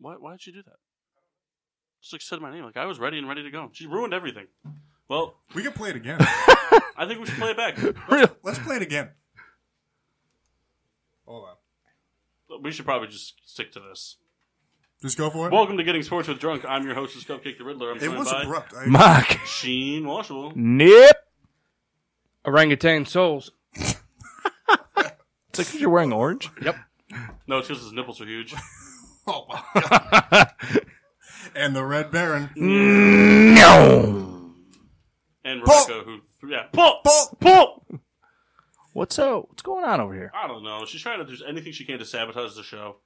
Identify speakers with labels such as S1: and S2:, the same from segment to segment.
S1: Why, why did she do that? Just like said my name. Like I was ready and ready to go. She ruined everything. Well,
S2: We can play it again.
S1: I think we should play it back.
S2: Let's play it again. Hold on.
S1: We should probably just stick to this.
S2: Just go for it.
S1: Welcome to Getting Sports with Drunk. I'm your host, Cupcake the Riddler. I'm
S2: it
S1: joined
S2: was
S1: by
S2: abrupt. I,
S3: Mark.
S1: Sheen Washable.
S3: Nip. Orangutan souls. it's like you're wearing orange. Yep.
S1: No, it's because his nipples are huge.
S2: oh my God. and the Red Baron.
S3: No.
S1: And
S2: Pull.
S1: Rebecca, who yeah, pull,
S2: Pull.
S1: pull.
S3: What's up? What's going on over here?
S1: I don't know. She's trying to do anything she can to sabotage the show.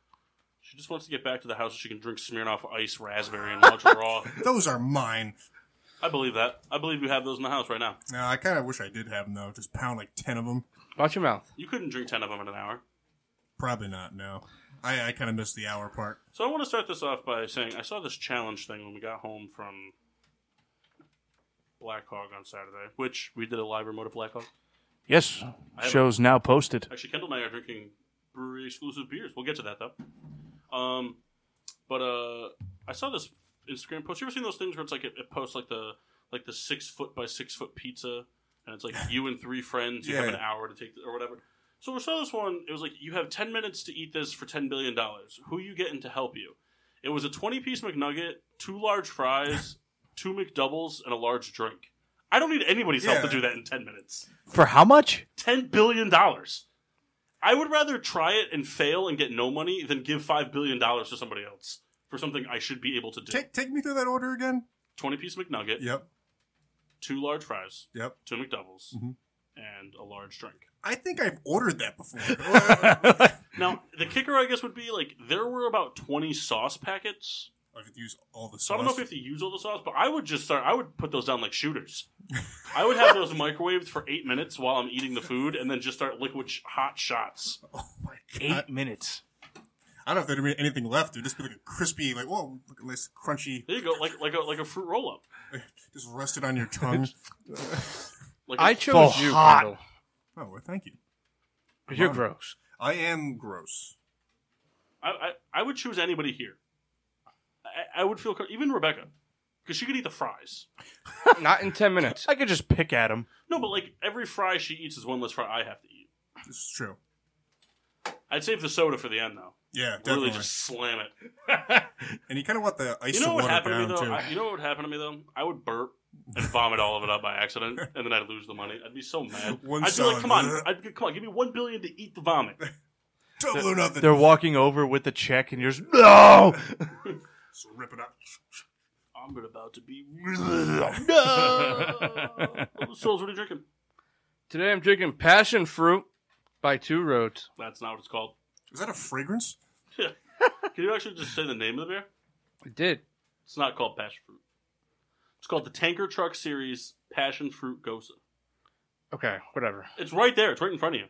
S1: She just wants to get back to the house so she can drink Smirnoff Ice Raspberry and watch Raw.
S2: Those are mine.
S1: I believe that. I believe you have those in the house right now.
S2: Now, I kind of wish I did have them, though. Just pound like 10 of them.
S3: Watch your mouth.
S1: You couldn't drink ten of them in an hour.
S2: Probably not, no. I, I kind of missed the hour part.
S1: So I want to start this off by saying I saw this challenge thing when we got home from Black Hog on Saturday, which we did a live remote at Black Hog.
S3: Yes.
S1: have
S3: Show's now posted.
S1: Actually, Kendall and I are drinking brewery exclusive beers. We'll get to that though. Um, but uh, I saw this Instagram post. You ever seen those things where it's like it, it posts like the like the six foot by six foot pizza, and it's like you and three friends. You have
S2: Yeah.
S1: an hour to take th- or whatever. So we saw this one. It was like you have ten minutes to eat this for ten billion dollars. Who you getting to help you? It was a twenty piece McNugget, two large fries, two McDoubles, and a large drink. I don't need anybody's help to
S2: Yeah.
S1: do that in ten minutes
S3: For how much?
S1: ten billion dollars. I would rather try it and fail and get no money than give five billion dollars to somebody else for something I should be able to do.
S2: Take, take me through that order again.
S1: Twenty piece McNugget,
S2: Yep,
S1: two large fries,
S2: yep.
S1: two McDoubles,
S2: Mhm.
S1: and a large drink.
S2: I think I've ordered that before.
S1: Now the kicker, I guess, would be like there were about twenty sauce packets.
S2: I could use all the sauce.
S1: So I don't know if you have to use all the sauce, but I would just start. I would put those down like shooters. I would have those microwaved for eight minutes while I'm eating the food, and then just start liquid sh- hot shots.
S2: oh my
S3: Eight
S2: god!
S3: minutes.
S2: I don't know if there'd be anything left. It'd just be like a crispy, like whoa, look at this crunchy,
S1: There you go, like like a like a fruit roll up.
S2: just rested on your tongue.
S1: Like a-
S3: I chose you, Kendall.
S2: oh, well, thank you.
S3: You're gross.
S2: I am gross.
S1: I, I, I would choose anybody here. I, I would feel co- even Rebecca because she could eat the fries.
S3: Not in ten minutes.
S4: I could just pick at him.
S1: No, but like every fry she eats is one less fry I have to eat.
S2: This is true.
S1: I'd save the soda for the end though.
S2: Yeah, definitely.
S1: Really, just slam it.
S2: And you kind of want the ice
S1: You know
S2: to
S1: what
S2: water
S1: happened to
S2: down
S1: me though?
S2: too.
S1: I, you know what would happen to me though? I would burp and vomit all of it up by accident, and then I'd lose the money. I'd be so mad.
S2: One
S1: I'd be like,
S2: solid-
S1: "Come on, I'd be, come on, give me one billion to eat the vomit."
S2: Double or nothing.
S4: They're walking over with the check, and you're just no.
S2: Just rip it up.
S1: I'm about to be no. Souls, what are you drinking?
S3: Today I'm drinking passion fruit by Two Roads.
S1: That's not what it's called.
S2: Is that a fragrance?
S1: Can you actually just say the name of the beer?
S3: I did.
S1: It's not called passion fruit. It's called the Tanker Truck Series Passion Fruit Gosa.
S3: Okay, whatever.
S1: It's right there. It's right in front of you.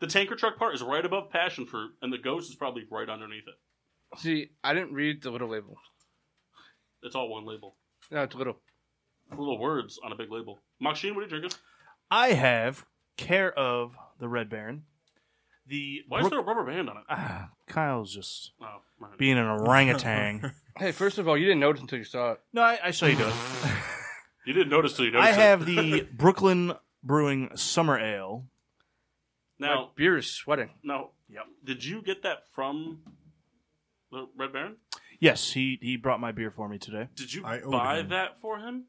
S1: The tanker truck part is right above passion fruit, and the ghost is probably right underneath it.
S3: See, I didn't read the little label.
S1: It's all one label.
S3: No, it's little.
S1: Little words on a big label. Machine, what are you drinking?
S4: I have care of the Red Baron. The
S1: Why is there a rubber band on it?
S4: Ah, Kyle's just
S1: Oh, right.
S4: being an orangutan.
S3: Hey, first of all, you didn't notice until you saw it.
S4: no, I, I saw you do it.
S1: you didn't notice till you
S4: I
S1: noticed. it.
S4: have the Brooklyn Brewing Summer Ale.
S3: Now,
S1: now.
S3: beer is sweating.
S1: Now, Did you get that from the Red Baron?
S4: Yes, he he brought my beer for me today.
S1: Did you
S2: I owed
S1: buy
S2: him.
S1: that for him?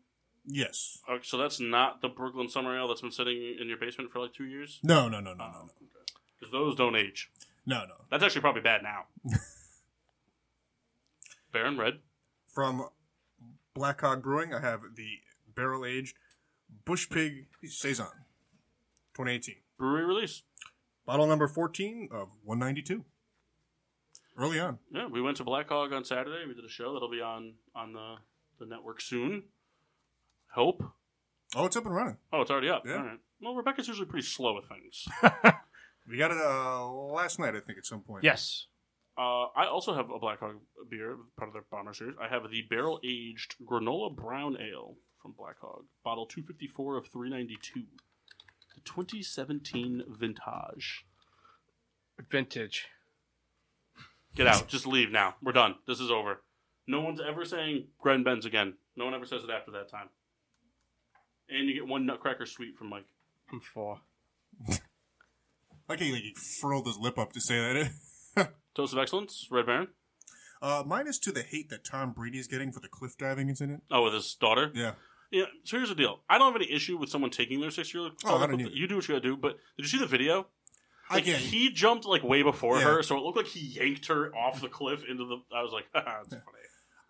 S2: Yes.
S1: Okay, so that's not the Brooklyn Summer Ale that's been sitting in your basement for like two years.
S2: No, no, no, no, no, no,
S1: Because those don't age.
S2: no, no.
S1: That's actually probably bad now. Baron Red.
S2: From Black Hog Brewing, I have the barrel aged Bush Pig saison, 2018.
S1: Brewery release.
S2: Bottle number 14 of 192. Early on.
S1: Yeah, we went to Black Hog on Saturday. We did a show that'll be on on the, the network soon. Hope.
S2: Oh, it's up and running.
S1: Oh, it's already up.
S2: Yeah.
S1: All right. Well, Rebecca's usually pretty slow with things.
S2: We got it uh, last night, I think, at some point.
S4: Yes.
S1: Uh, I also have a Black Hawk beer, part of their bomber series. I have the barrel aged granola brown ale from Black Hog, bottle 254 of 392. The 2017 vintage.
S3: Vintage.
S1: Get out. Just leave now. We're done. This is over. No one's ever saying Gren Benz again. No one ever says it after that time. And you get one nutcracker sweet from Mike.
S3: I'm four.
S2: Like he, like he furled his lip up to say that.
S1: Toast of Excellence, Red Baron.
S2: Uh, minus to the hate that Tom Brady's getting for the cliff diving incident.
S1: Oh, with his daughter.
S2: Yeah.
S1: Yeah, so here's the deal. I don't have any issue with someone taking their six year old.
S2: Oh, I don't either.
S1: You do what you gotta do, but did you see the video? Like,
S2: Again,
S1: he jumped like way before
S2: Yeah.
S1: her, so it looked like he yanked her off the cliff into the. I was like, Haha, that's funny.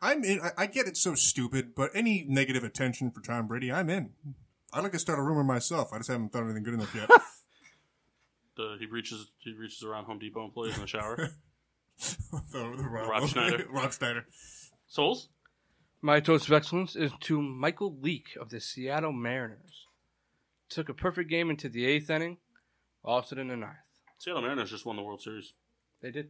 S2: I'm in. I, I get it's so stupid, but any negative attention for Tom Brady, I'm in. I'd like to start a rumor myself. I just haven't thought of anything good enough yet.
S1: The, he reaches he reaches around Home Depot and plays in the shower.
S2: So, the Rob,
S1: Rob Schneider.
S2: Rob Schneider.
S1: Souls,
S3: My toast of excellence is to Michael Leake of the Seattle Mariners. Took a perfect game into the eighth inning, lost it in the ninth.
S1: Seattle Mariners just won the World Series
S3: They did.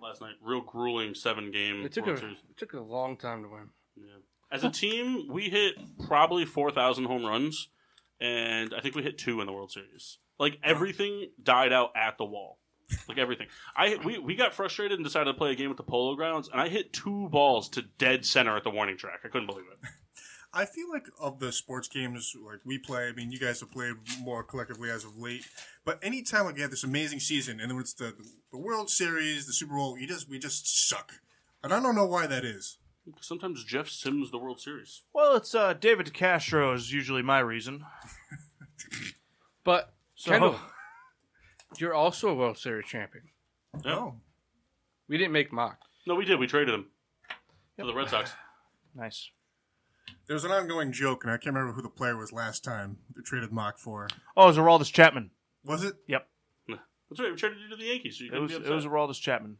S1: last night. Real grueling seven game
S3: It took a
S1: World
S3: it
S1: Series.
S3: took a long time to win.
S1: Yeah. As a team, we hit probably four thousand home runs, and I think we hit two in the World Series. Like everything died out at the wall. Like everything, I we, we got frustrated and decided to play a game at the Polo Grounds, and I hit two balls to dead center at the warning track. I couldn't believe it.
S2: I feel like of the sports games like we play, I mean, you guys have played more collectively as of late. But anytime like you have this amazing season, and then when it's the the World Series, the Super Bowl, you just we just suck, and I don't know why that is.
S1: Sometimes Jeff Sims the World Series.
S4: Well, it's uh, David DeCastro is usually my reason.
S3: But
S4: So, oh,
S3: Kendall, you're also a World Series champion.
S1: Yeah.
S2: Oh,
S3: We didn't make mock.
S1: No, we did. We traded him to the Red Sox.
S4: nice.
S2: there's an ongoing joke, and I can't remember who the player was last time they traded Mock for.
S4: Oh, it was Araldis Chapman.
S2: Was it?
S4: Yep.
S1: That's right. We traded you to the Yankees. So you
S4: It
S1: couldn't
S4: was
S1: be
S4: it
S1: upset.
S4: was Araldis Chapman.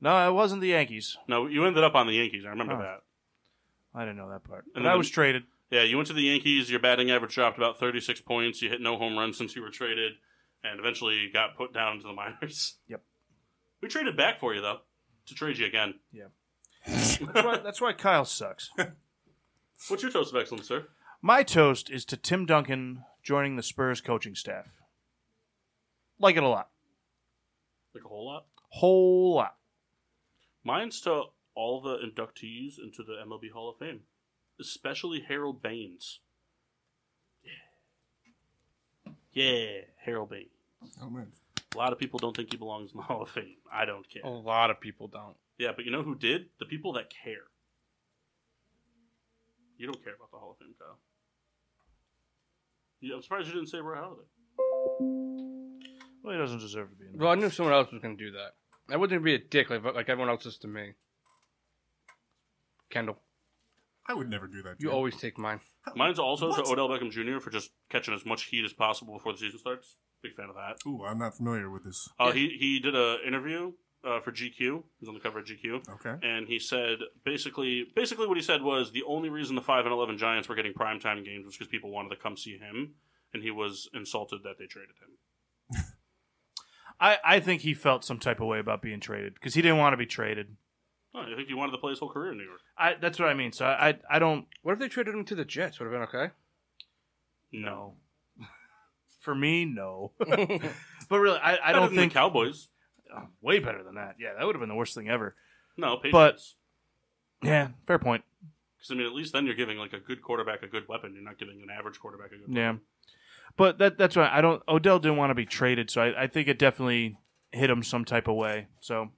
S4: No, it wasn't the Yankees.
S1: no, you ended up on the Yankees. I remember
S4: Oh.
S1: that.
S4: I didn't know that part.
S1: And
S4: And I
S1: then-
S4: was traded.
S1: Yeah, you went to the Yankees. Your batting average dropped about 36 points. You hit no home runs since you were traded, and eventually got put down to the minors.
S4: Yep.
S1: We traded back for you though to trade you again.
S4: That's why, that's why Kyle sucks.
S1: What's your toast of excellence, sir?
S4: My toast is to Tim Duncan joining the Spurs coaching staff. Like it a lot.
S1: Like a whole lot.
S4: Whole lot.
S1: Mine's to all the inductees into the MLB Hall of Fame, especially Harold Baines. Yeah, yeah, Harold Baines.
S2: Oh man.
S1: A lot of people don't think he belongs in the Hall of Fame. I don't care.
S3: A lot of people don't.
S1: Yeah, but you know who did? The people that care. You don't care about the Hall of Fame, Kyle. Yeah, I'm surprised you didn't say we're out of it.
S4: Well, he doesn't deserve to be in there.
S3: Well, I knew someone else was going to do that. I wouldn't be a dick like, like everyone else is to me. Kendall,
S2: I would never do that.
S3: you
S2: dude.
S3: always take mine.
S1: Mine's also
S2: What?
S1: to Odell Beckham Jr. for just catching as much heat as possible before the season starts. Big fan of that.
S2: Ooh, I'm not familiar with this.
S1: Uh, he he did an interview uh, for GQ. He's on the cover of GQ,
S2: Okay.
S1: and he said basically basically what he said was the only reason the five and eleven Giants were getting primetime games was because people wanted to come see him, and he was insulted that they traded him.
S4: I, I think he felt some type of way about being traded because he didn't want to be traded.
S1: Oh, I think he wanted to play his whole career in New York.
S4: I that's what I mean. So I I, I don't
S3: What if they traded him to the Jets? Would have been okay.
S4: know. For me, no. but really, I, I don't think
S1: the Cowboys.
S4: oh, way better than that. Yeah, that would have been the worst thing ever.
S1: No,
S4: But-
S1: Patriots.
S4: Yeah, fair point.
S1: Because I mean, at least then you're giving like a good quarterback a good weapon. You're not giving an average quarterback a good. Weapon.
S4: Yeah, but that that's why I don't. Odell didn't want to be traded, so I, I think it definitely hit him some type of way. So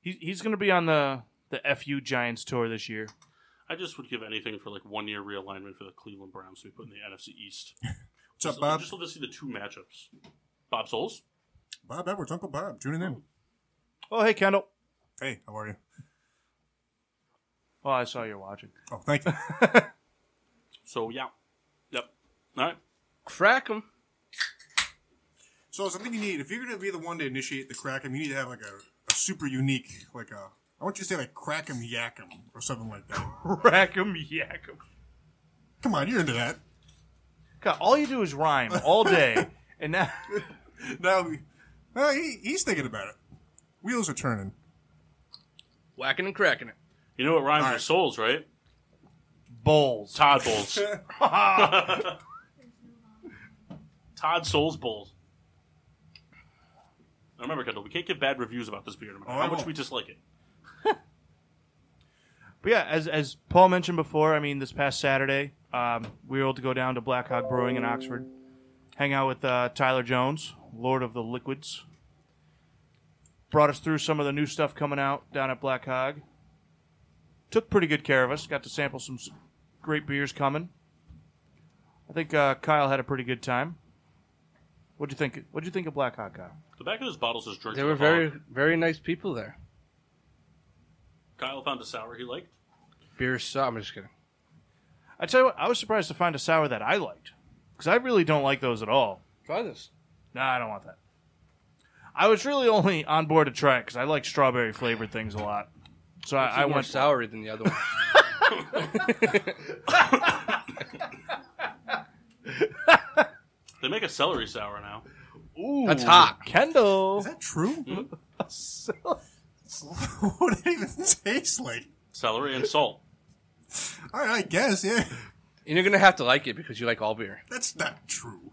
S4: he, he's going to be on the the FU Giants tour this year.
S1: I just would give anything for like one year realignment for the Cleveland Browns to be put in the NFC East.
S2: What's up,
S1: So,
S2: Bob?
S1: Just love to see the two matchups. Bob Souls.
S2: Bob Edwards, Uncle Bob, tuning in.
S4: Oh hey Kendall.
S2: Hey, how are you?
S4: Oh, I saw you're watching.
S2: Oh, thank you.
S1: So yeah, yep. All right.
S3: Crack him.
S2: So, so I think you need if you're going to be the one to initiate the crack 'em, you need to have like a, a super unique like a. I want you to say like crack 'em yak 'em or something like that.
S4: Rack 'em, yak 'em.
S2: Come on, you're into that.
S4: God, all you do is rhyme all day, and now
S2: Now, we, well, he, he's thinking about it. Wheels are turning.
S3: Whacking and cracking it.
S1: You know what rhymes
S2: Alright.
S1: with souls, right?
S4: bowls.
S1: Todd Bowles. Todd Souls Bowls. Now remember, Kendall, we can't give bad reviews about this beer, no matter
S2: Oh, I
S1: how much
S2: won't.
S1: we dislike it.
S4: But yeah, as as Paul mentioned before, I mean, this past Saturday, um, we were able to go down to Black Hawk Brewing in Oxford, hang out with uh, Tyler Jones, Lord of the Liquids. Brought us through some of the new stuff coming out down at Black Hog. Took pretty good care of us. Got to sample some s- great beers coming. I think uh, Kyle had a pretty good time. What'd you think? What'd you think of Black Hawk, Kyle?
S1: The back of this bottle says drink.
S3: They
S1: to
S3: were
S1: the bottom.
S3: very, very nice people there.
S1: Kyle found a sour he liked.
S3: Beer sour. I'm just kidding.
S4: I tell you what, I was surprised to find a sour that I liked because I really don't like those at all.
S3: Try this.
S4: No, I don't want that. I was really only on board to try it because I like strawberry flavored things a lot. So I, I
S3: I more
S4: went.
S3: soury than the other one.
S1: They make a celery sour now.
S4: Ooh,
S3: That's hot.
S2: Is
S4: Kendall.
S2: that true? what did it even taste like?
S1: Celery and salt.
S2: All right, I guess, yeah.
S3: And you're gonna have to like it because you like all beer.
S2: That's not true.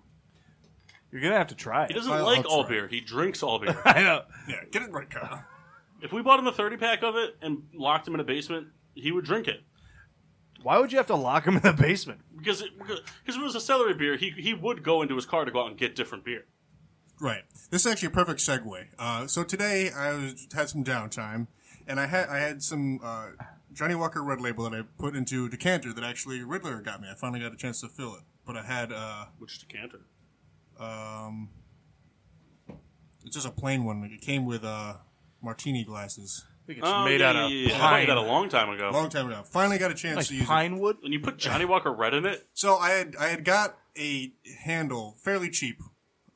S4: You're gonna have to try
S1: He
S4: it.
S1: doesn't
S2: Kyle,
S1: like
S2: that's
S1: all
S2: right.
S1: beer. He drinks all beer.
S4: I know.
S2: Yeah, get it right, Kyle.
S1: if we bought him a 30 pack of it and locked him in a basement, he would drink it.
S4: Why would you have to lock him in the basement?
S1: Because it, because if it was a celery beer, he, he would go into his car to go out and get different beer.
S2: Right. This is actually a perfect segue. Uh, so today I was, had some downtime, and I had I had some uh, Johnny Walker Red Label that I put into a decanter that actually Riddler got me. I finally got a chance to fill it, but I had uh,
S1: Which is decanter.
S2: um, it's just a plain one. It came with uh, martini glasses.
S4: I think it's
S1: Oh,
S4: made
S1: yeah,
S4: out of
S1: yeah, yeah. I
S4: pine,
S1: bought that a long time ago.
S2: Long time ago. Finally got a chance
S4: like
S2: to use it.
S4: pine wood.
S1: and you put Johnny Walker Red in it.
S2: So I had I had got a handle fairly cheap.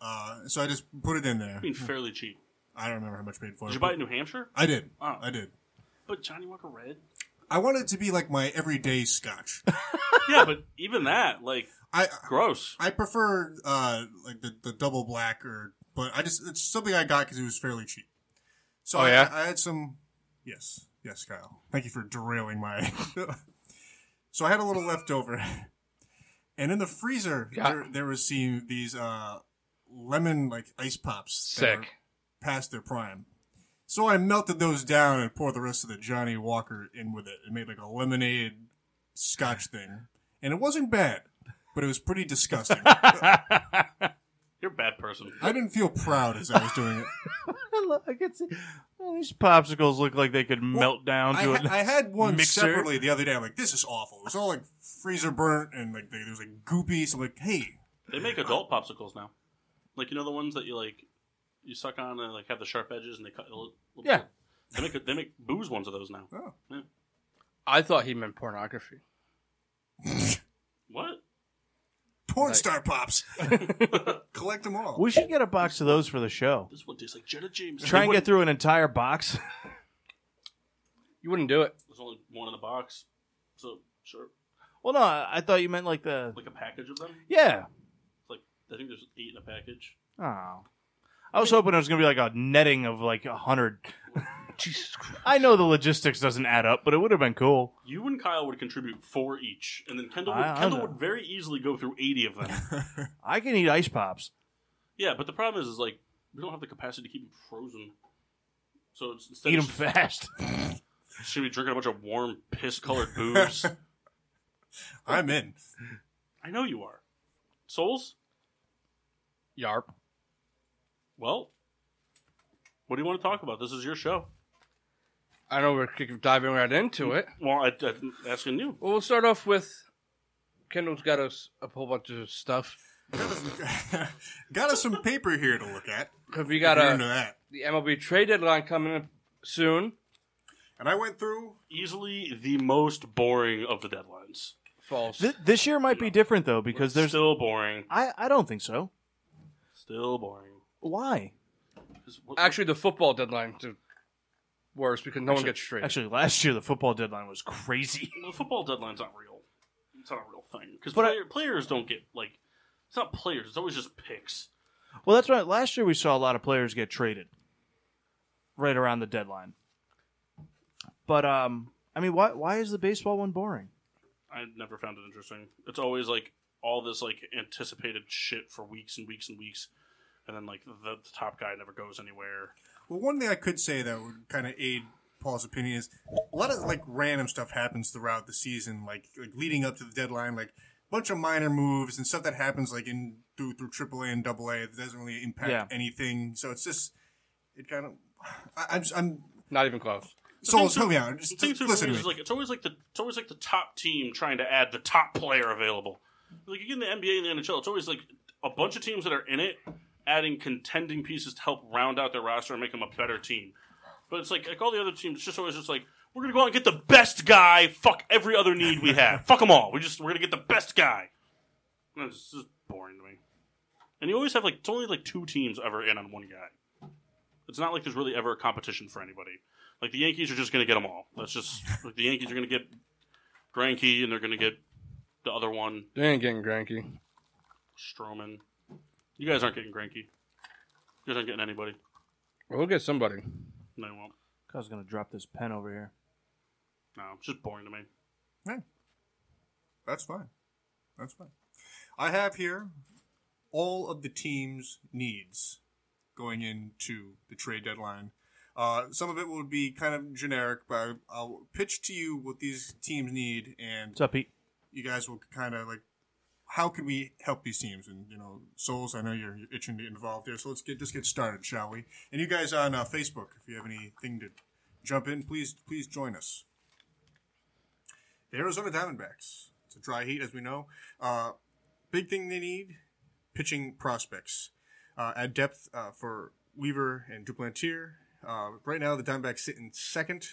S2: Uh, so I just put it in there.
S1: I mean, fairly cheap.
S2: I don't remember how much I paid for
S1: Hmm.
S2: it.
S1: Did you
S2: but-
S1: buy it in New Hampshire?
S2: I did.
S1: Oh.
S2: I did.
S1: But Johnny Walker Red.
S2: I want it to be like my everyday scotch.
S1: Yeah, but even that, like,
S2: I
S1: gross.
S2: I prefer uh like the, the double black or but I just it's something I got because it was fairly cheap. So
S3: Oh,
S2: I,
S3: yeah?
S2: I had some. Yes, yes, Kyle. Thank you for derailing my. so I had a little left over, and in the freezer
S3: Yeah.
S2: there, there was seeing these uh lemon like ice pops. that were
S3: Sick.
S2: Past their prime. So I melted those down and poured the rest of the Johnny Walker in with it and made like a lemonade scotch thing. And it wasn't bad, but it was pretty disgusting.
S1: You're a bad person.
S2: I didn't feel proud as I was doing it.
S4: I lo- I could see. Well, these popsicles look like they could melt down
S2: I,
S4: to
S2: ha-
S4: it.
S2: I had one
S4: mixer.
S2: separately the other day. I'm like, this is awful. It was all like freezer burnt and like they, there was like goopy. So I'm like, hey,
S1: They make adult popsicles now. Like, you know the ones that you, like, you suck on and, like, have the sharp edges and they cut a little. little
S4: Yeah.
S1: bit? They make, a, they make booze ones of those now.
S2: oh,
S3: I thought he meant pornography.
S1: What?
S2: porn
S3: Like-
S2: star pops. Collect them all.
S4: We should get a box of those for the show.
S1: This one tastes like Jenna James.
S4: Try and
S1: They
S4: get through an entire box.
S3: You wouldn't do it.
S1: wouldn't- There's only one in the box. So, sure.
S4: Well, no, I I thought you meant like the
S1: Like a package of them.
S4: yeah.
S1: Like, I think there's eight in a package.
S4: Oh. I was hoping it was going to be like a netting of like a hundred. Jesus Christ. I know the logistics doesn't add up, but it would have been cool.
S1: You and Kyle would contribute four each, and then Kendall
S4: I-
S1: would,
S4: I
S1: Kendall
S4: know.
S1: would very easily go through 80 of them.
S4: I can eat ice pops.
S1: Yeah, but the problem is, is like we don't have the capacity to keep them frozen. So it's, instead,
S4: Eat them
S1: of
S4: fast.
S1: should be drinking a bunch of warm piss-colored booze.
S2: I'm in.
S1: I know you are. Souls.
S3: Yarp.
S1: Well, what do you want to talk about? This is your show.
S3: I know we're kicking- diving right into it.
S1: Well, I, I'm asking you.
S3: Well, we'll start off with Kendall's got us a whole bunch of stuff.
S2: Got us some paper here to look at.
S3: Cause we
S2: Got
S3: got
S2: into
S3: a,
S2: that.
S3: the MLB trade deadline coming up soon.
S2: And I went through.
S1: Easily the most boring of the deadlines.
S3: False.
S4: Th- this year might be different though because there's.
S1: still boring.
S4: I I don't think so.
S1: Still boring.
S4: Why?
S1: 'Cause what-
S3: Actually, the football deadline to worse because no one gets straight.
S4: Actually, last year the football deadline was crazy.
S1: well, the football deadline's not real. It's not a real thing because
S4: But I-
S1: players don't get like it's not players. It's always just picks.
S4: Well, that's right. Last year we saw a lot of players get traded right around the deadline. But um, I mean, why why is the baseball one boring?
S1: I never found it interesting. It's always like all this like anticipated shit for weeks and weeks and weeks, and then like the, the top guy never goes anywhere.
S2: Well, one thing I could say that would kind of aid Paul's opinion is a lot of like random stuff happens throughout the season, like, like leading up to the deadline, like a bunch of minor moves and stuff that happens like in through through AAA and AA that doesn't really impact
S4: Yeah.
S2: anything. So it's just it kind of I, I'm I'm
S3: Not even close.
S1: The
S2: so
S1: thing too-
S2: help me out.
S1: The
S2: Just,
S1: thing
S2: just
S1: too
S2: listen to
S1: is
S2: me.
S1: like it's always like the it's always like the top team trying to add the top player available. Like you get in the NBA and the NHL, it's always like a bunch of teams that are in it adding contending pieces to help round out their roster and make them a better team. But it's like like all the other teams, it's just always just like we're gonna go out and get the best guy. Fuck every other need we have. Fuck them all. We just we're gonna get the best guy. And It's just boring to me. And you always have like it's only like two teams ever in on one guy. It's not like there's really ever a competition for anybody. Like the Yankees are just going to get them all. That's just like the Yankees are going to get Granke and they're going to get the other one,
S3: They ain't getting cranky.
S1: Stroman. You guys aren't getting Granke. You guys aren't getting anybody.
S3: We'll get somebody.
S1: No, you won't.
S4: I was gonna drop this pen over here.
S1: No, it's just boring to me.
S2: That's fine. That's fine. I have here all of the team's needs going into the trade deadline. Uh, some of it will be kind of generic, but I- I'll pitch to you what these teams need, and
S4: What's up, Pete?
S2: you guys will kind of like, how can we help these teams? And you know, souls, I know you're, you're itching to get involved here, so let's get just get started, shall we? And you guys on uh, Facebook, if you have anything to jump in, please please join us. The Arizona Diamondbacks. It's a dry heat, as we know. Uh, big thing they need: pitching prospects. Uh, at depth uh, for Weaver and Duplantier. Uh, right now, the Diamondbacks sit in second.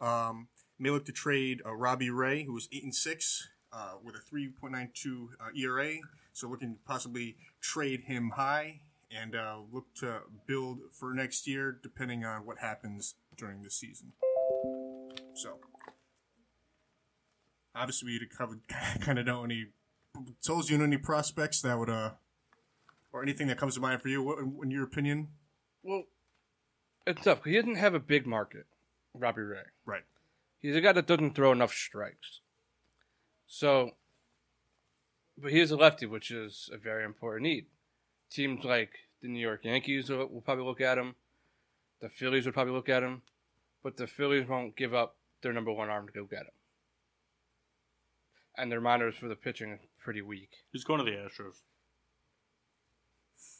S2: Um, may look to trade uh, Robbie Ray, who was eight and six uh, with a three point nine two uh, ERA. So looking to possibly trade him high and uh, look to build for next year, depending on what happens during the season. So obviously we covered kind of know any tells you know any prospects that would uh or anything that comes to mind for you what, in your opinion
S3: Well, it's tough. He doesn't have a big market, Robbie Ray.
S2: right
S3: He's a guy that doesn't throw enough strikes. So, but he is a lefty, which is a very important need. Teams like the New York Yankees will, will probably look at him. The Phillies would probably look at him, but the Phillies won't give up their number one arm to go get him. And their minors for the pitching is pretty weak.
S1: He's going to the Astros.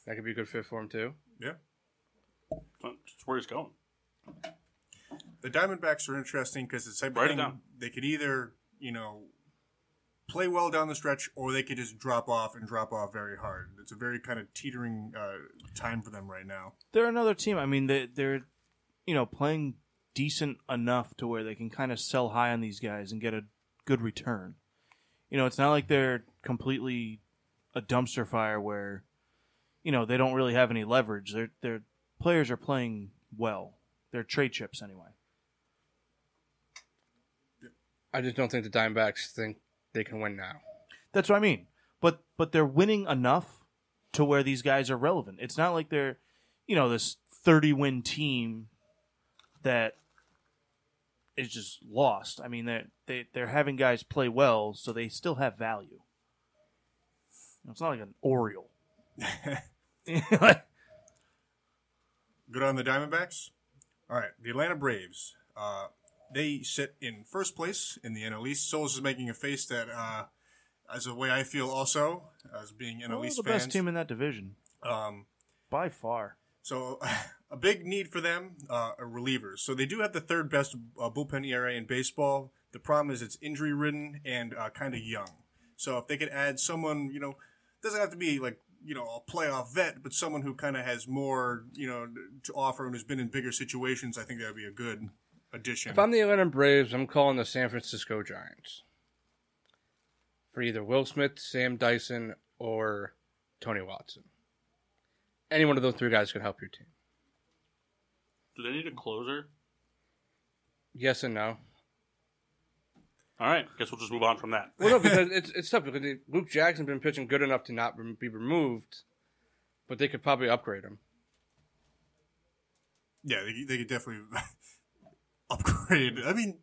S3: That could be a good fit for him too.
S2: yeah
S1: That's where he's going.
S2: the diamondbacks are interesting because it's the type
S1: Write
S2: of
S1: it
S2: thing
S1: down.
S2: they could either you know play well down the stretch or they could just drop off and drop off very hard it's a very kind of teetering uh, time for them right now
S4: They're another team. I mean, they, they're you know playing decent enough to where they can kind of sell high on these guys and get a good return. You know, it's not like they're completely a dumpster fire where you know they don't really have any leverage. Their their players are playing well. They're trade chips anyway.
S3: I just don't think the Diamondbacks think they can win now.
S4: That's what I mean. But but they're winning enough to where these guys are relevant. It's not like they're, you know, this 30 win team that is just lost. I mean, they they they're having guys play well, so they still have value. It's not like an Oriole.
S2: good on the Diamondbacks. All right, the Atlanta Braves. Uh, they sit in first place in the NL East. Souls is making a face that, uh, as the way I feel, also as being NL
S4: Well,
S2: East
S4: the
S2: fans.
S4: best team in that division
S2: Um,
S4: by far.
S2: so a big need for them uh, are relievers. So they do have the third best uh, bullpen ERA in baseball. The problem is it's injury ridden and uh, kind of young. So if they could add someone, you know, doesn't have to be like you know a playoff vet, but someone who kind of has more you know to offer and has been in bigger situations, I think that would be a good addition.
S3: If I'm the Atlanta Braves, I'm calling the San Francisco Giants for either Will Smith, Sam Dyson, or Tony Watson. Any one of those three guys could help your team.
S1: Do they need a closer?
S3: Yes and no.
S1: All right, guess we'll just move on from that.
S3: Well, no, because it's it's tough because they- Luke Jackson's been pitching good enough to not rem- be removed, but they could probably upgrade him.
S2: Yeah, they, they could definitely upgrade. I mean,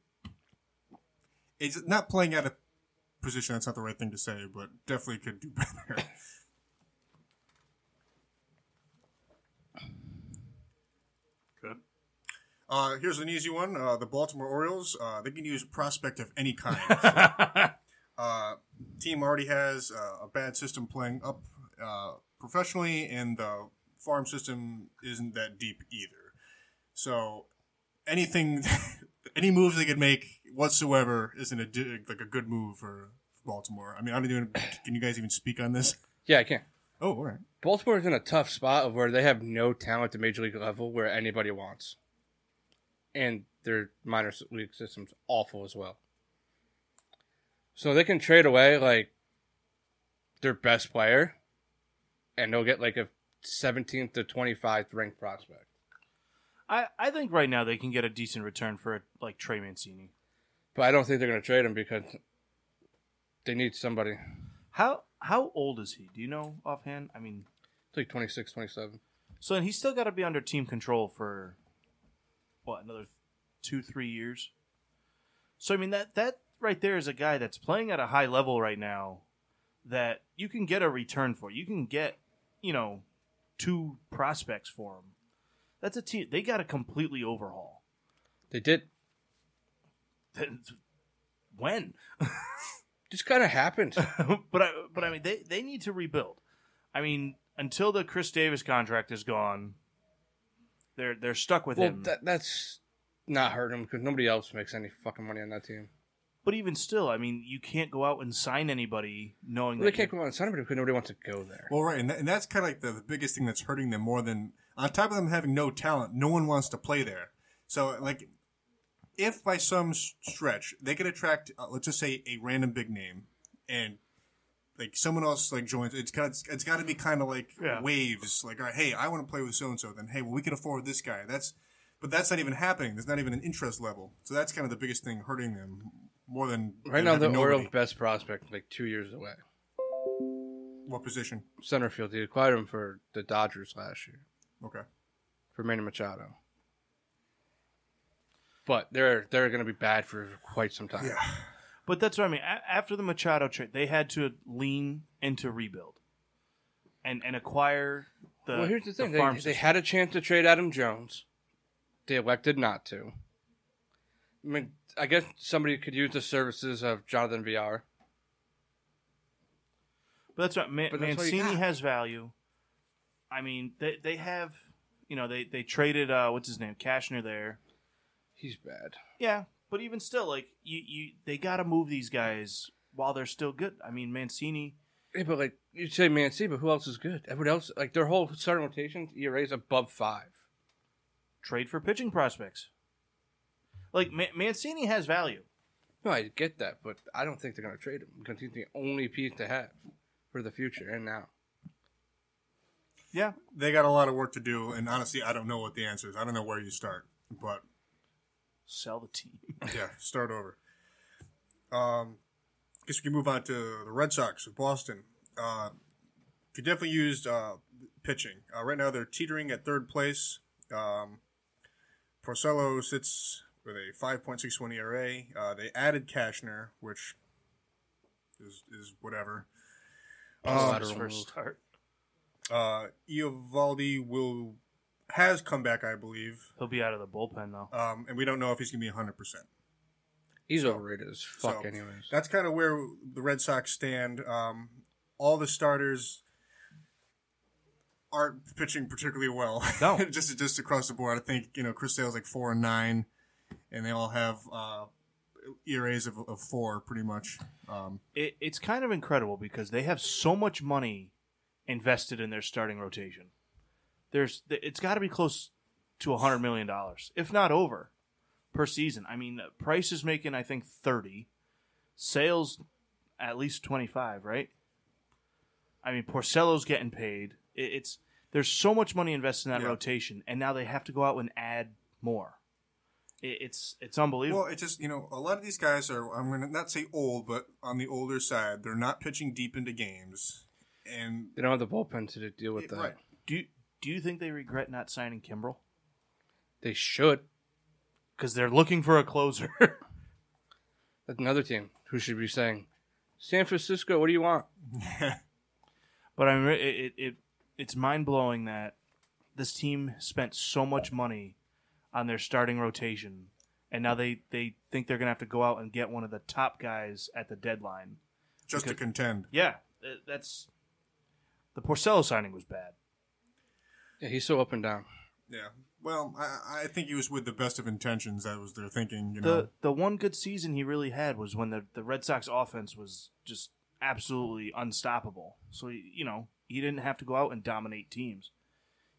S2: it's not playing out of position. That's not the right thing to say, but definitely could do better.
S1: Okay.
S2: Uh, here's an easy one. Uh, the Baltimore Orioles, uh, they can use a prospect of any kind. uh, team already has uh, a bad system playing up uh, professionally, and the farm system isn't that deep either. So anything, any moves they could make whatsoever isn't a di- like a good move for, for Baltimore. I mean, I don't even. Can you guys even speak on this?
S3: Yeah, I can.
S2: Oh, all right.
S3: Baltimore's in a tough spot of where they have no talent at the major league level where anybody wants, and their minor s- league system's awful as well. So they can trade away like their best player, and they'll get like a 17th to 25th ranked prospect.
S4: I, I think right now they can get a decent return for like Trey Mancini.
S3: But I don't think they're going to trade him because they need somebody. It's
S4: How how old is he? Do you know offhand? I mean,
S3: like 26, 27.
S4: so and he's still got to be under team control for what another two three years. So I mean that that right there is a guy that's playing at a high level right now that you can get a return for. You can get you know two prospects for him. That's a team they got to completely overhaul.
S3: They did.
S4: When?
S3: Just kind of happened.
S4: but I, but I mean, they they need to rebuild. I mean, until the Chris Davis contract is gone, they're they're stuck with
S3: well,
S4: him.
S3: that, that's not hurting him because nobody else makes any fucking money on that team.
S4: but even still, I mean, you can't go out and sign anybody knowing
S3: Well, they
S4: that
S3: can't go out and sign him because nobody wants to go there.
S2: Well, right, and, that, and that's kind of like the, the biggest thing that's hurting them more than on top of them having no talent, no one wants to play there. So, like, if by some s- stretch they could attract, uh, let's just say, a random big name, and like someone else like joins, it's got it's, it's got to be kind of like
S4: Yeah.
S2: waves. Like, all right, hey, I want to play with so and so. Then, hey, well, we can afford this guy. That's but that's not even happening. There's not even an interest level. So that's kind of the biggest thing hurting them more than
S3: right
S2: than
S3: now, the
S2: having nobody.
S3: Orioles' best prospect, like two years away,
S2: What position?
S3: center field. They acquired him for the Dodgers last year
S2: Okay.
S3: for Manny Machado. But they're they're going to be bad for quite some time.
S2: Yeah.
S4: But that's what I mean. A- after the Machado trade, they had to lean into rebuild, and and acquire the.
S3: well, here's the thing:
S4: farm
S3: they, they
S4: system.
S3: had a chance to trade Adam Jones, they elected not to. I mean, I guess somebody could use the services of Jonathan VR.
S4: But that's what Man-
S3: But that's what you
S4: Mancini
S3: got.
S4: has value. I mean, they they have you know they they traded uh what's his name Cashner there.
S3: He's bad.
S4: Yeah, but even still, like you you they got to move these guys while they're still good. I mean, Mancini.
S3: Yeah, but like you say, Mancini, but who else is good? Everyone else, like their whole starting rotation, ERA is above five.
S4: Trade for pitching prospects. Like Ma- Mancini has value.
S3: No, I get that, but I don't think they're going to trade him because he's the only piece to have for the future and now.
S4: Yeah,
S2: they got a lot of work to do, and honestly, I don't know what the answer is. I don't know where you start, but
S4: sell the team.
S2: yeah, start over. Um, guess we can move on to the Red Sox of Boston. Uh, could definitely use uh, pitching. Uh, right now, they're teetering at third place. Um, Porcello sits with a 5.61 ERA. Uh, they added Kashner, which is, is whatever. Oh, Um,
S3: Collateral
S4: Just for a
S3: move.
S4: start.
S2: Uh, Iovaldi will has come back, I believe.
S4: He'll be out of the bullpen though.
S2: um, and we don't know if he's going to be 100%.
S3: He's overrated as fuck,
S2: so-
S3: anyways.
S2: That's kind of where the Red Sox stand. Um, all the starters aren't pitching particularly well.
S4: No.
S2: just just across the board. I think you know Chris Sale's like four and nine, and they all have uh, ERAs of, of four pretty much. Um,
S4: It, it's kind of incredible because they have so much money invested in their starting rotation. There's it's got to be close to a hundred million dollars, if not over, per season. I mean, Price is making I think thirty, Sales at least twenty five, right? I mean, Porcello's getting paid. It, it's There's so much money invested in that
S2: Yeah.
S4: rotation, and now they have to go out and add more. It, it's it's unbelievable.
S2: Well, it's just you know a lot of these guys are. I'm gonna not say old, but on the older side, they're not pitching deep into games, and
S3: They don't have the bullpen to deal with
S2: Yeah,
S3: that.
S2: right.
S4: do you, do you think they regret not signing Kimbrel
S3: They should.
S4: because they're looking for a closer?
S3: That's another team who should be saying, San Francisco, what do you want?
S4: But I mean, it, it, it it's mind blowing that this team spent so much money on their starting rotation, and now they, they think they're gonna have to go out and get one of the top guys at the deadline.
S2: just to
S4: Because-
S2: contend.
S4: Yeah, th- that's the Porcello signing was bad.
S3: Yeah, he's so up and down.
S2: Yeah. Well, I, I think he was with the best of intentions. That was their thinking. You know.
S4: The the one good season he really had was when the the Red Sox offense was just absolutely unstoppable. So you know he didn't have to go out and dominate teams.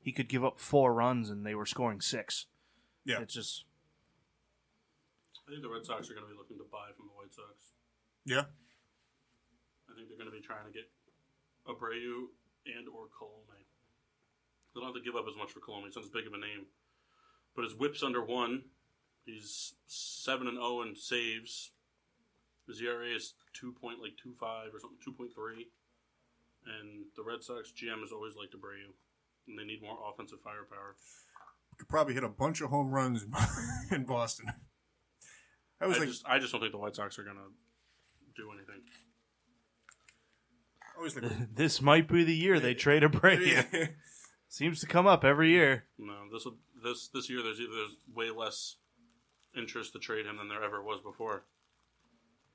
S4: He could give up four runs and they were scoring six.
S2: Yeah.
S4: it's just
S1: I think the Red Sox are going to be looking to buy from the White Sox.
S2: yeah.
S1: I think they're going to be trying to get Abreu and or Colome. They don't have to give up as much for Colome. It's not as big of a name, but his WHIP's under one. He's seven and zero and saves. His ERA is two point like two five or something, two point three. And the Red Sox GM has always liked Abreu, and they need more offensive firepower.
S2: Could probably hit a bunch of home runs in Boston. I
S1: I,
S2: was like,
S1: just, I just don't think the White Sox are going to do anything.
S2: I was like,
S4: this might be the year they trade a break.
S2: yeah.
S4: Seems to come up every year.
S1: No, this will, this this year there's there's way less interest to trade him than there ever was before.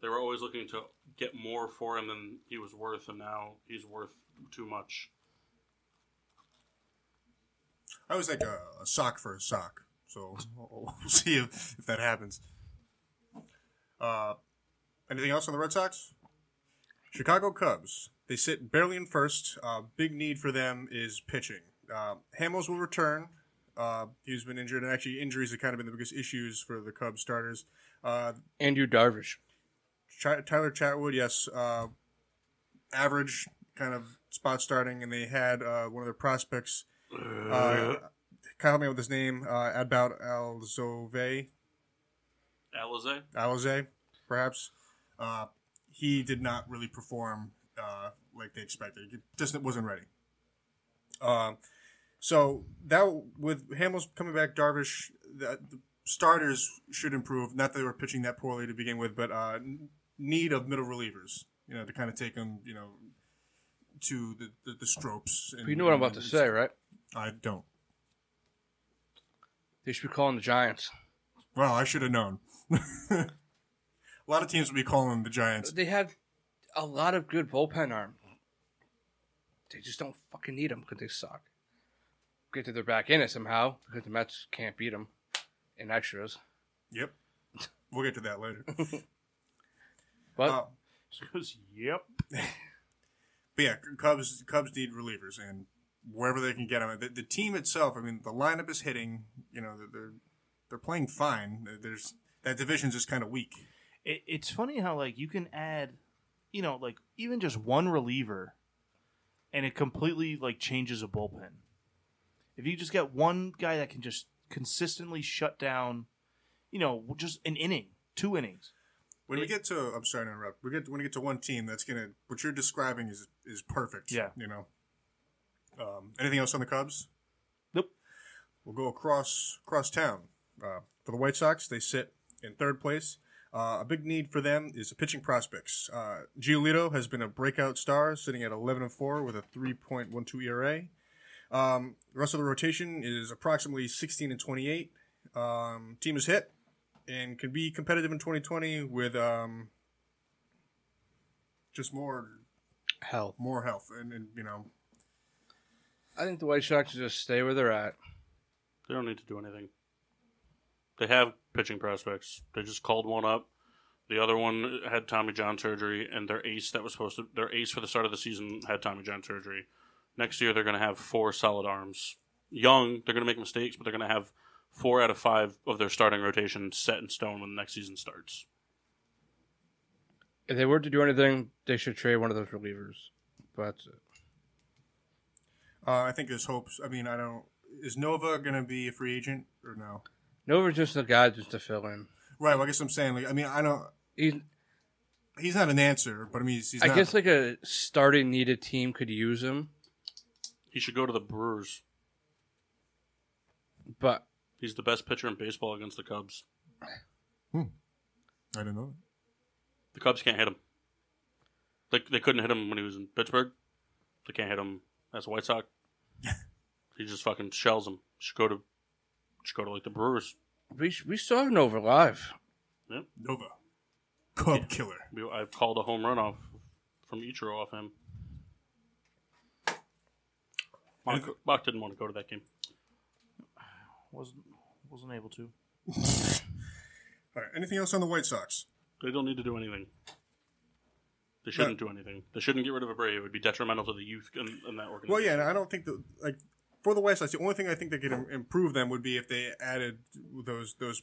S1: They were always looking to get more for him than he was worth, and now he's worth too much.
S2: I was like a, a sock for a sock. So we'll see if, if that happens. Uh, anything else on the Red Sox? Chicago Cubs. They sit barely in first. Uh, big need for them is pitching. Uh, Hamels will return. Uh, he's been injured, and actually, injuries have kind of been the biggest issues for the Cubs starters. Uh,
S3: Andrew Darvish.
S2: Ch- Tyler Chatwood, yes, uh, average kind of spot starting, and they had uh, one of their prospects. Uh, Kyle, help me with his name. Uh, about Alzove,
S1: Alize,
S2: Alze, perhaps. Uh, he did not really perform uh, like they expected. He just wasn't ready. Um, so that with Hamels coming back, Darvish, the, the starters should improve. Not that they were pitching that poorly to begin with, but uh, n- need of middle relievers, you know, to kind of take them, you know, to the the, the stropes. And,
S3: But you know what I'm about to say, right?
S2: I don't.
S3: They should be calling the Giants.
S2: Well, I should have known. a lot of teams would be calling the Giants.
S3: They have a lot of good bullpen arms. They just don't fucking need them because they suck. Get to their back in it somehow because the Mets can't beat them in extras.
S2: Yep. We'll get to that later.
S3: But
S2: Uh,
S4: Because yep,
S2: but yeah, Cubs Cubs need relievers, and wherever they can get them. The, the team itself, I mean, the lineup is hitting. You know, they're- they're they're playing fine. There's that division's just kind of weak.
S4: it, it's funny how like you can add, you know, like even just one reliever, and it completely like changes a bullpen. If you just get one guy that can just consistently shut down, you know, just an inning, two innings.
S2: When we get to, I'm sorry to interrupt. We get when we get to one team that's gonna what you're describing is is perfect.
S4: Yeah.
S2: You know. Um, anything else on the Cubs?
S4: Nope.
S2: We'll go across across town. Uh, for the White Sox, they sit in third place. Uh, a big need for them is pitching prospects. Uh, Giolito has been a breakout star, sitting at 11 and 4 with a 3.12 ERA. E Um, the rest of the rotation is approximately 16 and 28. Um, team is hit and can be competitive in 2020 with um, just more
S3: hell,
S2: more health and, and you know
S3: I think the White Sox should just stay where they're at.
S1: they don't need to do anything. They have pitching prospects. They just called one up. The other one had Tommy John surgery, and their ace that was supposed to their ace for the start of the season had Tommy John surgery. Next year they're going to have four solid arms. Young, they're going to make mistakes, but they're going to have four out of five of their starting rotation set in stone when the next season starts.
S3: If they uh, were to do anything, they should trade one of those relievers. But that's it.
S2: Uh, I think there's hopes. I mean, I don't. Is Nova going to be a free agent or no?
S3: Nova's just a guy just to fill in.
S2: Right. Well, I guess I'm saying. Like, I mean, I don't.
S3: He's,
S2: He's not an answer, but I mean, he's, he's
S3: I
S2: not.
S3: guess like a starting needed team could use him,
S1: He should go to the Brewers.
S3: but
S1: He's the best pitcher in baseball against the Cubs.
S2: I don't know.
S1: The Cubs can't hit him. They, they couldn't hit him when he was in Pittsburgh. They can't hit him as a White Sox. he just fucking shells him. Should go to should go to like the Brewers.
S3: we we saw Nova live.
S2: Nova, Cub killer.
S1: We, I called a home run off from Ichiro off him. Bach, Bach didn't want to go to that game.
S4: wasn't wasn't able to.
S2: All right. Anything else on the White Sox?
S1: They don't need to do anything. They shouldn't do anything. They shouldn't get rid of Abreu. It would be detrimental to the youth in, in that organization.
S2: Well, yeah, and I don't think that like for the White Sox, the only thing I think that could im- improve them would be if they added those those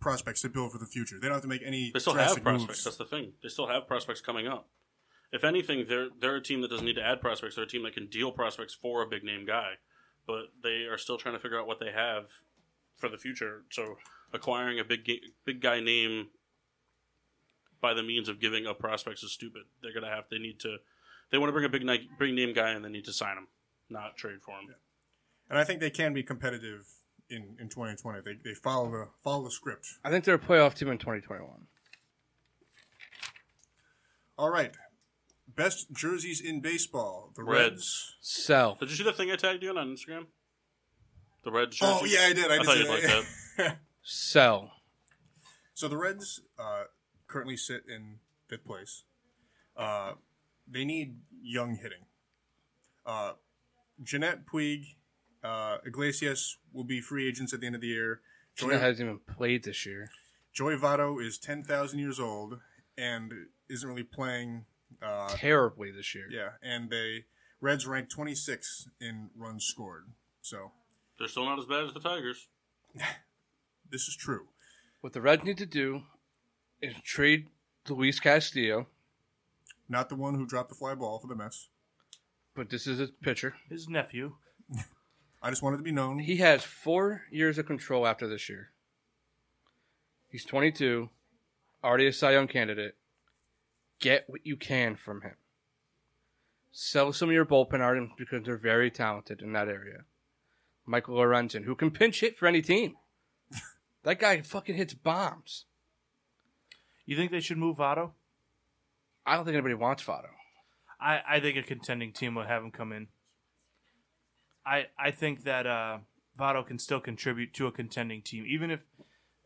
S2: prospects to build for the future. They don't have to make any.
S1: They still have
S2: drastic
S1: prospects.
S2: moves.
S1: That's the thing. They still have prospects coming up. If anything, they're they're a team that doesn't need to add prospects. They're a team that can deal prospects for a big name guy, but they are still trying to figure out what they have for the future. So acquiring a big ga- big guy name by the means of giving up prospects is stupid. They're gonna have. They need to. They want to bring a big ni- big name guy and they need to sign him, not trade for him.
S2: And I think they can be competitive in, in 2020. They, they follow the follow the script.
S3: I think they're a playoff team in 2021.
S2: All right. Best jerseys in baseball. The
S1: Reds.
S2: Reds.
S3: Sell.
S1: Did you see the thing I tagged you on on Instagram? The red jersey.
S2: Oh yeah, I did. I,
S1: I
S2: did
S1: thought
S2: see
S1: you'd like that.
S3: Sell.
S2: So the Reds uh, currently sit in fifth place. Uh, they need young hitting. Uh, Jeanette Puig, uh, Iglesias will be free agents at the end of the year. Joey,
S3: Jordan hasn't even played this year.
S2: Joey Votto is 10,000 years old and isn't really playing. Uh,
S3: Terribly this year.
S2: yeah, and they Reds ranked 26 in runs scored. So
S1: They're still not as bad as the Tigers.
S2: this is true.
S3: What the Reds need to do is trade Luis Castillo,
S2: Not the one who dropped the fly ball for the Mets.
S3: but this is his pitcher.
S4: His nephew.
S2: I just wanted to be known.
S3: He has four years of control after this year. He's 22, already a Cy Young candidate. Get what you can from him. Sell some of your bullpen arms because they're very talented in that area. Michael Lorenzen, who can pinch hit for any team. that guy fucking hits bombs.
S4: You think they should move Votto?
S3: I don't think anybody wants Votto.
S4: I, I think a contending team would have him come in. I I think that uh, Votto can still contribute to a contending team, even if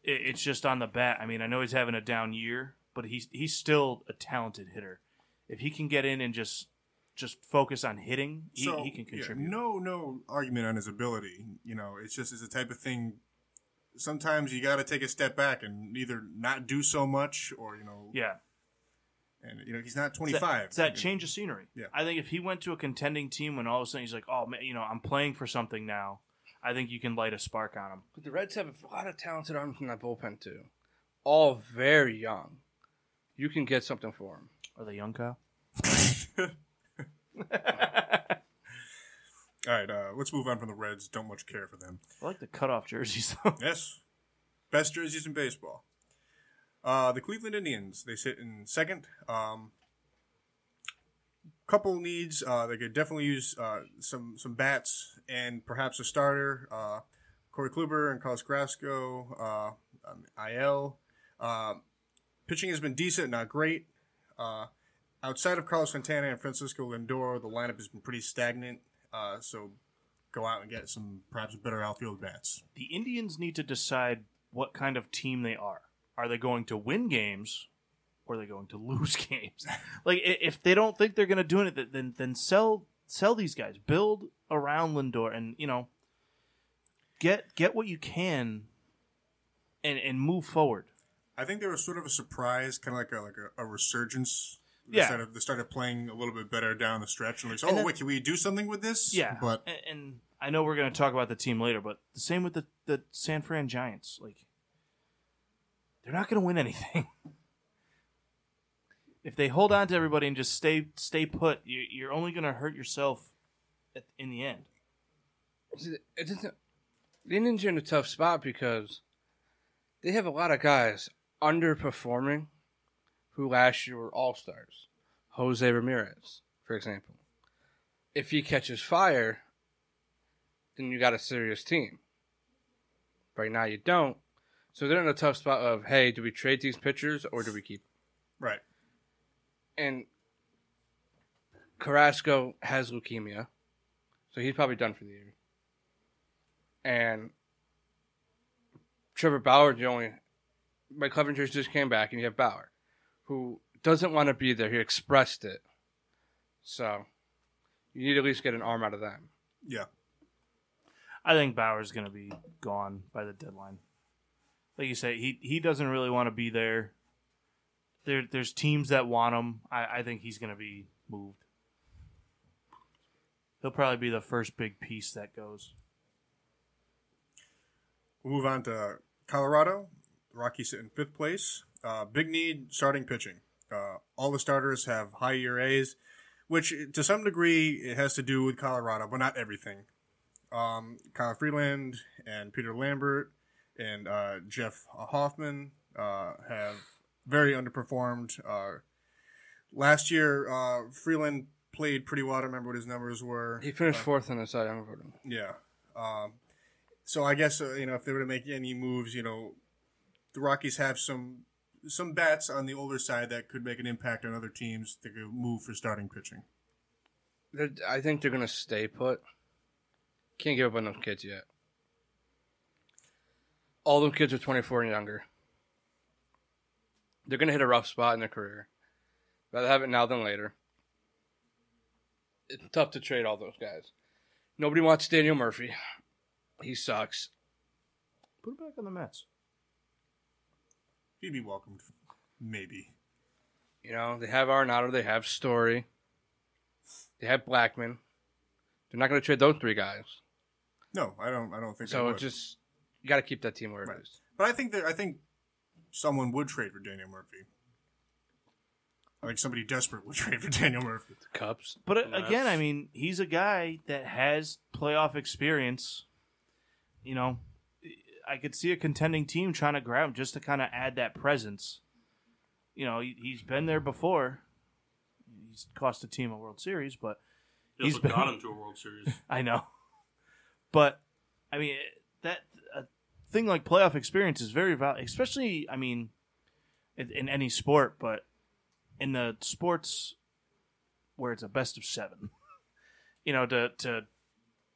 S4: it, it's just on the bat. I mean, I know he's having a down year, but he's he's still a talented hitter. If he can get in and just just focus on hitting, he,
S2: So,
S4: he can
S2: yeah,
S4: contribute.
S2: no, no argument on his ability. You know, it's just it's the type of thing. Sometimes you got to take a step back and either not do so much, or you know,
S4: Yeah,
S2: and you know he's not
S4: It's
S2: 25.
S4: that- It's that,
S2: You know,
S4: change of scenery.
S2: Yeah.
S4: I think if he went to a contending team and all of a sudden he's like, oh man, you know, I'm playing for something now. I think you can light a spark on him.
S3: But the Reds have a lot of talented arms in that bullpen too. All very young. You can get something for him.
S4: Are they young, Kyle?
S2: All right, uh, let's move on from the Reds. Don't much care for them.
S4: I like the cutoff jerseys though.
S2: Yes, best jerseys in baseball. Uh, the Cleveland Indians they sit in second. Um, couple needs uh, they could definitely use uh, some some bats and perhaps a starter. Uh, Corey Kluber and Carlos Grasco, uh, um, IL. Uh, pitching has been decent, not great. Uh, outside of Carlos Santana and Francisco Lindor, the lineup has been pretty stagnant. Uh, so go out and get some perhaps better outfield bats.
S4: the Indians need to decide what kind of team they are. Are they going to win games or are they going to lose games? like i- if they don't think they're going to do it th- then then sell sell these guys, build around Lindor and you know get get what you can and and move forward.
S2: I think they were sort of a surprise, kind of like a like a, a resurgence. They
S4: Yeah.
S2: started, they started playing a little bit better down the stretch, and like, oh
S4: And then-
S2: wait, can we do something with this?
S4: Yeah.
S2: but
S4: and, and I know we're going to talk about the team later, but the same with the the San Fran Giants like they're not going to win anything. if they hold on to everybody and just stay stay put, you, you're only going to hurt yourself at, in the end.
S3: See, it doesn't. The Indians are in a tough spot because they have a lot of guys underperforming who last year were all stars. Jose Ramirez, for example. If he catches fire, then you got a serious team. Right now, you don't. So they're in a tough spot of, hey, do we trade these pitchers or do we keep?
S2: Right.
S3: And Carrasco has leukemia, so he's probably done for the year. And Trevor Bauer, the only Mike Clevenger just came back, and you have Bauer, who doesn't want to be there. He expressed it, so you need to at least get an arm out of them.
S2: Yeah.
S4: I think Bauer's going to be gone by the deadline. Like you say, he he doesn't really want to be there. There, there's teams that want him. I, I think he's going to be moved. He'll probably be the first big piece that goes.
S2: We'll move on to Colorado. The Rockies sit in fifth place. Uh, big need starting pitching. Uh, all the starters have high ERAs, which to some degree it has to do with Colorado, but not everything. Um, Kyle Freeland and Peter Lambert and uh, Jeff Hoffman uh, have very underperformed. Uh, last year, uh, Freeland played pretty well. I don't remember what his numbers were.
S3: He finished fourth in the Cy Young voting.
S2: Yeah. Um, so I guess uh, you know if they were to make any moves, you know, the Rockies have some some bats on the older side that could make an impact on other teams that could move for starting pitching.
S3: They're- I think they're gonna stay put. Can't give up on those kids yet. All them kids are 24 and younger. They're gonna hit a rough spot in their career. Rather have it now than later. It's tough to trade all those guys. Nobody wants Daniel Murphy. He sucks.
S4: Put him back on the Mets.
S2: He'd be welcomed, maybe.
S3: You know, they have Arenado, they have Story, they have Blackman. They're not gonna trade those three guys.
S2: No, I don't. I don't think.
S3: So
S2: they
S3: it
S2: would.
S3: just you got to keep that team where it is.
S2: Right. but I think that I think someone would trade for Daniel Murphy. I think somebody desperate would trade for Daniel Murphy.
S3: The Cubs.
S4: But uh,
S1: And that's-
S4: again, I mean, he's a guy that has playoff experience. You know, I could see a contending team trying to grab him just to kind of add that presence. You know, he, he's been there before. He's cost a team a World Series, but
S1: That's
S4: He's
S1: what
S4: been-
S1: got him to a World Series.
S4: I know. But I mean that a thing like playoff experience is very valuable, especially I mean in, in any sport, but in the sports where it's a best of seven, you know, to to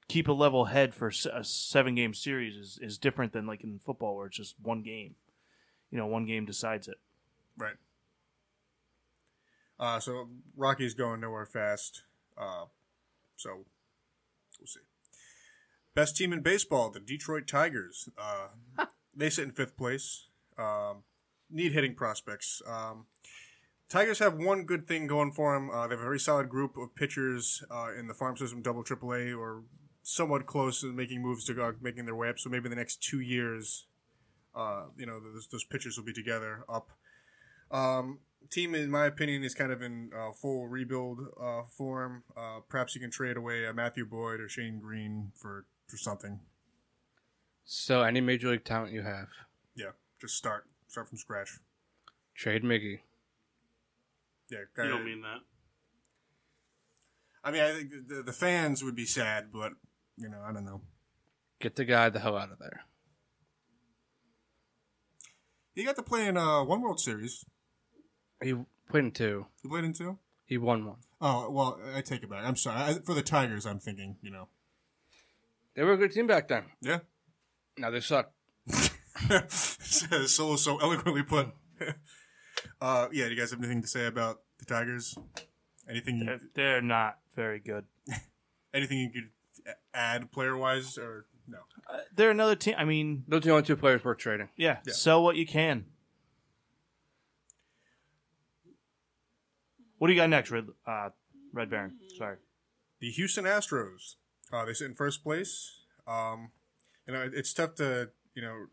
S4: keep a level head for se- a seven game series is, is different than like in football where it's just one game. You know, one game decides it.
S2: Right. Uh, so Rocky's going nowhere fast. Uh, so we'll see. Best team in baseball, the Detroit Tigers. Uh, they sit in fifth place. Um, need hitting prospects. Um, Tigers have one good thing going for them. Uh, they have a very solid group of pitchers uh, in the farm system, double, triple A, or somewhat close to making moves to uh, making their way up. So maybe in the next two years, uh, you know, those, those pitchers will be together up. Um, team, in my opinion, is kind of in uh, full rebuild uh, form. Uh, perhaps you can trade away uh, Matthew Boyd or Shane Green for, for something.
S3: So any major league talent you have,
S2: Yeah, just start start from scratch.
S3: trade Miggy.
S2: Yeah,
S1: you
S2: kinda-
S1: don't mean that.
S2: I mean, I think the, the fans would be sad, but you know, I don't know.
S3: Get the guy the hell out of there.
S2: He got to play in uh, one World Series.
S3: He played in two.
S2: He played in two.
S3: He won one.
S2: Oh well, I take it back. I'm sorry. I, for the Tigers, I'm thinking. You know,
S3: They were a good team back then.
S2: yeah.
S3: Now they suck.
S2: so so eloquently put. uh, yeah. Do you guys have anything to say about the Tigers? Anything? You,
S4: They're, they're not very good.
S2: anything you could add player wise or no?
S4: Uh, they're another team. I mean,
S3: Those are the only two players worth trading.
S4: yeah,
S2: Yeah.
S4: sell what you can. What do you got next, Red, uh, Red Baron? Sorry.
S2: the Houston Astros. Uh, they sit in first place. Um, you know, it- it's tough to you know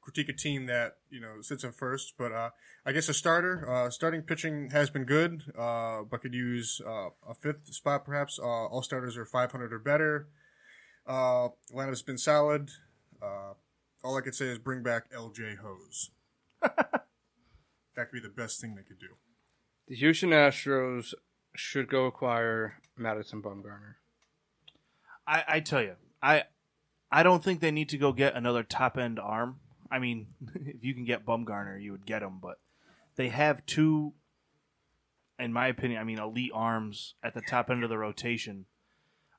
S2: critique a team that you know sits in first, but uh, I guess a starter uh, starting pitching has been good, uh, but could use uh, a fifth spot perhaps. Uh, all starters are 500 or better. Uh, lineup's been solid. Uh, all I could say is bring back LJ Hose. that could be the best thing they could do.
S3: The Houston Astros should go acquire Madison Bumgarner.
S4: I, I tell you, I I don't think they need to go get another top end arm. I mean, if you can get Bumgarner, you would get him, but they have two, in my opinion, I mean, elite arms at the top end of the rotation.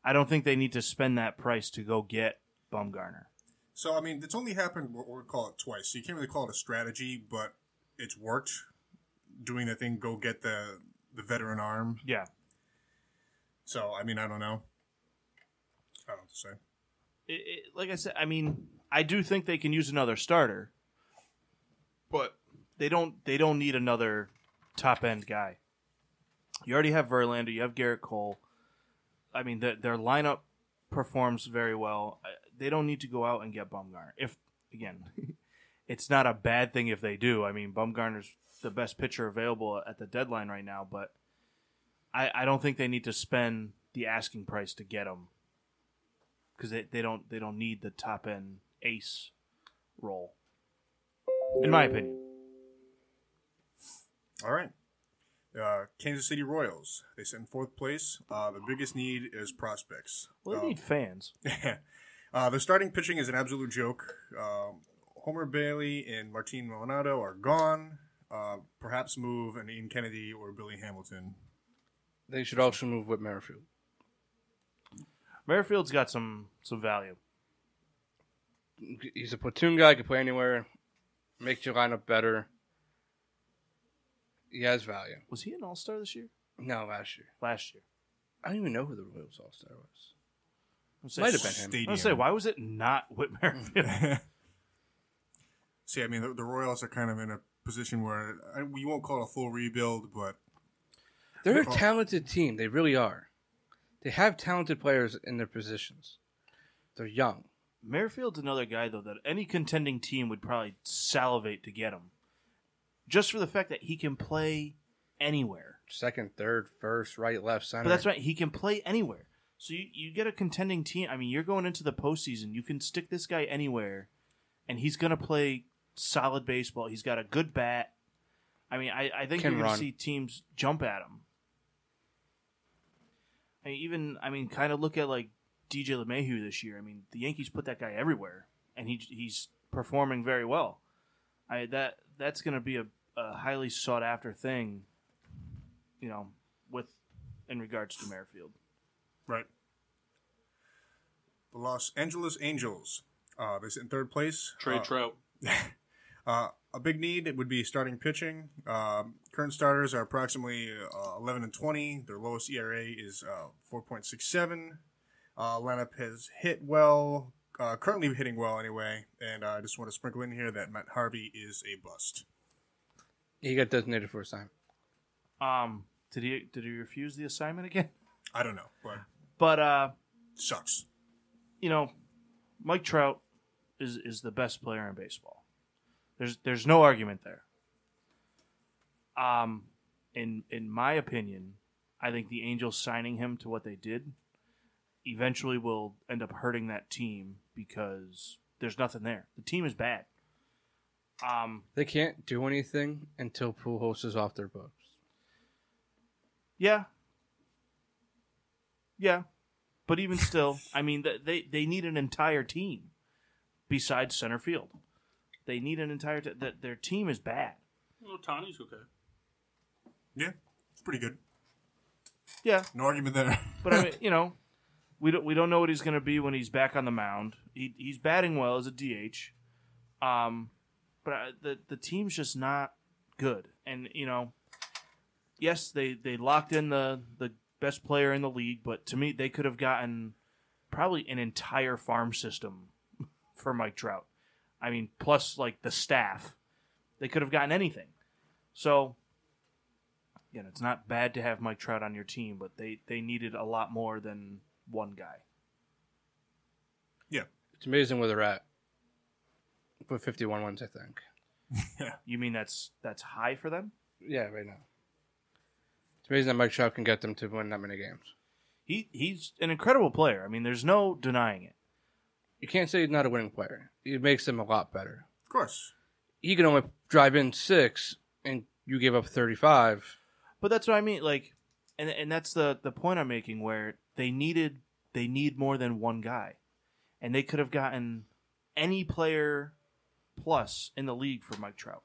S4: I don't think they need to spend that price to go get Bumgarner.
S2: So I mean, it's only happened what we call it twice. So you can't really call it a strategy, but it's worked. Doing that thing, go get the the veteran arm.
S4: Yeah,
S2: So I mean, I don't know. I don't know what to say.
S4: it, it, like I said, I mean, I do think they can use another starter, but they don't. They don't need another top end guy. You already have Verlander. You have Garrett Cole. I mean, their their lineup performs very well. I- They don't need to go out and get Bumgarner. If again, it's not a bad thing if they do. I mean, Bumgarner's the best pitcher available at the deadline right now, but I, I don't think they need to spend the asking price to get him because they, they don't they don't need the top end ace role. In my opinion,
S2: All right. Uh, Kansas City Royals. They sit in fourth place. Uh, the biggest need is prospects.
S4: well,
S2: Uh,
S3: Oh.
S4: they need fans.
S2: uh, their starting pitching is an absolute joke. Um, Homer Bailey and Martin Maldonado are gone. Uh, perhaps move an Ian Kennedy or Billy Hamilton.
S3: They should also move Whit Merrifield.
S4: Merrifield's got some some value.
S3: He's a platoon guy, can play anywhere, makes your lineup better. He has value.
S4: Was he an All Star this year?
S3: No, last year.
S4: Last year,
S3: I don't even know who the Royals All Star was.
S4: I'm saying-
S3: Might have been him.
S4: I'm gonna say why was it not Whit Merrifield?
S2: See, I mean, the, the Royals are kind of in a position where I, we won't call it a full rebuild, but
S3: They're a talented team. They really are. They have talented players in their positions. They're young.
S4: Merrifield's another guy though that any contending team would probably salivate to get him, just for the fact that he can play anywhere.
S3: Second, third, first, right, left, center.
S4: But that's right. He can play anywhere. So you, you get a contending team. I mean, you're going into the postseason. You can stick this guy anywhere, and he's going to play solid baseball. He's got a good bat. I mean, I, I think
S3: Can
S4: you're going
S3: run.
S4: to see teams jump at him. I mean, even I mean, kind of look at like DJ LeMahieu this year. I mean, the Yankees put that guy everywhere, and he he's performing very well. I that that's going to be a, a highly sought after thing. You know, with in regards to Merrifield.
S2: Right. The Los Angeles Angels. Uh, they sit in third place.
S1: Trade
S2: Uh,
S1: Trout.
S2: uh, a big need would be starting pitching. Um, current starters are approximately uh, 11 and 20. Their lowest ERA is uh, 4.67. Uh, lineup has hit well, uh, currently hitting well anyway. And uh, I just want to sprinkle in here that Matt Harvey is a bust.
S3: He got designated for a time.
S4: Um, did he did he refuse the assignment again?
S2: I don't know, but
S4: But uh,
S2: sucks.
S4: you know, Mike Trout is is the best player in baseball. There's there's no argument there. Um, in in my opinion, I think the Angels signing him to what they did eventually will end up hurting that team because there's nothing there. The team is bad. Um,
S3: They can't do anything until Pujols is off their books.
S4: Yeah. Yeah. But even still, I mean, th- they they need an entire team besides center field. They need an entire t- that their team is bad.
S1: Otani's okay.
S2: Yeah, it's pretty good.
S4: Yeah,
S2: No argument there.
S4: but I mean, you know, we don't we don't know what he's going to be when he's back on the mound. He, he's batting well as a DH, um, but I, the the team's just not good. And you know, yes, they they locked in the the best player in the league, but to me, they could have gotten probably an entire farm system for Mike Trout. I mean, plus like the staff, they could have gotten anything. So again, it's not bad to have Mike Trout on your team, but they they needed a lot more than one guy.
S3: It's amazing where they're at. Put 51 wins, I think.
S4: You mean that's that's high for them?
S3: Yeah, right now. It's amazing that Mike Trout can get them to win that many games.
S4: He he's an incredible player. I mean, there's no denying it.
S3: you can't say he's not a winning player. It makes them a lot better.
S2: Of course.
S3: He can only drive in six, and you give up thirty-five.
S4: But that's what I mean. Like, and and that's the the point I'm making. Where they needed they need more than one guy, and they could have gotten any player plus in the league for Mike Trout.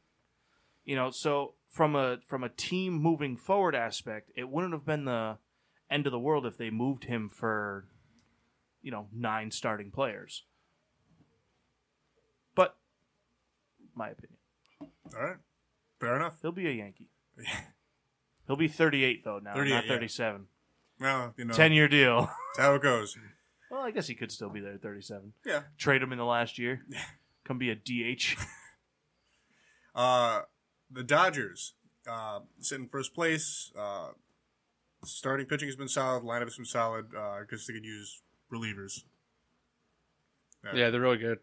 S4: You know, so from a from a team moving forward aspect, it wouldn't have been the end of the world if they moved him for, you know, nine starting players. But my opinion,
S2: All right. Fair enough.
S4: he'll be a Yankee. He'll be 38 though now,
S2: 38,
S4: not
S2: yeah.
S4: 37.
S2: Well, you know,
S4: 10 year deal.
S2: that's how it goes.
S4: well, I guess he could still be there at 37.
S2: Yeah.
S4: Trade him in the last year. Come be a DH.
S2: Uh, the Dodgers uh, sit in first place. Uh, starting pitching has been solid. Lineup's been solid. Uh, I guess they could use relievers. Yeah.
S3: Yeah, they're really good.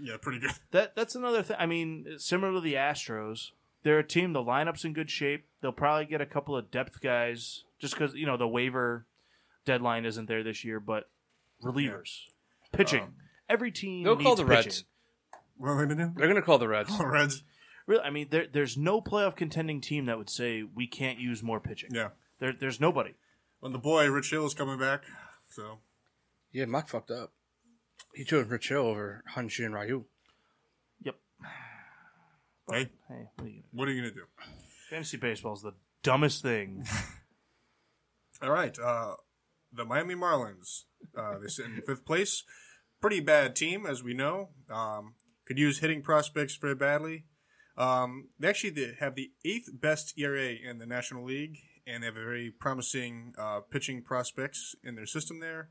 S2: Yeah, pretty good.
S4: That that's another thing. I mean, similar to the Astros, they're a team. The lineup's in good shape. They'll probably get a couple of depth guys just because you know the waiver deadline isn't there this year. But relievers, pitching.
S2: Um,
S4: Every team
S3: They'll
S4: needs
S3: call the
S4: pitching.
S3: Reds.
S2: What are they gonna do?
S3: They're gonna call the Reds.
S2: Oh, Reds.
S4: Really, I mean, there, there's no playoff contending team that would say we can't use more pitching.
S2: Yeah.
S4: There, there's nobody.
S2: When the boy Rich Hill is coming back, so
S3: Yeah, Mock fucked up. He chose Rich Hill over Hanshi and Ryu.
S2: hey,
S4: Hey, what are you?
S2: what are you gonna do?
S4: Fantasy baseball is the dumbest thing.
S2: All right. Uh, the Miami Marlins. Uh, they sit in fifth place. Pretty bad team, as we know. Um, could use hitting prospects very badly. Um, they actually the- have the eighth best ERA in the National League, and they have a very promising uh, pitching prospects in their system there.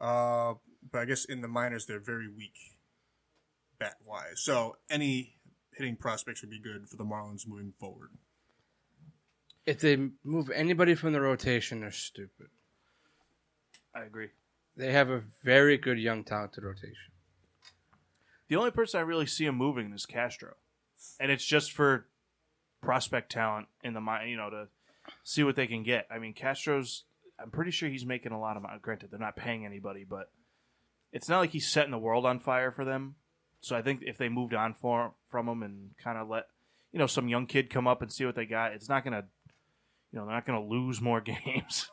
S2: Uh, but I guess in the minors, they're very weak bat wise. So any hitting prospects would be good for the Marlins moving forward.
S3: If they move anybody from the rotation, they're stupid.
S4: I agree.
S3: They have a very good young talented rotation.
S4: The only person I really see him moving is Castro, and it's just for prospect talent in the mi- you know to see what they can get. I mean, Castro's I'm pretty sure he's making a lot of money. Granted, they're not paying anybody, but it's not like he's setting the world on fire for them. So I think if they moved on for, from him and kind of let you know some young kid come up and see what they got, it's not gonna you know they're not gonna lose more games.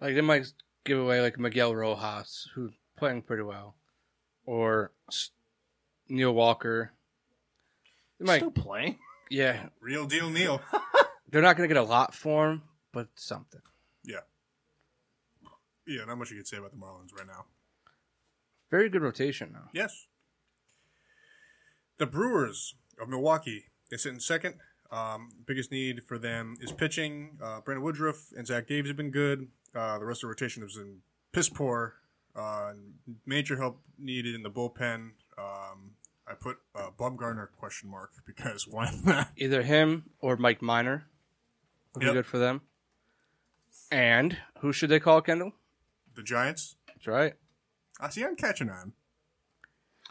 S3: Like they might give away like Miguel Rojas, who's playing pretty well, or S- Neil Walker. They might,
S4: Still playing.
S3: yeah,
S2: Real deal, Neil.
S3: they're not going to get a lot for him, but something.
S2: yeah, not much you could say about the Marlins right now.
S3: Very good rotation now.
S2: Yes. The Brewers of Milwaukee, they sit in second. Um, biggest need for them is pitching. Uh, Brandon Woodruff and Zach Davies have been good. Uh, the rest of the rotation has been piss poor. Uh, major help needed in the bullpen. Um, I put uh, Bumgarner question mark because one.
S3: Either him or Mike Miner would be
S2: Yep.
S3: good for them. And who should they call Kendall?
S2: the Giants.
S3: That's right.
S2: I see. I'm catching on.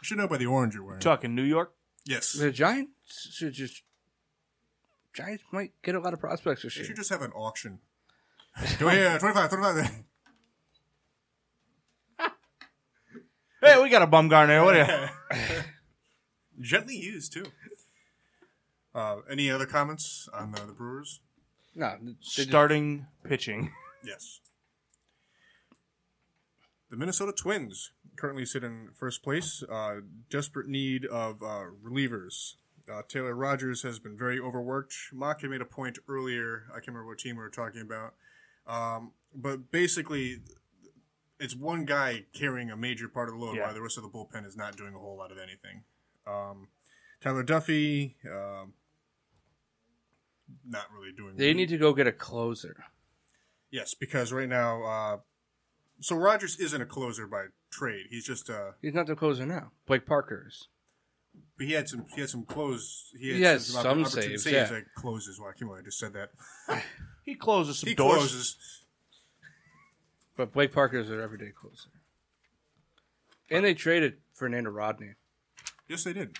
S2: I should know by the orange you're wearing.
S4: Talking New York.
S2: Yes.
S3: The Giants should just. Giants might get a lot of prospects this
S2: They
S3: year.
S2: should just have an auction. Do it, uh, 25, 25.
S4: Hey, we got a Bumgarner. What? do you-
S2: Gently used too. Uh, any other comments on uh, the Brewers?
S3: No, they just-
S4: Starting pitching.
S2: Yes. The Minnesota Twins currently sit in first place. Uh, desperate need of uh, relievers. Uh, Taylor Rogers has been very overworked. Mock had made a point earlier. I can't remember what team we were talking about. Um, but basically, it's one guy carrying a major part of the load
S4: Yeah.
S2: while the rest of the bullpen is not doing a whole lot of anything. Um, Tyler Duffy, um, not really doing
S3: they need to go get a closer.
S2: Yes, because right now, uh, so Rogers isn't a closer by trade. He's just uh,
S3: He's not the closer now. Blake Parker is.
S2: but he had some he had some close. He had
S3: He has
S2: oppor-
S3: some
S2: opportunity-
S3: saves, yeah.
S2: that closes. Well, I can't believe I just said that.
S4: He closes some
S2: He
S4: doors.
S2: closes.
S3: But Blake Parker is their everyday closer. And they traded Fernando Rodney.
S2: Yes, they did.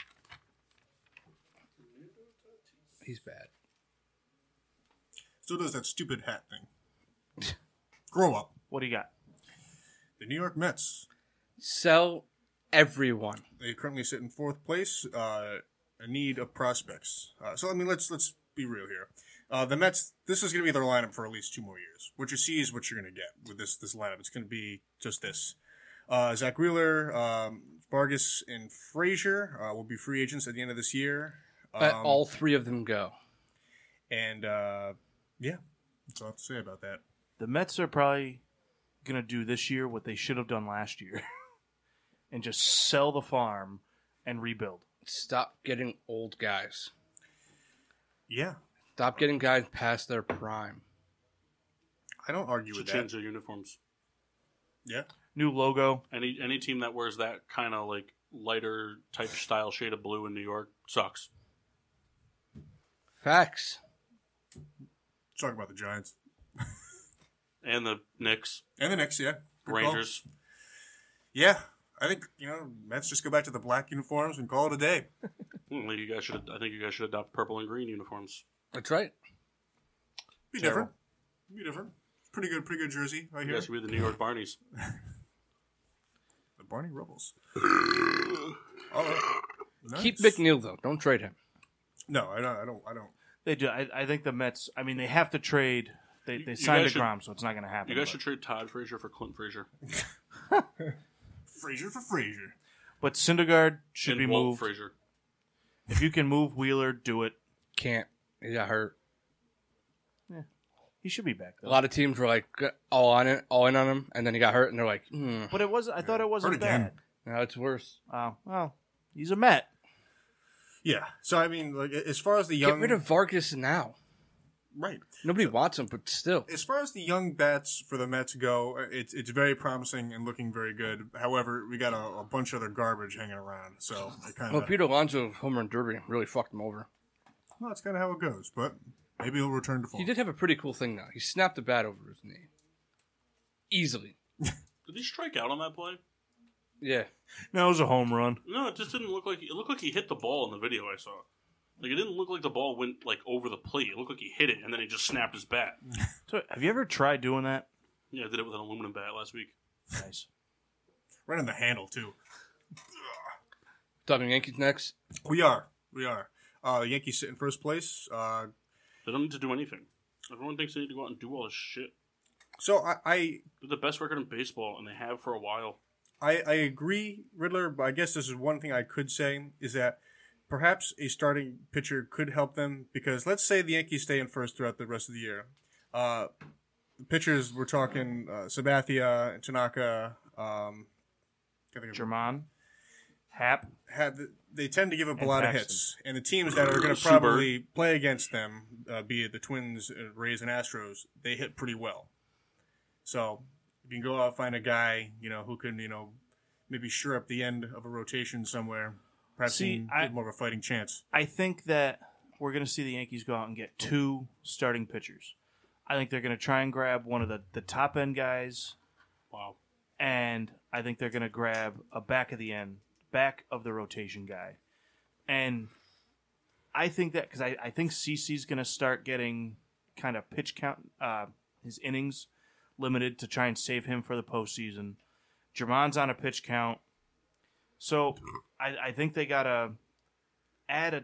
S3: He's bad.
S2: Still does that stupid hat thing. Grow up.
S4: What do you got?
S2: The New York Mets.
S3: Sell everyone.
S2: They currently sit in fourth place, uh, in need of prospects. Uh, so I mean, let's let's be real here. Uh, the Mets. This is going to be their lineup for at least two more years. What you see is what you're going to get with this this lineup. It's going to be just this. Uh, Zach Wheeler, um, Vargas, and Frazier uh, will be free agents at the end of this year.
S3: Let
S2: Um,
S3: all three of them go.
S2: and uh, yeah, that's all I have to say about that.
S4: The Mets are probably going to do this year what they should have done last year and just sell the farm and rebuild.
S3: Stop getting old guys.
S2: Yeah,
S3: Stop getting guys past their prime.
S2: I don't argue
S1: Should
S2: with
S1: change
S2: that.
S1: their uniforms.
S2: Yeah,
S4: New logo.
S1: Any any team that wears that kind of like lighter type style shade of blue in New York sucks.
S3: Facts.
S2: talk about the Giants
S1: And the Knicks,
S2: and the Knicks. Yeah, Good call.
S1: Rangers.
S2: Yeah, I think you know Mets just go back to the black uniforms and call it a day.
S1: Hmm, You guys should. I think you guys should adopt purple and green uniforms.
S3: That's right.
S2: Be
S4: Terrible.
S2: different. Be different. Pretty good. Pretty good jersey right
S1: You
S2: here.
S1: guys should be the New York Barneys.
S2: The Barney Rebels. All right. Nice.
S3: Keep McNeil though. Don't trade him.
S2: No, I don't. I don't. I don't.
S4: They do. I, I think the Mets, I mean, they have to trade. They, they
S1: you
S4: signed
S1: guys should-
S4: DeGrom, so it's not going to happen.
S1: You guys should
S4: but-
S1: trade Todd Frazier for Clint Frazier.
S2: Frazier for Frazier.
S4: But Syndergaard
S1: and
S4: should be
S1: Walt
S4: moved.
S1: Frazier.
S4: If you can move Wheeler, do it.
S3: Can't. He got hurt.
S4: He should be back
S3: A
S4: though.
S3: lot of teams were like all on it, all in on him, and then he got hurt, and they're like, hmm,
S4: But it was. I thought it wasn't
S2: Hurt again.
S4: bad.
S3: no, it's worse.
S4: Oh well, he's a Met.
S2: Yeah. So I mean, like as far as the
S3: Get
S2: young,
S3: rid of Vargas now.
S2: right.
S3: Nobody wants him, but still,
S2: As far as the young bats for the Mets go, uh, it's it's very promising and looking very good. However, we got a, a bunch of other garbage hanging around, so it kind
S3: well,
S2: of
S3: Peter Alonso home run derby really fucked him over.
S2: well, that's kind of how it goes. But maybe he'll return to form.
S3: He did have a pretty cool thing though. He snapped a bat over his knee, easily.
S1: Did he strike out on that play?
S3: Yeah,
S4: No, it was a home run.
S1: No, it just didn't look like it looked like he hit the ball in the video I saw. Like it didn't look like the ball went like over the plate. It looked like he hit it and then he just snapped his bat.
S4: So, have you ever tried doing that?
S1: Yeah, I did it with an aluminum bat last week.
S4: Nice.
S2: Right on the handle too.
S3: talking Yankees next.
S2: We are. We are. Uh, Yankees sit in first place. Uh,
S1: They don't need to do anything. Everyone thinks they need to go out and do all this shit.
S2: so I, I
S1: They're the best record in baseball and they have for a while.
S2: I, I agree, Riddler, but I guess this is one thing I could say is that perhaps a starting pitcher could help them because let's say the Yankees stay in first throughout the rest of the year. Uh, the pitchers we're talking uh, Sabathia, Tanaka. Um, I think of-
S4: German. Hap.
S2: had they tend to give up a
S4: And
S2: lot
S4: Paxton.
S2: of hits, and the teams that are going to
S1: Subert.
S2: probably play against them, uh, be it the Twins, uh, Rays, and Astros, they hit pretty well. So if you can go out and find a guy, you know, who can, you know, maybe sure up the end of a rotation somewhere, perhaps
S4: See,
S2: even
S4: I-
S2: give more of a fighting chance.
S4: I think that we're going to see the Yankees go out and get two starting pitchers. I think they're going to try and grab one of the, the top end guys,
S1: Wow.
S4: and I think they're going to grab a back of the end, back of the rotation guy. And I think that because I, I think CC's going to start getting kind of pitch count, uh, his innings limited to try and save him for the postseason. German's on a pitch count. So I, I think they got to add a,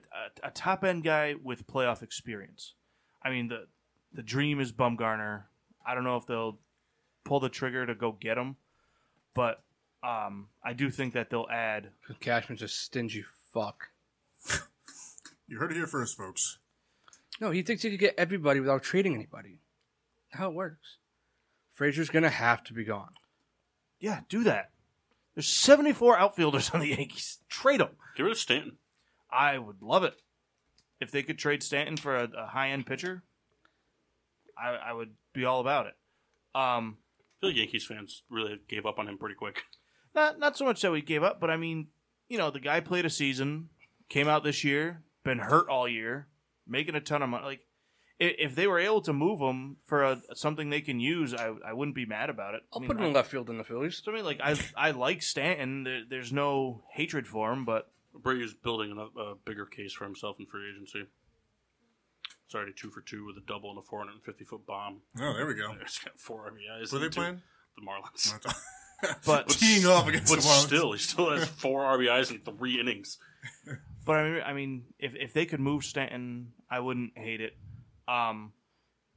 S4: a, a top end guy with playoff experience. I mean, the, the dream is Bumgarner. I don't know if they'll pull the trigger to go get him, but um, I do think that they'll add.
S3: Cashman's a stingy fuck.
S2: You heard it here first, folks.
S3: No, he thinks he could get everybody without trading anybody. How it works. Frazier's gonna have to be gone.
S4: Yeah, do that. There's 74 outfielders on the Yankees. Trade them.
S1: Get rid of Stanton.
S4: I would love it if they could trade Stanton for a, a high end pitcher. I, I would be all about it. Um,
S1: I feel like Yankees fans really gave up on him pretty quick.
S4: not not so much that we gave up, but I mean, you know, the guy played a season, came out this year, been hurt all year, making a ton of money. Like, i- if they were able to move him for a, something they can use, I, I wouldn't be mad about it.
S3: I'll
S4: I mean,
S3: put him
S4: I-
S3: in left field in the Phillies.
S4: So I mean, like I I like Stanton. There, there's no hatred for him, but
S1: Abreu's building a, a bigger case for himself in free agency. It's already two for two with a double and a 450 foot bomb.
S2: Oh, there we go.
S1: There's got four RBIs.
S2: Were they
S1: and two-
S2: playing?
S1: The Marlins.
S4: But
S2: teeing off against
S1: But
S2: the Marlins.
S1: still, he still has four RBIs in three innings.
S4: but I mean, I mean, if if they could move Stanton, I wouldn't hate it. Um,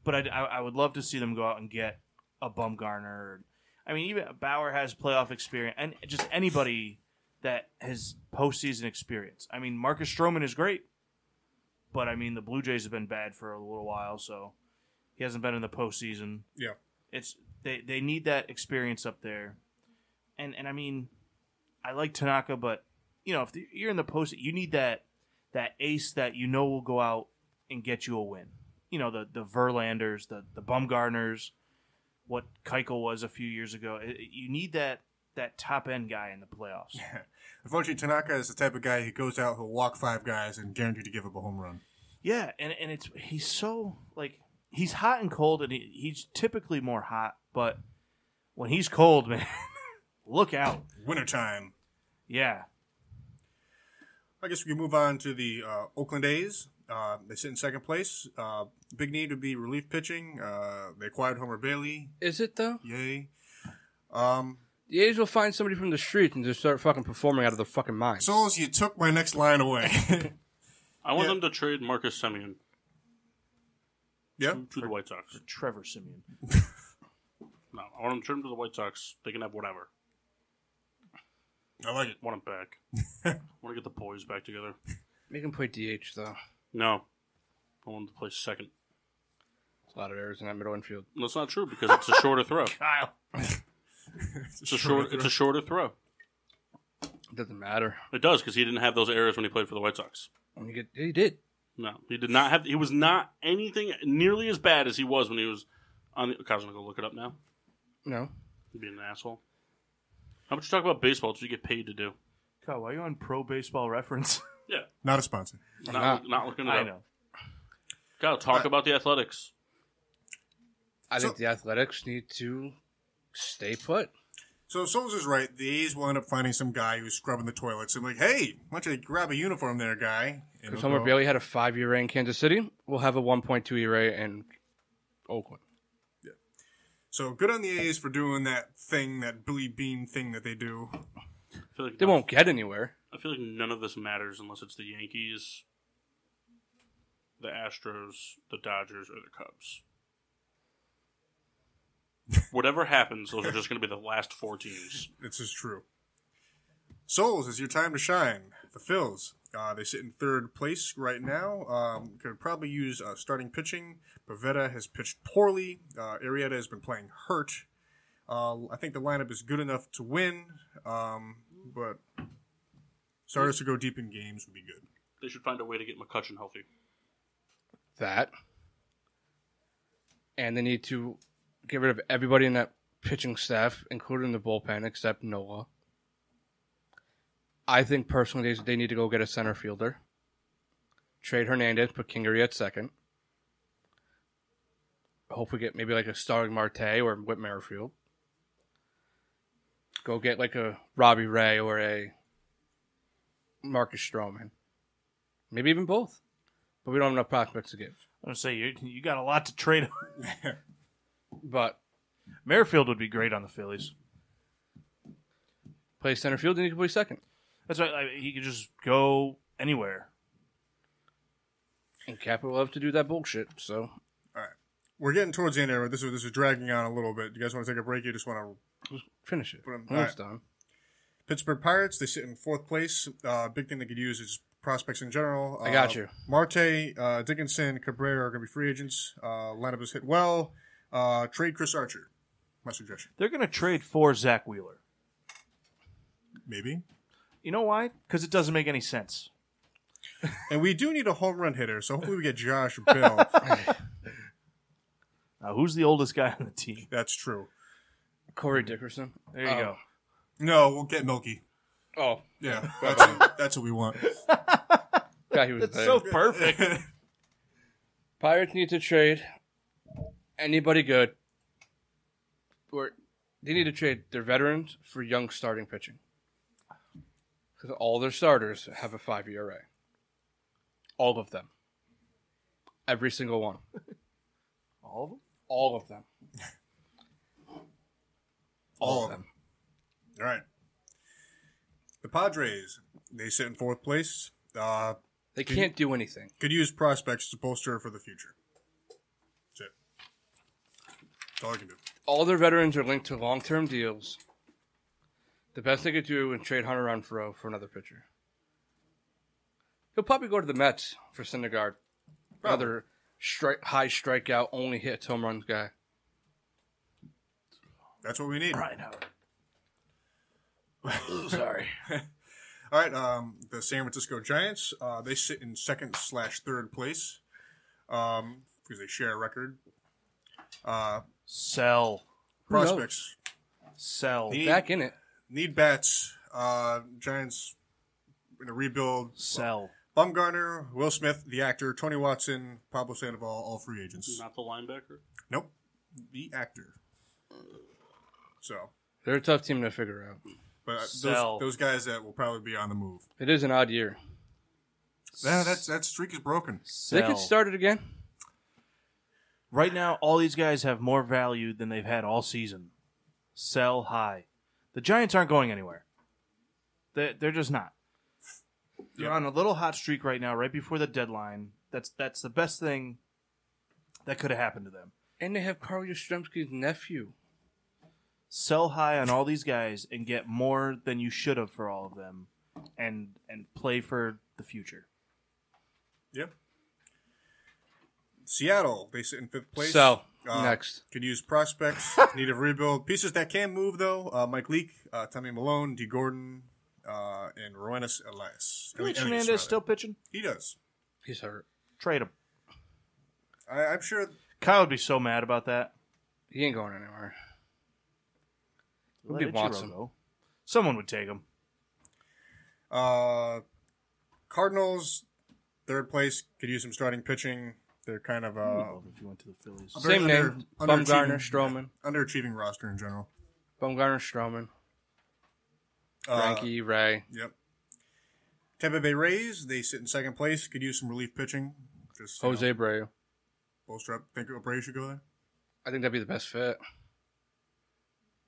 S4: but I'd- I, I would love to see them go out and get a Bumgarner. I mean, even Bauer has playoff experience, and just anybody that has postseason experience. I mean, Marcus Stroman is great, but I mean, the Blue Jays have been bad for a little while, so he hasn't been in the postseason.
S2: Yeah.
S4: it's they they need that experience up there, and and I mean, I like Tanaka, but you know, if the, you're in the post, you need that that ace that you know will go out and get you a win. You know, the the Verlanders, the the Bumgarners, what Keuchel was a few years ago. It- it- you need that that top end guy in the playoffs.
S2: Unfortunately, Tanaka is the type of guy who goes out, he'll walk five guys, and guarantee to give up a home run.
S4: Yeah, and and it's he's so like he's hot and cold, and he, he's typically more hot, but when he's cold, man, look out.
S2: Wintertime.
S4: Yeah,
S2: I guess we can move on to the uh, Oakland A's. Uh, they sit in second place. Uh, big need would be relief pitching. Uh, they acquired Homer Bailey.
S3: Is it though?
S2: Yay. Um,
S3: The A's will find somebody from the street and just start fucking performing out of their fucking minds.
S2: Souls, you took my next line away.
S1: I want
S2: Yeah.
S1: them to trade Marcus Simeon
S2: yeah.
S1: to the White Sox.
S4: Trevor Simeon.
S1: No, I want them to trade him to the White Sox. They can have whatever.
S2: I like it.
S1: Want him back. want to get the boys back together.
S3: Make him play DH though.
S1: No, I want him to play second.
S3: It's a lot of errors in that middle infield.
S1: That's not true because it's a shorter throw.
S4: Kyle.
S1: It's a short. It's a shorter throw.
S3: It doesn't matter.
S1: It does because he didn't have those errors when he played for the White Sox.
S3: When you get, he did.
S1: No, he did not have. He was not anything nearly as bad as he was when he was on the. Kyle's gonna go look it up now.
S3: No,
S1: He'd be an asshole. How about you talk about baseball? That's What you get paid to do?
S4: Kyle, why are you on pro baseball reference?
S2: Not a sponsor.
S1: Not,
S3: not.
S1: not looking it
S4: I
S1: up.
S4: know.
S1: Kyle, talk
S2: But-
S1: about the athletics.
S3: I
S2: So-
S3: think the Athletics need to stay put.
S2: So Souls is right. The A's will end up finding some guy who's scrubbing the toilets and like, hey, why don't you grab a uniform there, guy? And
S3: Because
S2: he'll
S3: Homer
S2: go-
S3: Bailey had a five ERA in Kansas City. We'll have a 1.2 ERA E in Oakland.
S2: So good on the A's for doing that thing, that Billy Bean thing that they do.
S1: I feel like
S3: They won't get anywhere.
S1: I feel like none of this matters unless it's the Yankees, the Astros, the Dodgers, or the Cubs. Whatever happens, those are just going to be the last four teams.
S2: This is true. Souls is your time to shine. The Phils, uh, they sit in third place right now. Um, could probably use uh, starting pitching. Pavetta has pitched poorly. Uh, Arietta has been playing hurt. Uh, I think the lineup is good enough to win, um, but starters to go deep in games would be good.
S1: They should find a way to get McCutcheon healthy.
S3: That. And they need to get rid of everybody in that pitching staff, including the bullpen, except Noah. I think personally they, they need to go get a center fielder. Trade Hernandez, put Kingery at second. Hope we get maybe like a starting Marte or Whit Merrifield. Go get like a Robbie Ray or a Marcus Stroman. Maybe even both. But we don't have enough prospects to give.
S4: I'm gonna say you you got a lot to trade.
S3: But
S4: Merrifield would be great on the Phillies.
S3: play center field and you can play second.
S4: That's why I, he could just go anywhere.
S3: And Capital love to do that bullshit. So
S2: We're getting towards the end here. but This is this is dragging on a little bit. You guys want to take a break? You just want to
S3: finish it.
S2: Put 'em-
S3: When it's done.
S2: Pittsburgh Pirates. They sit in fourth place. Uh, big thing they could use is prospects in general. Uh,
S3: I got you.
S2: Marte, uh, Dickinson, Cabrera are going to be free agents. Uh, lineup is hit well. Uh, trade Chris Archer. My suggestion.
S4: They're gonna trade for Zach Wheeler.
S2: Maybe.
S4: You know why? Because it doesn't make any sense.
S2: And we do need a home run hitter, so hopefully we get Josh Bell.
S4: Now, who's the oldest guy on the team?
S2: That's true.
S3: Corey Dickerson.
S4: There you
S3: Oh.
S4: go.
S2: No, we'll get Milky.
S3: Oh,
S2: Yeah, that's, that's what we want.
S3: God, he was there.
S4: perfect.
S3: Pirates need to trade anybody good. Or they need to trade their veterans for young starting pitching. Because all their starters have a five year array. All of them. Every single one.
S4: All of them.
S3: All of them.
S2: All of them. All right. The Padres, they sit in fourth place. Uh,
S3: They can't do anything.
S2: could use prospects to bolster for the future. That's it. That's all I can do.
S3: All their veterans are linked to long term deals. The best they could do is trade Hunter Renfro for another pitcher. He'll probably go to the Mets for Syndergaard. Another strike high strikeout, only hit home runs guy.
S2: That's what we need.
S4: Right now. Sorry.
S2: All right, um, the San Francisco Giants, uh, they sit in second slash third place um, because they share a record. Uh,
S4: Sell.
S3: Who knows?
S2: prospects
S4: Sell.
S2: He-
S3: Back in it.
S2: need bats. Uh, Giants in a rebuild.
S4: Sell.
S2: Bumgarner, Will Smith, the actor, Tony Watson, Pablo Sandoval, all free agents.
S1: Not the linebacker.
S2: Nope, the actor. So,
S3: They're a tough team to figure out.
S2: but
S4: Sell.
S2: those, those guys that will probably be on the move.
S3: It is an odd year.
S2: Yeah, that's that streak is broken.
S4: Sell.
S3: They could start it again.
S4: Right now, all these guys have more value than they've had all season. Sell high. The Giants aren't going anywhere. They're, they're just not. They're on a little hot streak right now, right before the deadline. That's that's the best thing that could have happened to them.
S3: And they have Carl Yastrzemski's nephew.
S4: Sell high on all these guys and get more than you should have for all of them, and and play for the future.
S2: Yep. Seattle, they sit in fifth place.
S3: So
S2: Uh,
S3: next.
S2: Could use prospects, need a rebuild. Pieces that can move, though uh, Mike Leake, uh, Tommy Malone, D. Gordon, uh, and Roenis Elias. Elias,
S4: Felix Hernandez
S2: rather.
S4: still pitching.
S2: He does.
S3: He's hurt.
S4: Trade him.
S2: I, I'm sure.
S4: Kyle would be so mad about that.
S3: He ain't going anywhere.
S4: Let
S3: be
S4: Ichiro
S3: Watson.
S4: go. Someone would take him.
S2: Uh, Cardinals, third place, could use some starting pitching. They're kind of uh,
S4: if you went to the Phillies.
S2: a very
S3: Hmm. Same name.
S2: under-
S3: Bumgarner,
S2: underachieving-
S3: Stroman.
S2: underachieving roster in general.
S3: Bumgarner, Stroman.
S2: Uh,
S3: Frankie, Ray.
S2: Yep. Tampa Bay Rays, they sit in second place. Could use some relief pitching. Just you
S3: Jose
S2: know,
S3: Abreu.
S2: bolster up. Think Abreu should go there.
S3: I think that'd be the best fit.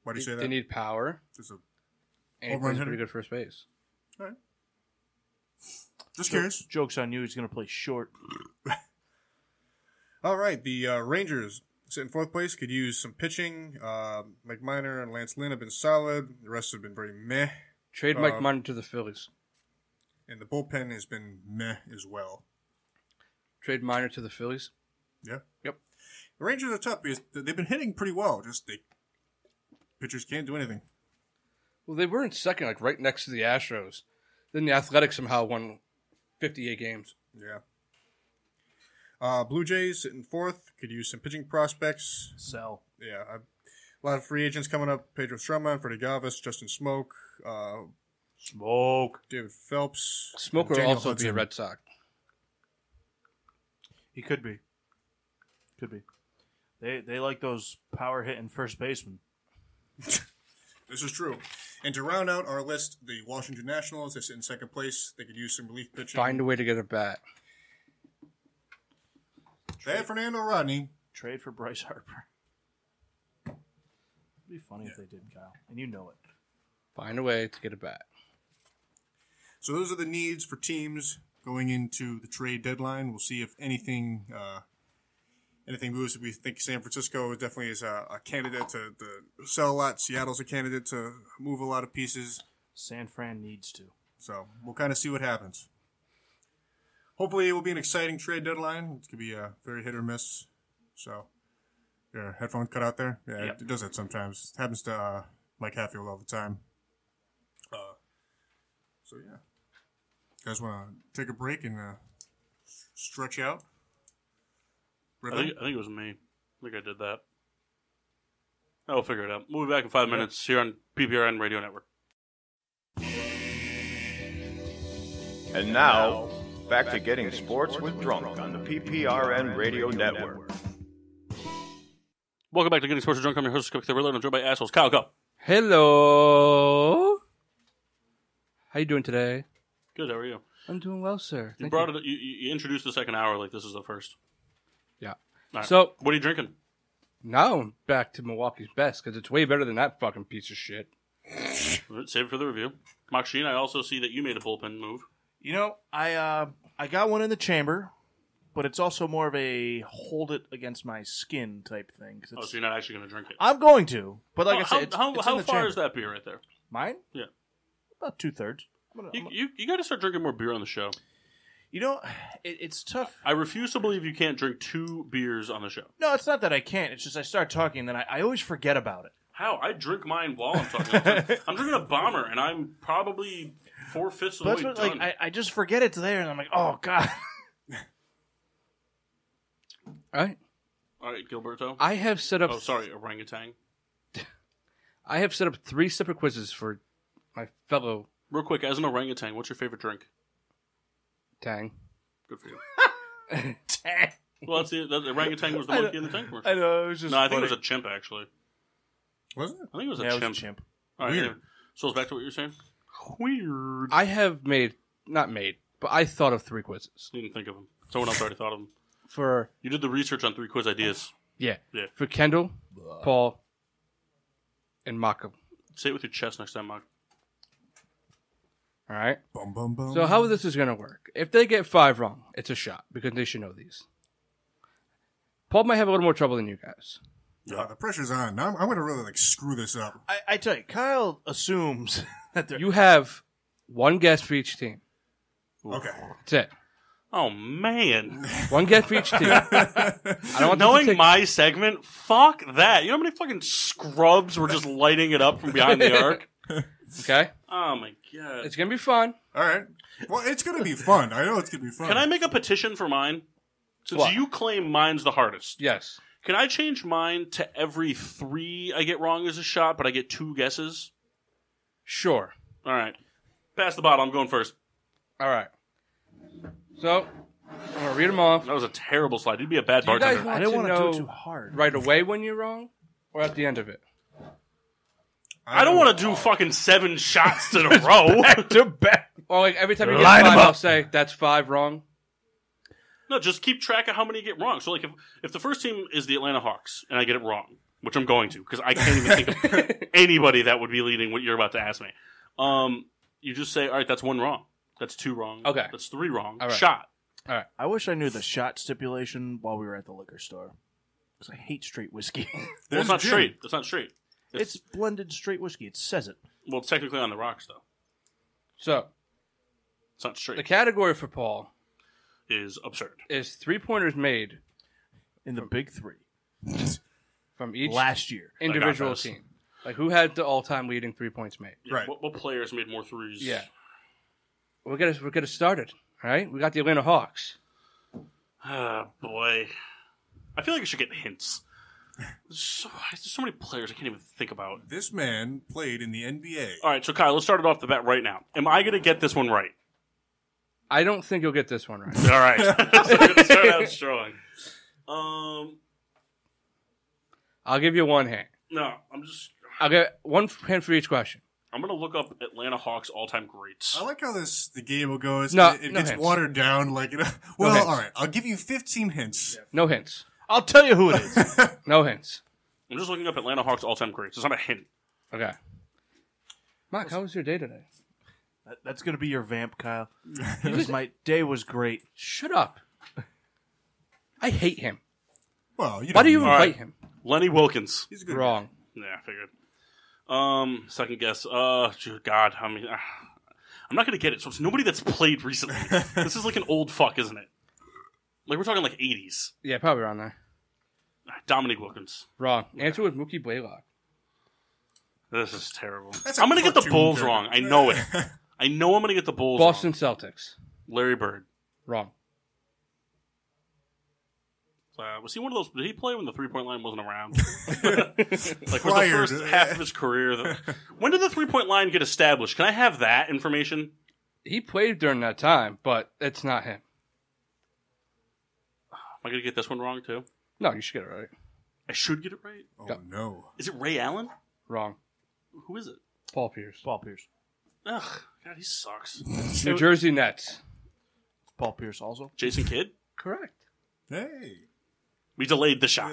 S2: Why do you
S3: They,
S2: say
S3: they
S2: that?
S3: need power
S2: just, a, Home
S3: and he
S2: run
S3: plays
S2: hitter.
S3: pretty good first base.
S2: just curious.
S4: Joke's on you. He's going to play short.
S2: All right, the uh, Rangers sit in fourth place. Could use some pitching. Uh, Mike Miner and Lance Lynn have been solid. The rest have been very meh,
S3: Trade Mike
S2: Uh,
S3: Munn to the Phillies.
S2: and the bullpen has been meh as well.
S3: Trade Miner to the Phillies.
S2: Yeah.
S3: Yep.
S2: The Rangers are tough because th- they've been hitting pretty well. Just they pitchers can't do anything.
S3: Well, they were in second, like right next to the Astros. Then the Athletics somehow won 58 games.
S2: Yeah. Uh, Blue Jays sit in fourth. Could use some pitching prospects.
S4: Sell.
S2: yeah, I, a lot of free agents coming up: Pedro Stroma, Freddie Galvis, Justin Smoke, uh,
S4: Smoke.
S2: David Phelps.
S3: Smoker will
S2: Daniel
S3: also be a
S2: Hudson.
S3: Red Sox.
S4: He could be. Could be. They they like those power hitting first basemen.
S2: This is true. And to round out our list, the Washington Nationals they sit in second place. They could use some relief pitching.
S3: Find a way to get a bat.
S2: They have Fernando Rodney.
S4: Trade for Bryce Harper. It'd be funny if they did, Kyle. And you know it.
S3: Find a way to get a bat.
S2: So those are the needs for teams going into the trade deadline. We'll see if anything. Uh, Anything moves? We think San Francisco is definitely is a, a candidate to, to sell a lot. Seattle's a candidate to move a lot of pieces.
S4: San Fran needs to.
S2: So we'll kind of see what happens. Hopefully, it will be an exciting trade deadline. It could be a very hit or miss. So, your headphone cut out there? Yeah,
S4: Yep.
S2: it does that sometimes. It happens to uh, Mike Hatfield all the time. Uh, so, yeah. You guys want to take a break and uh, s- stretch out?
S1: I think, I think it was me. I think I did that. I'll figure it out. We'll be back in five minutes here on PPRN Radio Network.
S5: And now, back to getting sports with drunk on the PPRN Radio Network.
S1: Welcome back to Getting Sports with Drunk. I'm your host, Skip the Reload. I'm joined by assholes. Kyle, go.
S3: Hello. How you doing today?
S1: Good, how are you?
S3: I'm doing well, sir.
S1: you brought it. You, you you introduced the second hour like this is the first.
S3: Yeah.
S1: All right.
S3: So-
S1: what are you drinking?
S3: Now I'm back to Milwaukee's best because it's way better than that fucking piece of shit.
S1: Save it for the review. Makshin, I also see that you made a bullpen move.
S4: You know, I uh, I got one in the chamber, but it's also more of a hold it against my skin type thing. 'cause
S1: Oh,
S4: it's-
S1: so you're not actually going to drink it.
S4: I'm going to, but like
S1: How-
S4: I said, it's,
S1: how,
S4: it's
S1: how,
S4: in
S1: how
S4: the
S1: far
S4: chamber.
S1: is that beer right there?
S4: mine?
S1: Yeah.
S4: about two thirds.
S1: You, you, you got to start drinking more beer on the show.
S4: You know, it, it's tough.
S1: I refuse to believe you can't drink two beers on the show.
S4: No, it's not that I can't. It's just I start talking, then I, I always forget about it.
S1: How? I drink mine while I'm talking. I'm drinking- I'm drinking a bomber, and I'm probably four fifths of the
S4: But
S1: way
S4: that's what,
S1: done.
S4: like I, I just forget it's there, and I'm like, oh god.
S3: All right.
S1: All right, Gilberto.
S3: I have set up.
S1: oh, sorry, orangutan.
S3: I have set up three separate quizzes for my fellow
S1: Real quick, as an orangutan, what's your favorite drink?
S3: Tang.
S1: Good for you. Well, that's the, that, the orangutan was the
S4: I
S1: monkey in
S4: know-
S1: the tank commercial.
S4: I know it was just.
S1: No, I think it was
S4: funny.
S1: a chimp actually.
S2: Wasn't it?
S1: I think it was a
S4: Yeah, it
S1: chimp.
S4: was a chimp.
S1: All right,
S2: Weird.
S1: anyway. So it's back to what you were saying. Weird.
S3: I have made not made, but I thought of three quizzes
S1: Didn't think of him. Someone else already thought of him.
S3: for
S1: You did the research on three quiz ideas.
S3: yeah,
S1: Yeah.
S3: for Kendall, Paul, and Mako.
S1: Say it with your chest next time, Mark.
S3: All right.
S2: Bum bum bum.
S3: So how this is going to work? If they get five wrong, it's a shot because they should know these. Paul might have a little more trouble than you guys.
S2: Yeah, the pressure's on. Now I'm, I'm gonna really like screw this up.
S4: I, I tell you, Kyle assumes that they're.
S3: You have one guess for each team.
S2: Okay.
S3: That's
S1: Oh man!
S3: it. One guess for each team. I don't want them to
S1: Knowing
S3: take-
S1: my segment, fuck that. You know how many fucking scrubs were just lighting it up from behind the arc?
S3: okay.
S1: Oh my god!
S3: It's gonna be fun.
S2: All right. Well, it's gonna be fun. I know it's gonna be fun.
S1: Can I make a petition for mine? Since
S3: What?
S1: you claim mine's the hardest,
S3: Yes.
S1: can I change mine to every three I get wrong is a shot, but I get two guesses?
S3: Sure.
S1: All right, pass the bottle. I'm going first.
S3: All right. So I'm gonna read them off
S1: That was a terrible slide. You'd be a bad
S3: Do you guys
S1: bartender.
S3: want
S4: I didn't
S3: to
S4: want to do
S3: know
S4: it too hard.
S3: right away when you're wrong, or at the end of it.
S1: I don't want to do fucking seven shots in a row.
S4: To back.
S3: Or like every time you get
S4: Line 'em
S3: five,
S4: up.
S3: I'll say that's five wrong.
S1: No, just keep track of how many you get wrong. So, like, if, if the first team is the Atlanta Hawks and I get it wrong, which I'm going to because I can't even think of anybody that would be leading what you're about to ask me, um, you just say, all right, that's one wrong. That's two wrong.
S3: Okay.
S1: That's three wrong.
S3: All right.
S1: Shot.
S4: I wish I knew the shot stipulation while we were at the liquor store. Because I hate straight whiskey.
S1: Well,
S2: There's
S1: it's not
S2: a gin.
S1: straight. It's not straight.
S4: it's blended straight whiskey. It says it.
S1: Well, it's technically on the rocks, though.
S3: So
S1: It's not straight.
S3: the category for Paul
S1: is absurd.
S3: is three pointers made
S4: in the big three
S3: from each
S4: last year.
S3: individual
S1: this.
S3: team. Like who had the all-time leading three points made?
S1: Yeah,
S2: Right.
S1: What, what players made more threes?
S3: Yeah. We're gonna we're gonna start it. All right. We got the Atlanta Hawks.
S1: Ah, boy. I feel like I should get hints. There's so, there's so many players I can't even think about.
S2: This man played in the NBA.
S1: All right, so Kyle, let's start it off the bat right now. Am I going to get this one right?
S3: I don't think you'll get this one right.
S1: All right. so we're gonna start out strong. Um,
S3: I'll give you one hand.
S1: no, I'm just.
S3: I'll get one hand for each question.
S1: I'm gonna look up Atlanta Hawks all-time greats.
S2: I like how this the game will go. It's,
S3: No,
S2: it it
S3: no
S2: gets
S3: hints.
S2: watered down. Like, you know, well,
S3: hints.
S2: all right. I'll give you 15 hints.
S3: No hints.
S4: I'll tell you who it is.
S3: No hints.
S1: I'm just looking up Atlanta Hawks all-time greats. It's not a hint.
S3: Okay. Mark, how was your day today?
S4: That- That's gonna be your vamp, Kyle. He was my day was great.
S3: Shut up. I hate him.
S2: Well, you
S3: Why do
S2: don't
S3: you
S2: know.
S3: invite
S1: right.
S3: him?
S1: Lenny Wilkins.
S2: He's a good.
S3: Wrong.
S1: Yeah, I figured. Um, second guess. Uh, dear God, I mean, ah, I'm not gonna get it. So it's nobody that's played recently. this is like an old fuck, isn't it? Like we're talking like 80s.
S3: Yeah, probably around there.
S1: Ah, Dominique Wilkins.
S3: Wrong. Answer was Mookie Blaylock.
S1: This is terrible.
S2: That's a
S1: I'm gonna get the
S2: cartoon
S1: Bulls
S2: character.
S1: wrong. I know it. I know I'm gonna get the Bulls. wrong.
S3: Boston Celtics.
S1: Larry Bird.
S3: Wrong.
S1: Uh, was he one of those? Did he play when the three point line wasn't around? like was the
S2: Prior
S1: first
S2: to-
S1: half of his career. The, when did the three point line get established? Can I have that information?
S3: He played during that time, but it's not him.
S1: Am I gonna get this one wrong too?
S3: No, you should get it right.
S1: I should get it right.
S2: Oh no.
S1: Is it Ray Allen?
S3: Wrong.
S1: Who is it?
S3: Paul Pierce.
S4: Paul Pierce.
S1: Ugh, God, he sucks.
S3: New Jersey Nets.
S4: Paul Pierce also.
S1: Jason Kidd.
S3: Correct.
S2: Hey.
S1: We delayed the shot.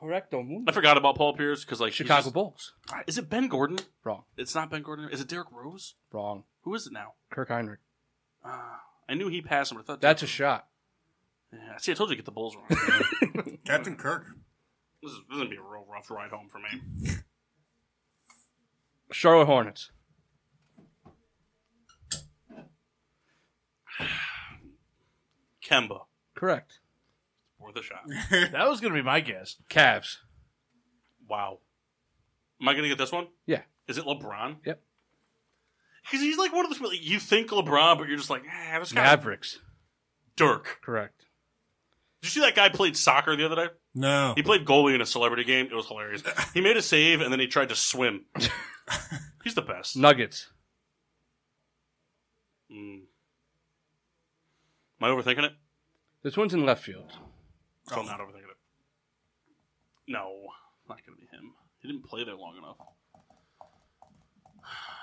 S3: Correcto mundo.
S1: I forgot about Paul Pierce because like he's
S3: Chicago
S1: just-
S3: Bulls.
S1: Is it Ben Gordon?
S3: Wrong.
S1: It's not Ben Gordon. Is it Derek Rose?
S3: Wrong.
S1: Who is it now?
S3: Kirk Heinrich.
S1: Uh, I knew he passed him. But I thought
S3: That's a shot.
S1: Yeah, see, I told you to get the Bulls wrong.
S2: Captain Kirk.
S1: this is, this is gonna be a real rough ride home for me.
S3: Charlotte Hornets.
S1: Kemba,
S3: Correct.
S1: worth a shot.
S4: That was going to be my guess.
S3: Cavs.
S1: Wow. Am I gonna get this one?
S3: Yeah.
S1: Is it LeBron?
S3: Yep.
S1: Because he's like one of those. Like, you think LeBron, but you're just like, eh, this guy.
S3: Mavericks.
S1: Dirk.
S3: Correct.
S1: Did you see that guy played soccer the other day?
S2: No.
S1: He played goalie in a celebrity game. It was hilarious. He made a save and then he tried to swim. He's the best.
S3: Nuggets.
S1: Mm. Am I overthinking it?
S3: This one's in left field.
S1: So
S3: Oh.
S1: I'm not overthinking it. No, not going to be him. He didn't play there long enough.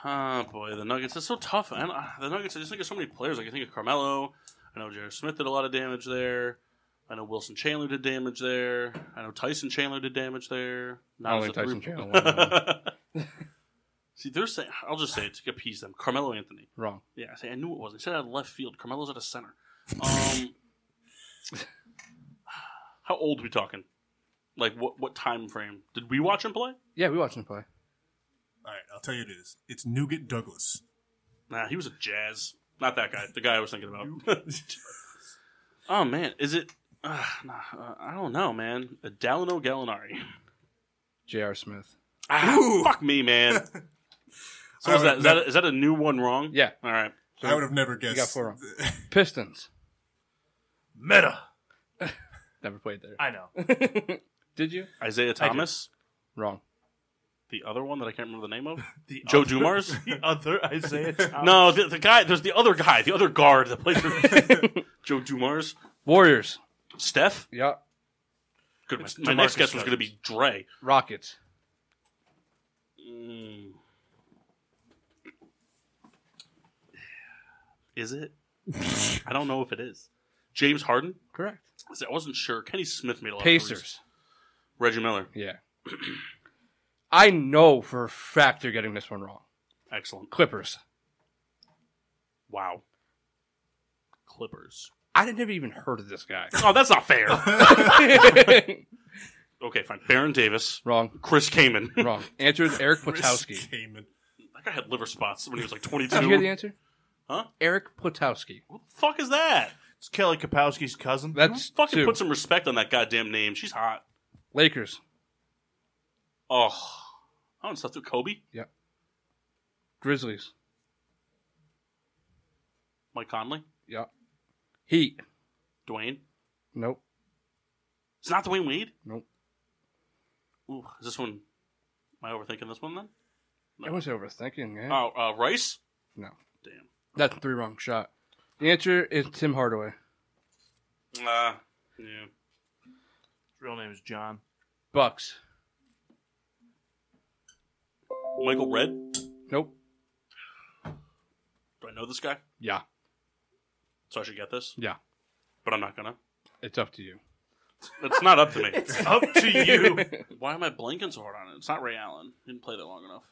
S1: Ah, boy, the Nuggets. It's so tough, man. Ah, The Nuggets, I just think of so many players. Like, I think of Carmelo. I know J.R. Smith did a lot of damage there. I know Wilson Chandler did damage there. I know Tyson Chandler did damage there. Not as
S3: Only
S1: a
S3: Tyson
S1: three-
S3: Chandler.
S1: See, they're saying, I'll just say it to appease them. Carmelo Anthony.
S3: Wrong.
S1: Yeah, I say I knew it wasn't. He said out of left field. Carmelo's at a center. Um, how old we talking? Like what what time frame? Did we watch him play?
S3: Yeah, we watched him play.
S2: All right, I'll tell you this. It's Nougat Douglas.
S1: Nah, he was a jazz. Not that guy. The guy I was thinking about. oh man, is it? Uh, nah, uh, I don't know, man. Delano Gallinari.
S3: J.R. Smith.
S1: Ah, fuck me, man. So
S2: I
S1: is that,
S2: would
S1: is that
S2: nev-
S1: is that a new one wrong?
S3: Yeah.
S1: All right.
S2: I would have never guessed.
S3: got four wrong. Pistons.
S4: Meta.
S3: Never played there.
S4: I know.
S3: Did you?
S1: Isaiah Thomas,
S3: Wrong.
S1: the other one that I can't remember the name of.
S4: The
S1: Joe
S4: other-
S1: Dumars?
S4: The other Isaiah Thomas.
S1: No, the, the guy. There's the other guy, the other guard that plays for Joe Dumars.
S3: Warriors.
S1: Steph.
S3: Yeah.
S1: Good. My,
S4: It's
S1: my next
S4: DeMarcus
S1: guess was going to be
S4: Cousins.
S1: Dre.
S3: Rockets.
S1: Mm. Is it? I don't know if it is. James Harden.
S3: Correct.
S1: I wasn't sure. Kenny Smith made a lot. Of threes.
S3: Pacers.
S1: Reggie Miller.
S3: Yeah. I know for a fact you're getting this one wrong.
S1: Excellent.
S3: Clippers.
S1: Wow. Clippers.
S3: I had never even heard of this guy.
S1: Oh, that's not fair. okay, fine. Baron Davis.
S3: wrong.
S1: Chris Kaman.
S3: Wrong. Answer is Eric
S2: Chris
S3: Platowski.
S2: Kaman.
S1: that guy had liver spots when he was like
S3: Did you hear the
S1: 22.
S3: answer?
S1: Huh?
S3: Eric Platowski.
S1: What the fuck is that?
S4: It's Kelly Kapowski's cousin.
S3: That's
S1: Fucking
S3: two.
S1: put some respect on that goddamn name. She's hot.
S3: Lakers.
S1: Oh, I want stuff through Kobe,
S3: Grizzlies.
S1: Mike Conley,
S3: Yeah. Heat.
S1: Dwayne.
S3: Nope.
S1: It's not Dwayne Wade.
S3: Nope.
S1: Ooh, is this one? Am I overthinking this one then?
S3: I was overthinking, man.
S1: Oh, uh, Rice.
S3: No.
S1: Damn.
S3: That's three wrong shot. The answer is Tim Hardaway.
S1: Uh, yeah.
S4: His real name is John.
S3: Bucks.
S1: Michael Red.
S3: Nope.
S1: Do I know this guy?
S3: Yeah.
S1: So I should get this,
S3: Yeah.
S1: but I'm not gonna.
S3: It's up to you.
S1: It's not up to me.
S4: Up to you.
S1: Why am I blanking so hard on it? It's not Ray Allen. He didn't play that long enough.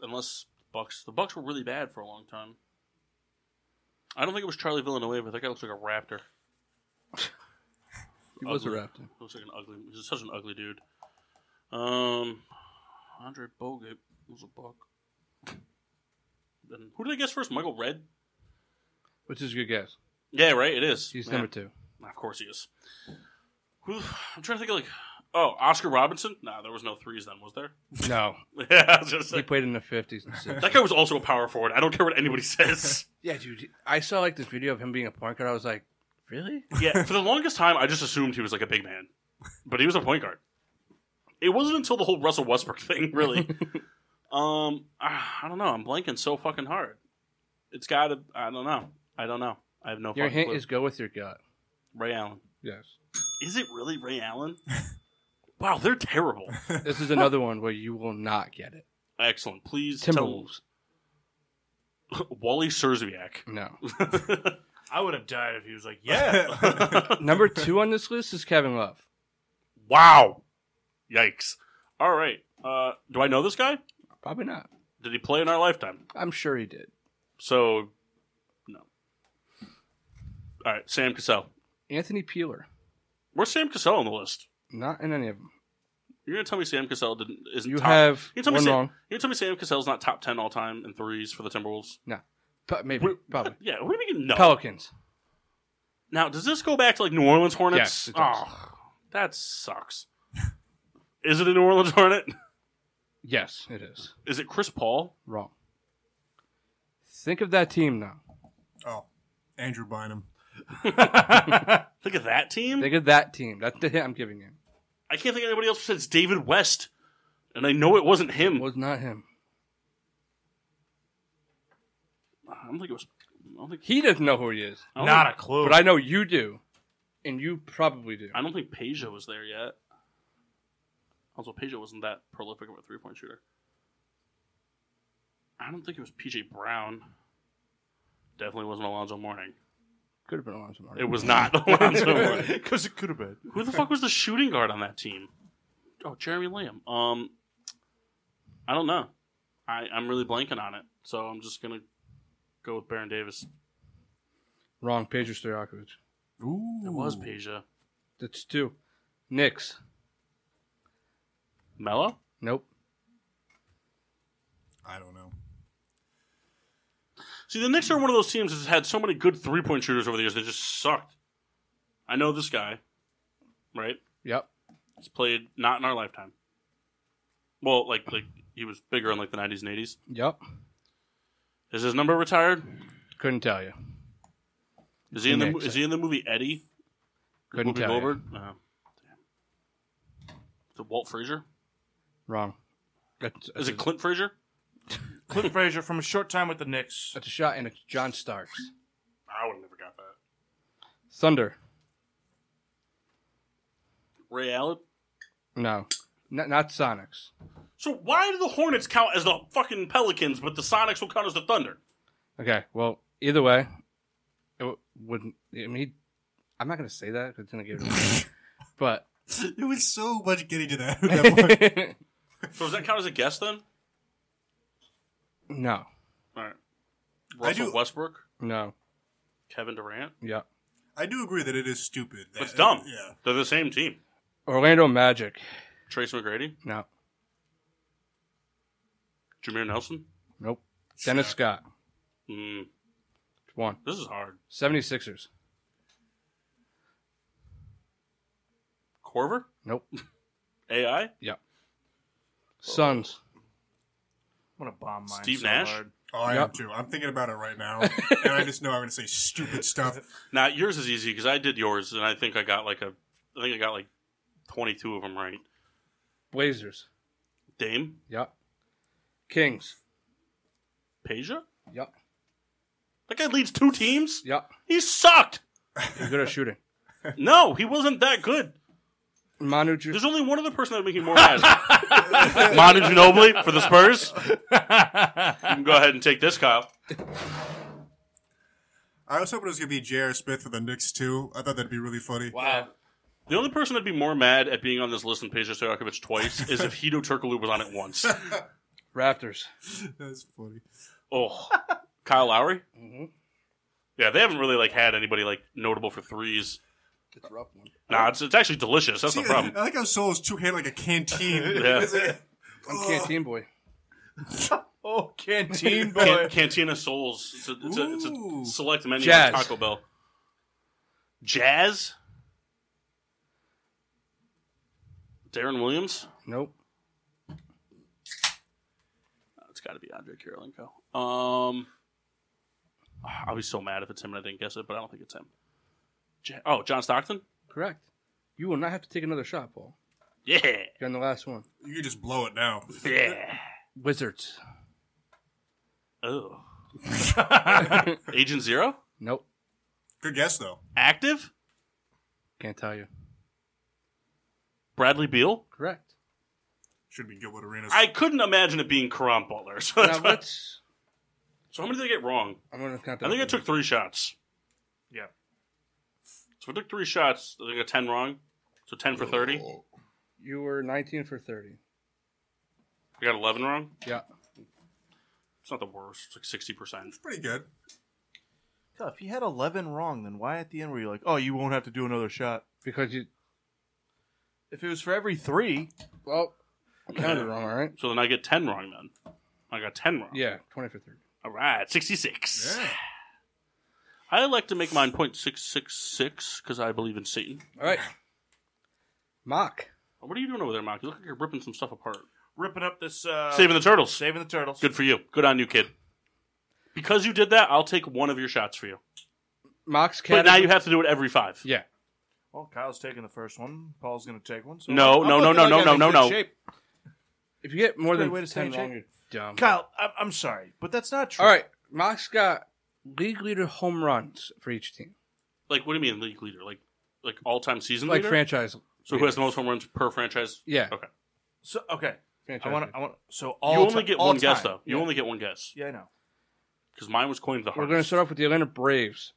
S1: Unless Bucks, the Bucks were really bad for a long time. I don't think it was Charlie Villanueva. That guy looks like a raptor.
S3: He was a
S1: Ugly.
S3: Raptor.
S1: He looks like an ugly. He's such an ugly dude. Um, Andre Bogut was a Buck. Then who did I guess first? Michael Red.
S3: Which is a good guess.
S1: Yeah, right. It is.
S3: He's
S1: Yeah.
S3: number two.
S1: Of course he is. Who- I'm trying to think of like, oh, Oscar Robinson. Nah, there was no threes then, was there?
S3: No.
S1: Yeah, I was just
S3: he
S1: like,
S3: played in the 50s and 60s.
S1: that guy was also a power forward. I don't care what anybody says.
S3: Yeah, dude. I saw like this video of him being a point guard. I was like, really?
S1: yeah, for the longest time, I just assumed he was like a big man, but he was a point guard. It wasn't until the whole Russell Westbrook thing, really. um, ah, I don't know. I'm blanking so fucking hard. It's got to. I don't know. I don't know. I have no.
S3: Your
S1: fucking
S3: hint
S1: clue.
S3: is go with your gut.
S1: Ray Allen.
S3: Yes.
S1: Is it really Ray Allen? wow, they're terrible.
S3: This is another one where you will not get it.
S1: Excellent. Please tell
S3: Timberwolves.
S1: Wally Serzviak.
S3: No.
S1: I
S4: I would have died if he was like, yeah.
S3: Number two on this list is Kevin Love.
S1: Wow. Yikes. All right. Uh, do I know this guy?
S3: Probably not.
S1: Did he play in our lifetime?
S3: I'm sure he did.
S1: So, no. All right. Sam Cassell.
S3: Anthony Peeler,
S1: Where's Sam Cassell on the list?
S3: not in any of them.
S1: You're gonna tell me Sam Cassell didn't isn't
S3: You
S1: top-
S3: have
S1: you tell me
S3: one
S1: Sam-
S3: wrong.
S1: You're gonna tell me Sam Cassell's not top ten all time in threes for the Timberwolves?
S3: Pu- Maybe, probably.
S1: Yeah. What do you mean no?
S3: Pelicans.
S1: Now, does this go back to like New Orleans Hornets?
S3: Yes, it does.
S1: Oh, that sucks. Is it a New Orleans Hornet?
S3: Yes, it is.
S1: Is it Chris Paul?
S3: Wrong. Think of that team now.
S2: oh, Andrew Bynum.
S1: Think of that team.
S3: Think of that team. That's the hint I'm giving you.
S1: I can't think of anybody else besides David West, and I know it wasn't him.
S3: It was not him.
S1: I don't think it was. I don't think.
S3: He doesn't know who he is.
S1: Oh. I don't
S4: Not a
S1: think-
S4: clue.
S3: But I know you do. And you probably do.
S1: I don't think Peja was there yet. Also, Peja wasn't that prolific of a three point shooter. I don't think it was PJ Brown. Definitely wasn't Alonzo Mourning.
S3: Could have been Alonzo Mourning.
S1: It was not Alonzo Mourning.
S4: Because it could have been.
S1: Who the fuck was the shooting guard on that team? Oh, Jeremy Lamb. Um, I don't know. I, I'm really blanking on it, so I'm just gonna go with Baron Davis.
S3: Wrong. Pedro Stojakovic.
S2: Ooh,
S1: It was Peja.
S3: That's two. Knicks.
S1: Mello?
S3: Nope.
S2: I don't know.
S1: See, the Knicks are one of those teams that's had so many good three point shooters over the years. They just sucked. I know this guy, right?
S3: Yep.
S1: He's played not in our lifetime. Well, like like he was bigger in like the nineties and eighties.
S3: Yep.
S1: Is his number retired?
S3: Couldn't tell you.
S1: Is he in the mo-
S3: Knicks.
S1: is he in the movie Eddie?
S3: Couldn't
S1: Whoopi
S3: tell you.
S1: Goldberg? No. Damn. Is it Walt Frazier?
S3: Wrong. That's,
S1: Is
S3: that's,
S1: it
S3: a,
S1: Clint Frazier?
S4: Clint Frazier from a short time with the Knicks.
S3: that's a shot, and it's John Starks.
S1: I would have never got that.
S3: Thunder.
S1: Ray Allen.
S3: No. N- not Sonics.
S1: So why do the Hornets count as the fucking Pelicans, but the Sonics will count as the Thunder?
S3: Okay. Well, either way, it w- wouldn't. I mean, he- I'm not gonna say that because then I give it away. but
S2: It was so much getting to that, that point.
S1: So does that count as a guess then?
S3: no,
S1: All right.
S2: I
S1: Russell
S2: do-
S1: Westbrook,
S3: no,
S1: Kevin Durant.
S3: yeah.
S2: I do agree that it is stupid. That,
S1: It's dumb.
S2: Yeah.
S1: They're the same team.
S3: Orlando Magic.
S1: Trace McGrady,
S3: No,
S1: Jameer Nelson.
S3: nope. Dennis Scott.
S1: Mm,
S3: One.
S1: this is hard.
S3: 76ers.
S1: Corver,
S3: Nope.
S1: AI,
S3: Suns.
S4: I'm going to bomb mine.
S1: Steve
S4: so
S1: Nash?
S4: hard.
S2: Oh, I am
S3: Yep.
S2: too. I'm thinking about it right now, and I just know I'm going to say stupid stuff.
S1: Now yours is easy because I did yours, and I think I got like a, I think I got like twenty two of them right.
S3: Blazers.
S1: Dame,
S3: Yep. Kings.
S1: Peja.
S3: Yep.
S1: That guy leads two teams.
S3: Yep.
S1: He sucked.
S3: He's good at shooting.
S1: No, he wasn't that good.
S3: Manu Ginobili.
S1: There's only one other person that would make me more mad. Manu Ginobili for the Spurs. You can go ahead and take this, Kyle.
S2: I was hoping it was going to be J.R. Smith for the Knicks too. I thought that'd be really funny.
S3: Wow.
S1: The only person that'd be more mad at being on this list than Peja Stojakovic twice is if Hito Turkoglu was on it once.
S3: Raptors.
S2: That's funny.
S1: Oh, Kyle Lowry.
S3: Mhm.
S1: Yeah, they haven't really like had anybody like notable for threes.
S3: It's a rough one.
S1: Nah, it's, it's actually delicious. That's
S2: See,
S1: the problem.
S2: I like how Soul's two handed like a canteen.
S1: Yeah.
S2: It's like,
S3: I'm
S2: ugh.
S3: canteen boy.
S4: Oh, Canteen Boy.
S1: Can- Cantina Souls. It's a, it's, a, it's
S2: Ooh.
S1: a select menu
S3: Jazz.
S1: at Taco Bell. Jazz. Darren Williams.
S3: Nope.
S1: Oh, it's got to be Andre Karolinko. Um, I'll be so mad if it's him and I didn't guess it, but I don't think it's him. Ja- oh, John Stockton.
S3: Correct. You will not have to take another shot, Paul.
S1: Yeah,
S3: You're on the last one.
S2: Oh, You can just blow it now.
S1: yeah.
S3: Wizards.
S1: Oh, Agent Zero.
S3: Nope.
S2: Good guess though.
S1: Active.
S3: Can't tell you.
S1: Bradley Beal.
S3: Correct.
S2: Should be Gilbert Arenas.
S1: I couldn't imagine it being Karan Butler. So, that's
S3: Now
S1: why-
S3: let's.
S1: so how many did I get wrong?
S3: I'm gonna count.
S1: I think I
S3: that.
S1: took three shots.
S4: Yeah.
S1: So if I took three shots, I got ten wrong. So ten for thirty.
S3: You were 19 for 30.
S1: I got eleven wrong.
S3: Yeah.
S1: It's not the worst. It's like sixty percent.
S2: It's pretty good.
S4: God, if you had 11 wrong, then why at the end were you like, oh, you won't have to do another shot?
S3: Because you,
S4: If it was for every three,
S3: well, I counted wrong, all right?
S1: So then I get ten wrong. Then I got ten wrong.
S3: Yeah, 20 for 30.
S1: All right, sixty six.
S2: Yeah.
S1: I like to make mine point six six six because I believe in Satan.
S3: All right. Mock.
S1: What are you doing over there, Mark? You look like you're ripping some stuff apart.
S4: ripping up this. Uh,
S1: Saving the turtles.
S4: saving the turtles.
S1: Good for you. Good on you, kid. Because you did that, I'll take one of your shots for you.
S3: Mock's
S1: But
S3: category.
S1: now you have to do it every five.
S3: Yeah.
S4: Well, Kyle's taking the first one. Paul's going to take one. So
S1: No,
S3: I'm
S1: no, no,
S3: looking
S1: no,
S3: like
S1: no,
S3: I'm
S1: no,
S3: in
S1: no,
S3: good
S1: no.
S3: shape. If you get more
S4: Great
S3: than
S4: way to stay
S3: 10
S4: in
S3: wrong,
S4: shape.
S3: you're dumb.
S4: "Oh, Kyle, I- I'm sorry, but that's not true.
S3: All right. Mock's got league leader home runs for each team,
S1: Like, what do you mean league leader? Like, like all time season
S3: like
S1: leader?
S3: franchise.
S1: so who has the most home runs per franchise?
S3: Yeah.
S1: Okay.
S4: So okay, I
S3: franchise
S4: want
S3: leader.
S4: to. I want so all
S1: you only
S4: ti-
S1: get
S4: all
S1: one guess
S4: time.
S1: though. You
S4: yeah.
S1: only get one guess
S4: Yeah, I know.
S1: because mine was coined the
S3: We're
S1: hardest.
S3: going to start off with the Atlanta Braves.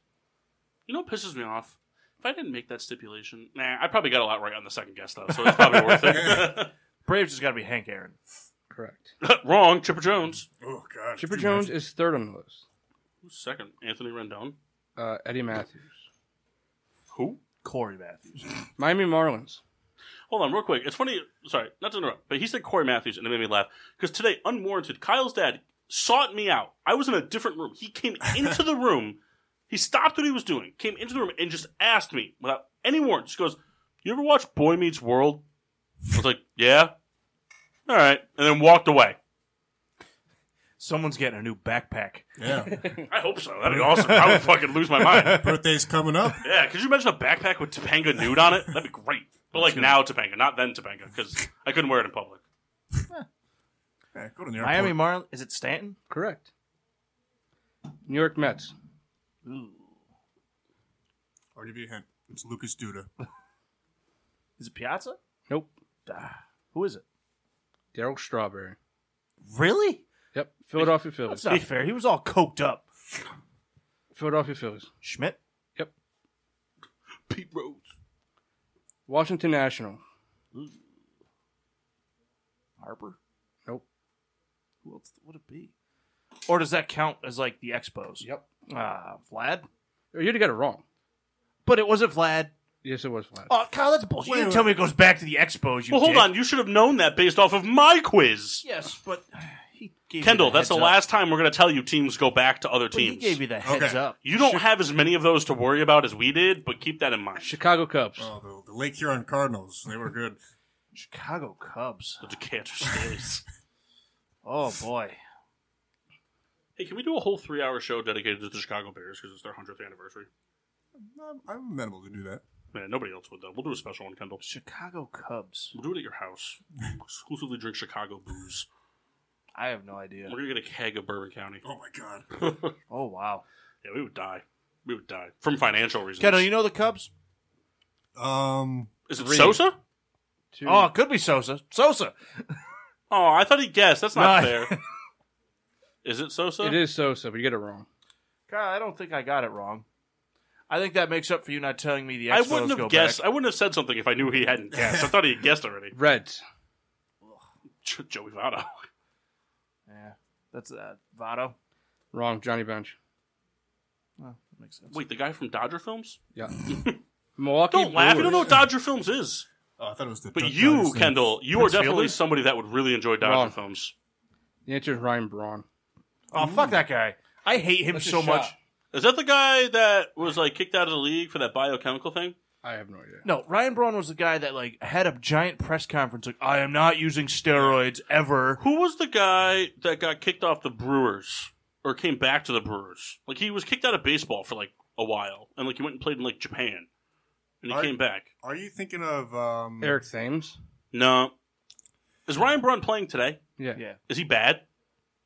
S1: You know what pisses me off? If I didn't make that stipulation, nah, I probably got a lot right on the second guess though, so it's probably worth it.
S4: Braves has got to be Hank Aaron.
S3: Correct.
S1: Wrong, Chipper Jones.
S2: Oh god.
S3: Chipper
S2: Dude,
S3: Jones is third on the list.
S1: Who's second? Anthony Rendon.
S3: Uh, Eddie Matthews.
S1: Who?
S4: Corey Matthews.
S3: Miami Marlins.
S1: Hold on, real quick. It's funny. Sorry, not to interrupt, but he said Corey Matthews, and it made me laugh because today, unwarranted, Kyle's dad sought me out. I was in a different room. He came into the room. He stopped what he was doing, came into the room, and just asked me without any warrant. Just goes, "You ever watch Boy Meets World?" I was like, "Yeah." All right, and then walked away.
S4: Someone's getting a new backpack.
S2: Yeah.
S1: I hope so. That'd be awesome. I would fucking lose my mind.
S2: Birthday's coming up.
S1: Yeah, could you imagine a backpack with Topanga nude on it? That'd be great. But like now, Topanga, not then Topanga, because I couldn't wear it in public.
S2: Yeah, go to the
S4: Miami
S2: airport.
S4: Marlins. Is it Stanton?
S3: Correct. New York Mets.
S2: I'll give you a hint. It's Lucas Duda.
S4: Is it Piazza?
S3: Nope.
S4: Ah, who is it?
S3: Daryl Strawberry.
S4: Really?
S3: Yep. Philadelphia
S4: That's
S3: Phillies.
S4: not fair. He was all coked up.
S3: Philadelphia Phillies.
S4: Schmidt.
S3: Yep.
S1: Pete Rose.
S3: Washington National.
S4: Harper.
S3: Nope.
S4: Who else would it be? Or does that count as like the Expos?
S3: Yep.
S4: Ah, Vlad.
S3: You already Oh, got it wrong.
S4: But it wasn't Vlad.
S3: Yes, it was Vlad.
S4: Oh, Kyle, that's bullshit.
S2: Wait,
S4: you didn't
S2: wait.
S4: tell me it goes back to the Expos. You
S1: Well, hold
S4: dick.
S1: on. You should have known that based off of my quiz.
S4: Yes, but he gave
S1: Kendall,
S4: you
S1: that's the
S4: heads up.
S1: last time we're going to tell you teams go back to other
S4: But He
S1: teams.
S4: gave you the heads
S2: Okay.
S4: up.
S1: You don't have as many of those to worry about as we did, but keep that in mind.
S3: Chicago Cubs.
S2: Oh, the, the Lake Huron Cardinals. They were good.
S4: Chicago Cubs.
S1: The Decatur stays.
S4: Oh boy.
S1: hey, can we do a whole three-hour show dedicated to the Chicago Bears because it's their hundredth anniversary?
S2: I'm, I'm amenable to do that.
S1: Man, nobody else would though. We'll do a special one, Kendall.
S4: Chicago Cubs.
S1: We'll do it at your house. Exclusively drink Chicago booze.
S4: I have no idea.
S1: We're gonna get a keg of Bourbon County.
S2: Oh my god.
S4: Oh wow.
S1: Yeah, we would die. We would die from financial reasons.
S4: Kendall, you know the Cubs?
S2: Um,
S1: is it
S3: Reed.
S1: Sosa?
S3: Two.
S4: Oh, it could be Sosa. Sosa.
S1: Oh, I thought he guessed. That's not
S4: No, I-
S1: fair. is it Sosa?
S3: It is Sosa, but you get it wrong.
S4: Kyle, I don't think I got it wrong. I think that makes up for you not telling me the
S1: I
S4: Expos
S1: wouldn't
S4: go
S1: have guessed.
S4: back.
S1: I wouldn't have said something if I knew he hadn't guessed. I thought he had guessed already.
S3: Reds.
S1: Jo- Joey Votto.
S4: Yeah, that's uh, Votto.
S3: Wrong. Johnny Bench.
S4: Oh, that makes sense.
S1: Wait, the guy from Dodger films?
S3: Yeah. Milwaukee.
S1: Don't laugh. You don't know what
S3: Brewers.
S1: Dodger films is.
S2: oh, I thought it was the.
S1: But
S2: Duck
S1: you,
S2: Dynasty.
S1: Kendall, you
S4: Prince
S1: are definitely
S4: Fielder?
S1: somebody that would really enjoy Dodger
S3: Wrong.
S1: films.
S3: The answer is Ryan Braun.
S4: Oh, fuck that guy. I hate him
S3: That's a
S4: so much.
S3: shot.
S1: Is that the guy that was like kicked out of the league for that biochemical thing?
S3: I have no idea.
S4: No, Ryan Braun was the guy that like had a giant press conference like I am not using steroids ever.
S1: Who was the guy that got kicked off the Brewers or came back to the Brewers? Like he was kicked out of baseball for like a while, and like he went and played in like Japan, and he
S2: Are-
S1: came back.
S2: Are you thinking of
S1: Mm.
S2: um?
S3: Eric Thames.
S1: No, is Ryan Braun playing today?
S3: Yeah.
S4: Yeah.
S1: Is he bad?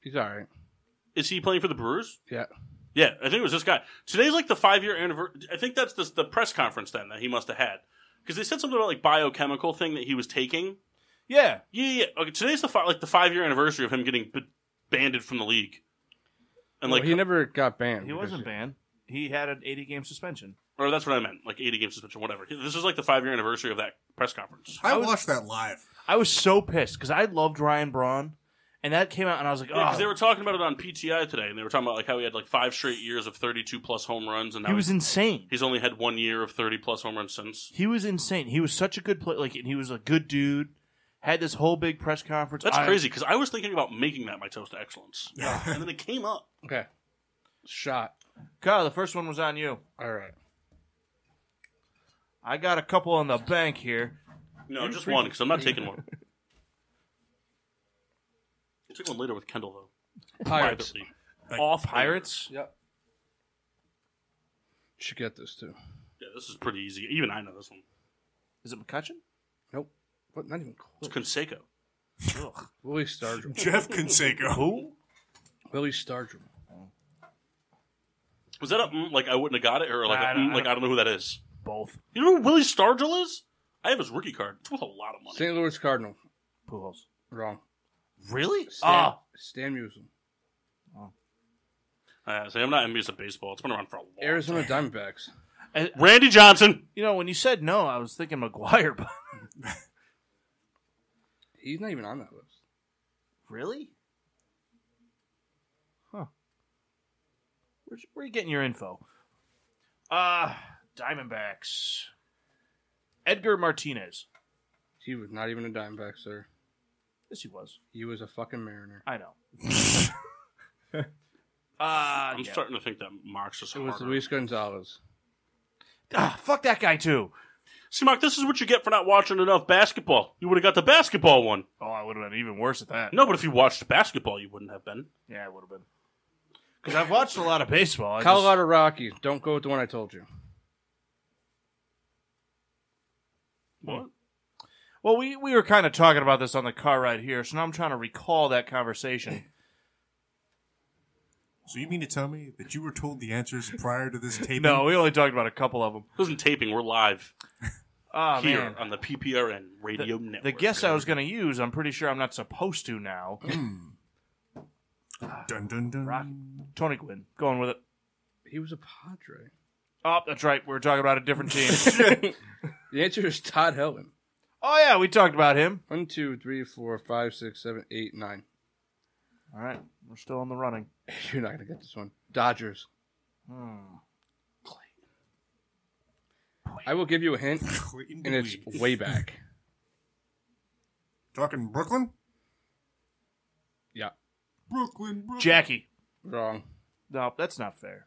S3: He's all right.
S1: Is he playing for the Brewers?
S3: Yeah.
S1: Yeah, I think it was this guy. Today's like the five year anniversary. I think that's the, the press conference then that he must have had because they said something about like biochemical thing that he was taking.
S4: Yeah.
S1: Yeah, yeah. yeah. Okay, today's the fi- like the five year anniversary of him getting b- banded from the league, and
S3: Well,
S1: like
S3: he never got banned.
S4: He
S3: because-
S4: wasn't banned. he had an 80 game suspension.
S1: Or that's what I meant, like 80 game suspension, whatever. This is like the five year anniversary of that press conference.
S2: I watched that live.
S4: I was so pissed because I loved Ryan Braun, and that came out, and I was like, oh,
S1: Because they were talking about it on PTI today, and they were talking about like how he had like five straight years of 32 plus home runs, and now
S4: he was
S1: he's,
S4: insane.
S1: he's only had one year of 30 plus home runs since.
S4: He was insane. He was such a good player, like, and he was a good dude. Had this whole big press conference.
S1: That's
S4: I-
S1: crazy because I was thinking about making that my toast to excellence,
S2: Yeah.
S1: and then it came up.
S3: Okay. Shot.
S4: Kyle, the first one was on you.
S3: All right.
S4: I got a couple on the bank here.
S1: No, just one because I'm not taking one. I took one later with Kendall though.
S3: Pirates.
S1: Privately.
S4: Off Pirates.
S3: Yep. Should get this too.
S1: Yeah, this is pretty easy. Even I know this one.
S4: Is it McCutcheon?
S3: Nope. What? Not even close.
S1: It's Conseco.
S3: Willie Stargell.
S2: Jeff Canseco.
S4: Who?
S3: Willie Stargell.
S1: Was that a mm, like I wouldn't have got it or like a,
S4: Nah, I don't-
S1: mm,
S4: I
S1: like
S4: don't-
S1: I don't know who that is.
S4: Both.
S1: You know who Willie Stargell is? I have his rookie card. It's worth a lot of money.
S3: St. Louis Cardinal.
S4: Pujols.
S3: Wrong.
S1: Really?
S3: Stan,
S4: Ah.
S3: Stan Musial.
S1: Uh, see, I'm not amused at baseball. It's been around for a long
S3: Arizona Diamondbacks.
S1: time. Randy Johnson.
S4: You know, when you said no, I was thinking McGuire, but
S3: He's not even on that list.
S4: really? Huh. Where, where are you getting your info? Uh Diamondbacks. Edgar Martinez.
S3: He was not even a Diamondback, sir.
S4: Yes, he was.
S3: He was a fucking Mariner.
S4: I know. uh,
S1: I'm
S4: yeah.
S1: starting to think that Marx is
S3: It was
S1: harder.
S3: Luis Gonzalez.
S4: Ah, fuck that guy too.
S1: See, Mark, this is what you get for not watching enough basketball. You would have got the basketball one.
S4: Oh, I would have been even worse at that.
S1: No, but if you watched basketball, you wouldn't have been.
S4: Yeah, I would have been. Because I've watched a lot of baseball. I just-
S3: Colorado Rockies. Don't go with the one I told you.
S4: Hmm.
S1: What?
S4: Well, we, we were kind of talking about this on the car ride here, so now I'm trying to recall that conversation.
S2: So you mean to tell me that you were told the answers prior to this taping?
S4: no, we only talked about a couple of them.
S1: This isn't taping. We're live
S4: Oh,
S1: here
S4: man.
S1: on the PPRN radio network.
S4: The guess I was going to use, I'm pretty sure I'm not supposed to now.
S2: Dun dun dun.
S4: Rock. Tony Gwynn, going with it.
S3: He was a Padre.
S4: Oh, that's right. We were talking about a different team.
S3: The answer is Todd Helen.
S4: oh, yeah, we talked about him.
S3: One, two, three, four, five, six, seven, eight, nine.
S4: All right, we're still on the running.
S3: You're not gonna get this one. Dodgers. I will give you a hint,
S2: Clayton
S3: and it's
S2: Dewey.
S3: way back.
S2: talking Brooklyn.
S3: Yeah,
S2: Brooklyn. Brooklyn.
S4: Jackie.
S3: wrong.
S4: No, that's not fair.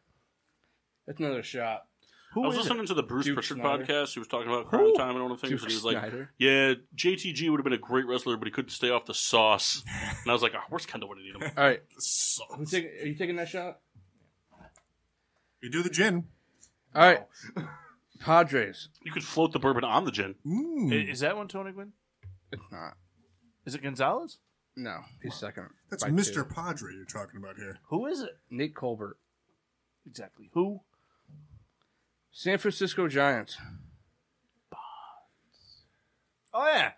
S3: That's another shot.
S1: I
S4: Who
S1: was
S4: is it?
S1: listening to the Bruce
S3: Duke
S1: Pritchard
S3: Snyder.
S1: podcast. He was talking about crime time and all the things.
S3: Duke
S1: and he was like,
S3: Snyder.
S1: "Yeah, JTG would have been a great wrestler, but he couldn't stay off the sauce." And I was like, oh, "Where's Kendall when I need him?"
S3: All right,
S2: So-
S3: who take, are you taking that shot?
S2: You do the gin.
S3: All right, Padres.
S1: You could float the bourbon on the gin.
S4: I-
S2: Mm,
S4: Is that one Tony Gwynn?
S3: It's not.
S4: Is it Gonzalez?
S3: No, he's second.
S2: that's
S3: by
S2: Mr.
S3: two.
S2: Padre you're talking about here.
S4: Who is it?
S3: Nate Colbert.
S4: Exactly. Who?
S3: San Francisco Giants.
S4: Oh, yeah.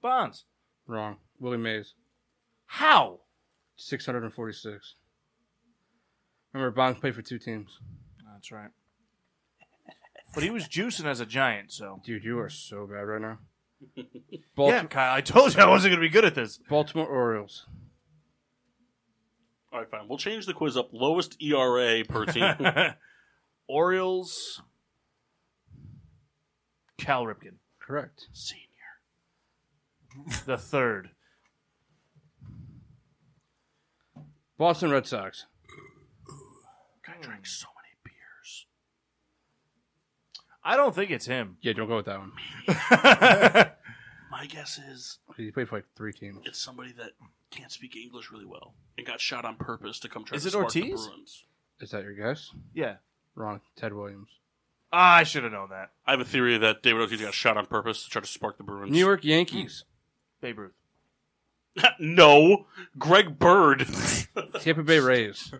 S4: Bonds.
S3: Wrong. Willie Mays.
S4: How?
S3: 646. Remember, Bonds played for two teams.
S4: That's right. But he was juicing as a giant, so.
S3: Dude, you are so bad right now.
S4: Yeah, Kyle, I told you I wasn't going to be good at this.
S3: Baltimore Orioles.
S1: All right, fine. We'll change the quiz up. Lowest ERA per team.
S4: Orioles. Cal Ripken,
S3: Correct.
S1: Senior.
S4: the third.
S3: Boston Red Sox.
S4: Hmm.
S1: I drank so many beers.
S4: I don't think it's him.
S3: Yeah, don't go with that one.
S1: My guess is
S3: He played for like three teams.
S1: it's somebody that can't speak English really well and got shot on purpose to come try
S4: Is
S1: to
S4: it
S1: spark
S4: Ortiz?
S1: the Bruins.
S3: Is that your guess?
S4: yeah.
S3: Wrong. Ted Williams.
S4: Ah, I should have known that.
S1: I have a theory that David Ortiz got shot on purpose to try to spark the Bruins.
S3: New York Yankees.
S4: Babe Ruth.
S1: no, Greg Bird.
S4: Hmm.
S3: Tampa Bay Rays.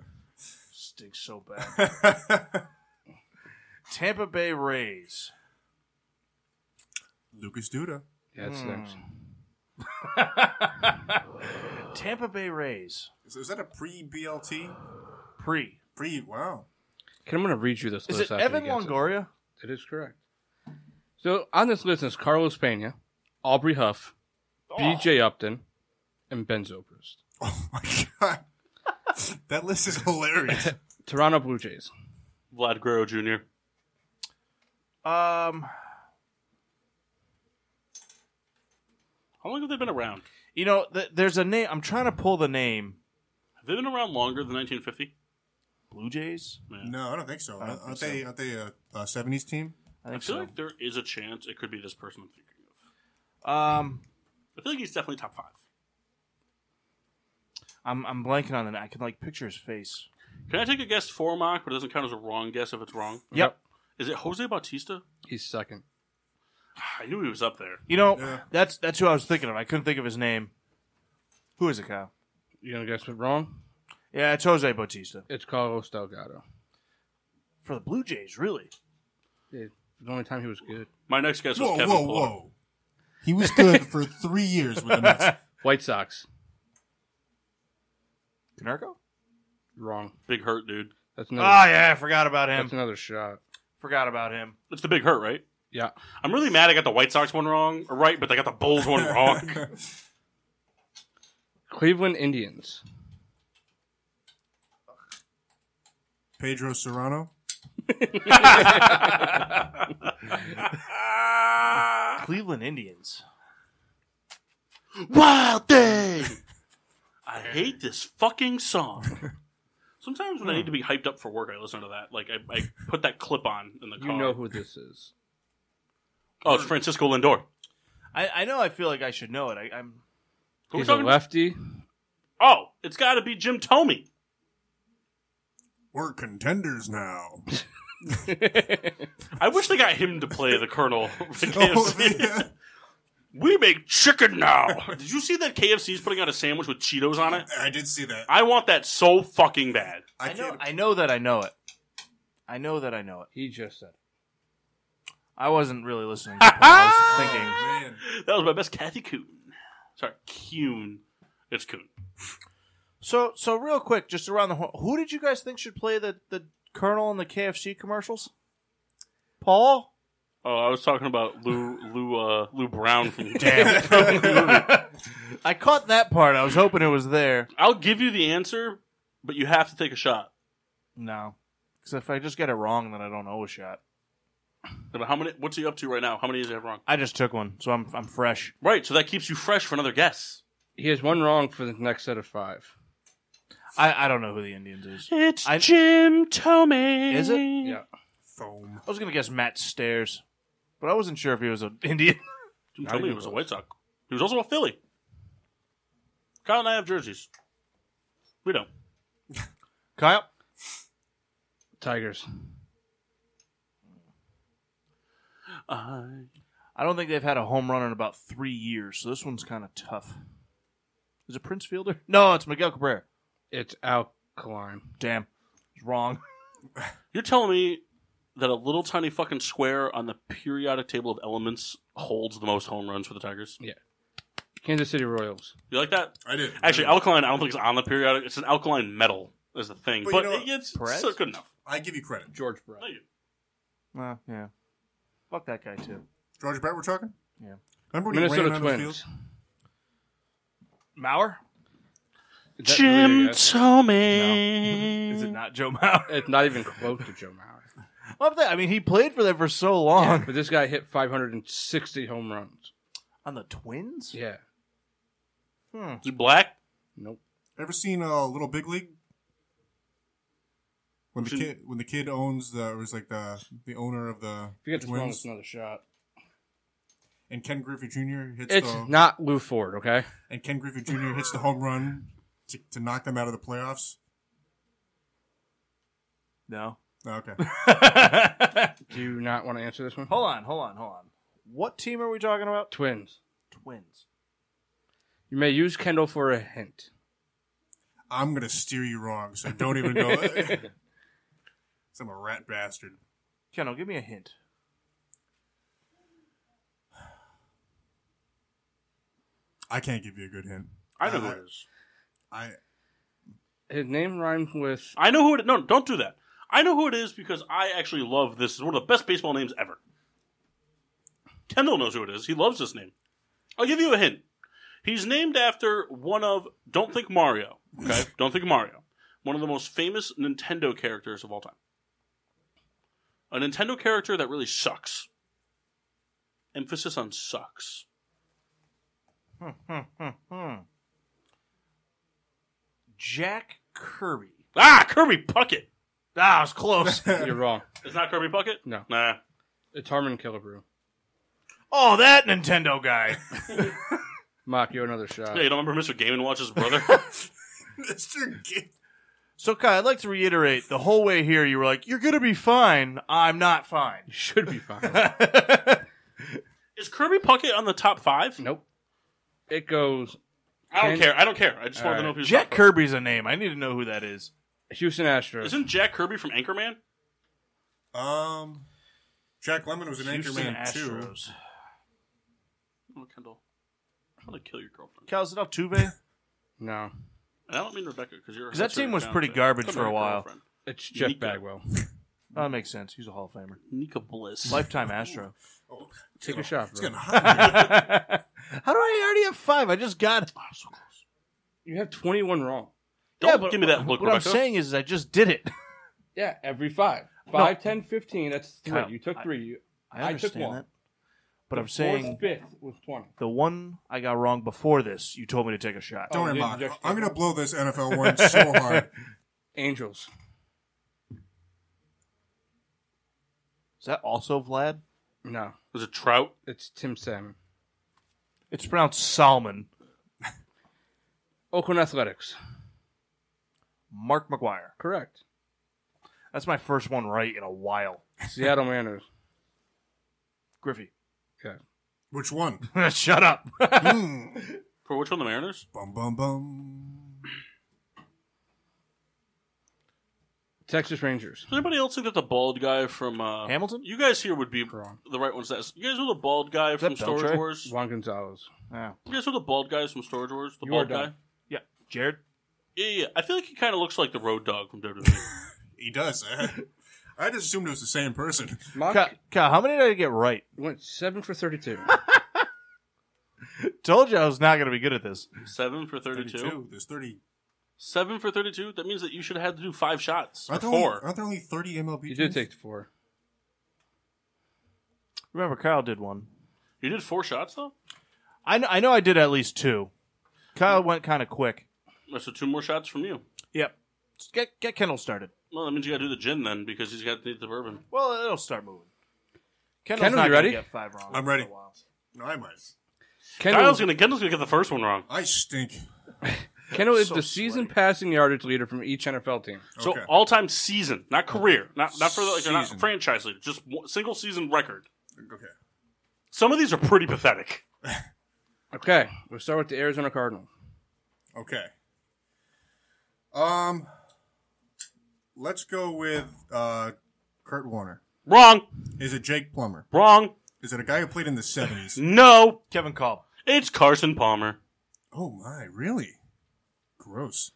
S4: Stinks so bad. Tampa Bay Rays.
S2: Lucas Duda.
S3: Yeah, it stinks.
S4: Tampa Bay Rays.
S2: Is, is that a pre BLT?
S4: Pre.
S2: Pre. Wow.
S3: I'm going to read you this
S4: Is
S3: list.
S4: it
S3: after he
S4: Evan
S3: gets it.
S4: Longoria?
S3: It is correct. So on this list is Carlos Pena, Aubrey Huff,
S4: Oh.
S3: BJ Upton, and Ben Zobrist.
S2: Oh my god, that list is hilarious.
S3: Toronto Blue Jays.
S1: Vlad Guerrero Jr.
S4: Um,
S1: How long have they been around?
S4: you know, th- there's a name. I'm trying to pull the name.
S1: Have they been around longer than 1950?
S4: Blue Jays.
S2: no, I don't think so.
S4: I don't
S2: aren't
S4: think
S2: they? Aren't they a- a seventies team?
S4: I
S1: I
S4: think
S1: feel
S4: so.
S1: like there is a chance it could be this person I'm thinking of.
S4: Um,
S1: I feel like he's definitely top five.
S4: I'm I'm blanking on it. I can like picture his face.
S1: Can I take a guess for Mock, but it doesn't count as a wrong guess if it's wrong?
S4: Yep.
S1: Is it Jose Bautista?
S3: He's second.
S1: I knew he was up there.
S4: You know,
S2: Yeah.
S4: that's that's who I was thinking of. I couldn't think of his name. Who is it, Kyle?
S3: You gonna guess it wrong?
S4: Yeah, it's Jose Bautista
S3: It's Carlos Delgado.
S4: for the Blue Jays. Really?
S3: It, the only time he was good.
S1: My next guess was
S2: Whoa,
S1: Kevin
S2: whoa,
S1: Pillar.
S2: whoa! He was good for three years with the Mets.
S3: White Sox.
S4: Canerco?
S3: Wrong.
S1: Big hurt, dude.
S3: That's another.
S4: Ah, yeah, I forgot about him.
S3: that's another shot.
S4: Forgot about him.
S1: It's the big hurt, right?
S3: Yeah.
S1: I'm really mad I got the White Sox one wrong, or right, but I got the Bulls one wrong.
S3: Cleveland Indians.
S2: Pedro Serrano.
S4: Cleveland Indians.
S1: Wild Thing! I hate this fucking song. Sometimes when I need to be hyped up for work, I listen to that. Like, I, I put that clip on in the car.
S3: You know who this is.
S1: Oh, it's Francisco Lindor.
S4: I, I know. I feel like I should know it. I, I'm.
S1: Who are we
S3: He's a
S1: talking-
S3: lefty.
S1: Oh, it's got to be Jim Tomey.
S2: We're contenders now.
S1: I wish they got him to play the Colonel. for
S2: Oh,
S1: KFC.
S2: yeah.
S1: We make chicken now. Did you see that KFC's putting out a sandwich with Cheetos on it?
S2: I did see that.
S1: I want that so fucking bad.
S4: I, know.
S2: can't-
S4: I know that I know it. I know that I know it.
S3: He just said.
S4: I wasn't really listening. To Paul. I was thinking.
S2: Man,
S1: That was my best Kathy Coon. Sorry, Kuhn. It's Coon.
S4: So so real quick, just around the horn, who did you guys think should play the the Colonel in the KFC commercials? Paul.
S1: Oh, I was talking about Lou Lou uh, Lou Brown from
S4: I caught that part. I was hoping it was there.
S1: I'll give you the answer, but you have to take a shot.
S4: No, because if I just get it wrong, then I don't owe a shot.
S1: But how many? What's he up to right now? How many is he have wrong?
S4: I just took one, so I'm I'm fresh.
S1: Right, so that keeps you fresh for another guess.
S3: He has one wrong for the next set of five.
S4: I, I don't know who the Indians is.
S1: It's
S4: I-
S1: Jim Tomey.
S4: Is it?
S3: Yeah.
S2: foam.
S4: I was gonna guess Matt Stairs, but I wasn't sure if he was an Indian.
S1: Jim Tomey was a White Sox. He was also a Philly. Kyle and I have jerseys. We don't.
S4: Kyle.
S3: Tigers.
S1: I
S4: I don't think they've had a home run in about three years, so this one's kind of tough. Is it Prince Fielder? No, it's Miguel Cabrera.
S3: It's Alkaline.
S4: Damn, it's wrong.
S1: You're telling me that a little tiny fucking square on the periodic table of elements holds the most home runs for the Tigers?
S3: Kansas City Royals.
S1: You like that?
S2: I did.
S1: Actually,
S2: I, did.
S1: alkaline I don't think it's on the periodic. It's an alkaline metal is the thing,
S2: But
S1: but,
S2: you know
S1: it- it's
S4: Perez?
S1: still good enough.
S2: I give you credit.
S3: George Brett.
S1: No, you-
S4: Uh, yeah. Fuck that guy too.
S2: George Brett, we're talking.
S4: Yeah.
S2: Remember when he
S3: Minnesota
S2: ran on the field?
S3: Twins.
S4: Mauer?
S3: Is that really a
S1: Jim
S3: guess?
S1: Tomey.
S4: Is it not Joe Mauer?
S3: It's not even close to Joe Mauer.
S4: Well, I'm th- I mean, he played for them for so long.
S3: But this guy hit 560 home runs.
S4: On the Twins?
S3: Yeah.
S4: Hmm.
S1: Is he black?
S3: Nope.
S2: Ever seen a uh, Little Big League? When the
S1: Should-
S2: kid when the kid owns the it was like the the owner of the
S3: If you get this wrong,
S2: Twins
S3: it's another shot.
S2: and Ken Griffey Jr. hits
S3: It's
S2: the
S3: not Lou Ford, okay?
S2: and Ken Griffey Jr. hits the home run to, to knock them out of the playoffs.
S4: No.
S2: Oh, okay,
S4: hold
S3: Do you not want to answer this one?
S4: on, hold on, hold on. What team are we talking about?
S3: Twins.
S4: Twins.
S3: You may use Kendall for a hint.
S2: I'm gonna steer you wrong, so don't even go. 'Cause I'm a rat bastard.
S4: Kendall, give me a hint.
S2: I can't give you a good hint.
S1: I know
S2: Uh,
S1: who it is.
S2: I
S3: His name rhymes with
S1: I know who it. No, don't do that. I know who it is because I actually love this. It's one of the best baseball names ever. Kendall knows who it is. He loves this name. I'll give you a hint. He's named after one of, don't think Mario, okay? don't think Mario. One of the most famous Nintendo characters of all time. A Nintendo character that really sucks. Emphasis on sucks.
S4: Hmm, Jack Kirby.
S1: Ah, Kirby Puckett.
S4: Ah, I was close.
S3: You're wrong.
S1: It's not Kirby Puckett?
S3: No.
S1: Nah.
S3: It's Harmon Killebrew.
S4: oh, that Nintendo guy.
S3: Mock, you another shot.
S1: Yeah, you don't remember Mr. Game and Watch's brother?
S2: Mr. G-
S4: So, Kai, I'd like to reiterate the whole way here, you were like, you're going to be fine. I'm not fine.
S3: You should be fine.
S1: is Kirby Puckett on the top five?
S3: nope. It goes
S1: I don't
S3: Can-
S1: care. I don't care. I just wanted to
S3: Alright.
S1: know if he's
S4: Jack Kirby's a name. I need to know who that is.
S3: Houston Astros.
S1: Isn't Jack Kirby from Anchorman?
S2: Um, Jack Lemon was an
S4: Houston
S2: anchorman too.
S4: Astros.
S1: Oh, Kendall. I'm gonna kill your girlfriend.
S4: Cal, is it Altuve?
S3: no.
S1: And I don't mean Rebecca because you're.
S4: 'Cause that
S1: that's your
S4: team was
S1: down
S4: pretty
S1: there.
S4: garbage
S1: Come
S4: for a
S1: here,
S4: while.
S1: girlfriend.
S3: It's Jeff
S1: Nika.
S3: Bagwell.
S4: Oh, that makes sense. He's a Hall of Famer.
S1: Nika Bliss.
S4: Lifetime Astro.
S3: Take a shot,
S2: Oh, It's
S3: bro.
S2: getting hot. in
S4: How do I already have five? I just got.
S3: You have 21 wrong.
S1: Don't
S4: Yeah, but
S1: give me that look,
S4: What
S1: Rebecca.
S4: I'm saying is, I just did it.
S3: Yeah, every five. Five, ten, fifteen. That's three.
S4: Kyle,
S3: you took
S4: I-
S3: three. You,
S4: I
S3: I took
S4: understand
S3: one.
S4: that. But I'm
S3: fourth,
S4: saying
S3: fifth was 20.
S4: the one I got wrong before this, you told me to take a shot.
S3: Oh.
S2: Don't worry,
S3: you
S2: Mark.
S3: just-
S2: I'm gonna blow this NFL one so hard.
S3: Angels.
S4: Is that also Vlad?
S3: No.
S1: was it Trout?
S3: It's Tim Salmon.
S4: It's pronounced Salmon.
S3: Oakland Athletics.
S4: Mark McGuire.
S3: Correct.
S4: That's my first one right in a while.
S3: Seattle Mariners.
S4: Griffey.
S3: Okay.
S2: Which one?
S4: Shut up.
S2: Hmm.
S1: For which one? The Mariners.
S2: Bum bum bum.
S3: Texas Rangers.
S1: Does anybody else think that the bald guy from uh,
S4: Hamilton?
S1: You guys here would be
S3: Wrong.
S1: the right ones. That's you guys know the bald guy from
S4: that
S1: Storage
S4: Beltre?
S1: Wars.
S3: Juan Gonzalez.
S4: Yeah.
S1: You guys know the bald guys from Storage Wars. The
S3: You are
S1: bald
S3: done.
S1: guy.
S4: Yeah. Jared?
S1: Yeah, yeah, yeah. I feel like he kind of looks like the Road Dog from E. WWE.
S2: He does. eh? I just assumed it was the same person.
S3: Mock
S4: Kyle, Kyle, how many did I get right?
S3: went 7 for 32.
S4: Told you I was not going to be good at this.
S1: Seven for thirty-two.
S2: There's 30.
S1: Seven for thirty-two. That means that you should have had to do five shots or
S2: Aren't there,
S1: four.
S2: Only, aren't there only 30 MLB
S3: you did
S2: teams?
S3: take the four.
S4: Remember, Kyle did one.
S1: You did four shots though.
S4: I know, I know I did at least two. Kyle went kind of quick.
S1: So two more shots from you.
S4: Yep. Get, get Kendall started.
S1: Well, that means you got to do the gin then because he's got to need the bourbon.
S4: Well, it'll start moving. Kendall's
S3: Kendall,
S4: not
S3: you
S4: gonna
S3: ready?
S4: Get five wrong.
S2: I'm
S4: for a
S2: ready.
S4: while.
S2: No, I might.
S3: Kendall,
S1: Kyle's gonna Kendall's gonna get the first one wrong.
S2: I stink.
S3: Kendall is
S4: so
S3: the season passing yardage leader from each NFL team.
S1: So uh,
S2: Okay.
S1: all time season, not career, not not for the, like, they're not
S2: Season.
S1: franchise leader, just one, single season record.
S2: Okay.
S1: Some of these are pretty pathetic.
S3: Okay, we'll start with the Arizona Cardinals.
S2: Okay. Um, let's go with uh, Kurt Warner.
S1: Wrong,
S2: Is it Jake Plummer?
S1: wrong.
S2: Is it a guy who played in the 70s?
S1: Mm-hmm. No,
S4: Kevin Cobb.
S1: it's Carson Palmer.
S2: oh my, really? Gross.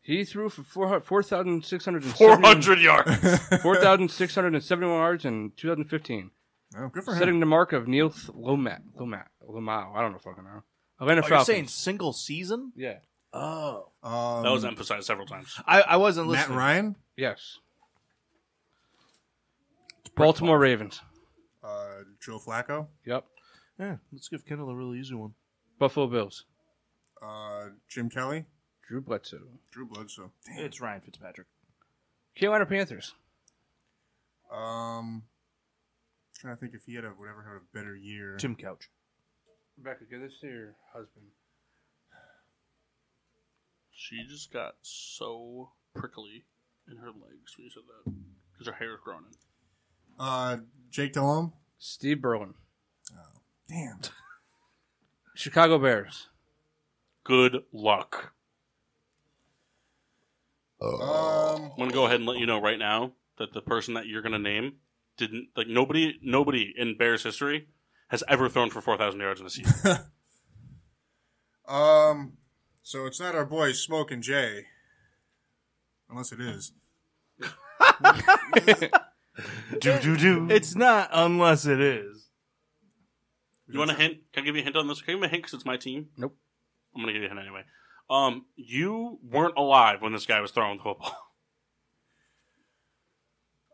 S3: He threw for 4, 4,671
S1: Four hundred yards.
S3: 4,671 yards in 2015,
S2: Oh, good for
S3: setting
S2: him.
S3: the mark of Neil Lomat. Lomat. Lomau. I don't know fucking know. Atlanta
S4: Oh, you're
S3: Falcons.
S4: saying single season?
S3: yeah.
S4: Oh.
S2: Um,
S1: That was emphasized several times.
S4: I, I wasn't
S2: Matt
S4: listening.
S2: Ryan?
S3: Yes. Baltimore Ravens.
S2: Uh, Joe Flacco?
S3: Yep.
S4: Yeah, let's give Kendall a really easy one.
S3: Buffalo Bills.
S2: Uh, Jim Kelly?
S3: Drew Bledsoe.
S2: Drew Bledsoe. Damn.
S4: It's Ryan Fitzpatrick.
S3: Carolina Panthers.
S2: Um, trying to think if he had a, would ever have a better year.
S4: Tim Couch.
S3: Rebecca, give this to your husband.
S1: She just got so prickly in her legs when you said that because her hair is growing in.
S2: Uh, Jake Delhomme?
S3: Steve Berlin.
S2: Damn.
S3: Chicago Bears.
S1: Good luck.
S2: Um,
S1: I'm gonna go ahead and let you know right now that the person that you're gonna name didn't like nobody nobody in Bears history has ever thrown for four thousand yards in a season.
S2: Um, so it's not our boy Smoke and Jay, unless it is.
S4: Do do do. It's not unless it is.
S1: You want a hint? Can I give you a hint on this? Can I give you a hint because it's my team?
S3: Nope.
S1: I'm going to give you a hint anyway. Um, you weren't alive when this guy was throwing the football.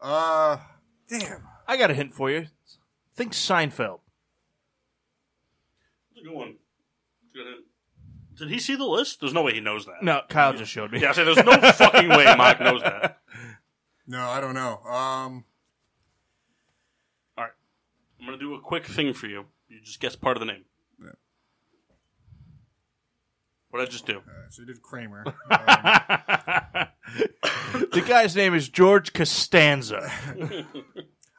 S2: Uh, damn.
S4: I got a hint for you. Think Seinfeld.
S1: That's a good one. That's a good hint. Did he see the list? There's no way he knows that.
S4: No, Kyle just showed me.
S1: Yeah, I said there's no fucking way Mike knows that.
S2: No, I don't know. Um,
S1: I'm going to do a quick thing for you. You just guess part of the name.
S2: Yeah.
S1: What I just do?
S2: all right, uh, so you did Kramer. Um,
S4: the guy's name is George Costanza.
S2: I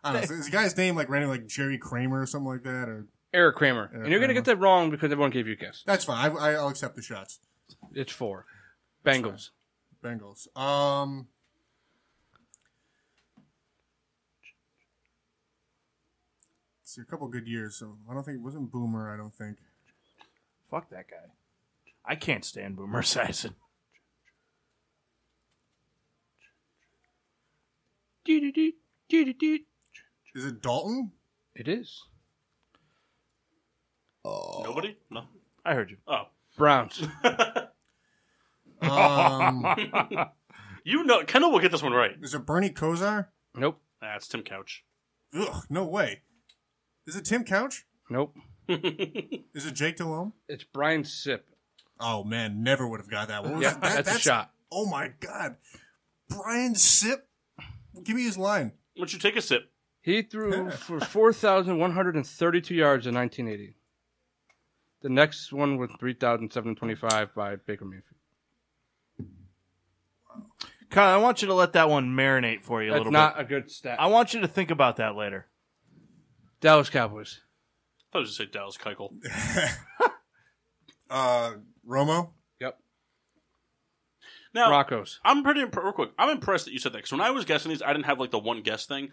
S2: don't know. Is the guy's name like randomly like Jerry Kramer or something like that? Or
S3: Eric Kramer. and you're going to get that wrong because everyone gave you a guess.
S2: that's fine. I, I, I'll accept the shots.
S3: It's four. Bengals.
S2: Bengals. Um, see, a couple good years. So I don't think it wasn't Boomer. I don't think.
S4: Fuck that guy. I can't stand Boomer Esiason.
S3: Doo-doo-doo, doo-doo-doo.
S2: Is it Dalton?
S3: It is.
S1: Nobody? No.
S4: I heard you.
S1: Oh.
S3: Browns.
S2: Um,
S1: You know, Kendall will get this one right.
S2: is it Bernie Kosar?
S3: nope.
S1: That's Tim Couch.
S2: Ugh, no way. Is it Tim Couch?
S3: Nope.
S2: Is it Jake Delhomme?
S3: It's Brian Sipp.
S2: Oh man, never would have got that. What was
S3: Yeah,
S2: that?
S3: that's, a shot.
S2: Oh my god, Brian Sip. Give me his line.
S1: Why don't you take a sip?
S3: He threw for 4,132 yards in 1980. The next one was 3,725 by Baker Mayfield.
S4: Kyle, I want you to let that one marinate for you a
S3: That's
S4: little
S3: not
S4: bit.
S3: a good stat.
S4: I want you to think about that later.
S3: Dallas Cowboys.
S1: I thought you say Dallas Keuchel.
S2: Uh, Romo.
S3: Yep.
S1: Now,
S3: Broncos.
S1: I'm pretty imp- real quick. I'm impressed that you said that because when I was guessing these, I didn't have like the one guess thing.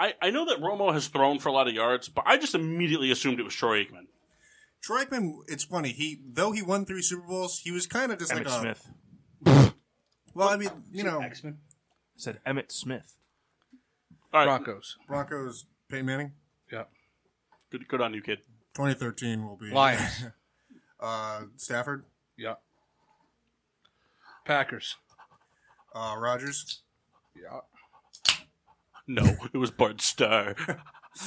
S1: I, I know that Romo has thrown for a lot of yards, but I just immediately assumed it was Troy Aikman.
S2: Troy Aikman. It's funny. He though he won three Super Bowls, he was kind of just
S4: Emmett
S2: like a.
S4: Smith.
S2: Well, I mean, you know,
S3: X-Men.
S4: I said Emmett Smith.
S1: All right,
S3: Broncos.
S2: Broncos. Peyton Manning.
S3: Yep.
S1: good, good on you, kid.
S2: 2013 will be
S3: Lions.
S2: Uh, Stafford.
S3: yep. Packers.
S2: Uh, Rogers.
S3: Yeah.
S1: No, it was Bart Starr.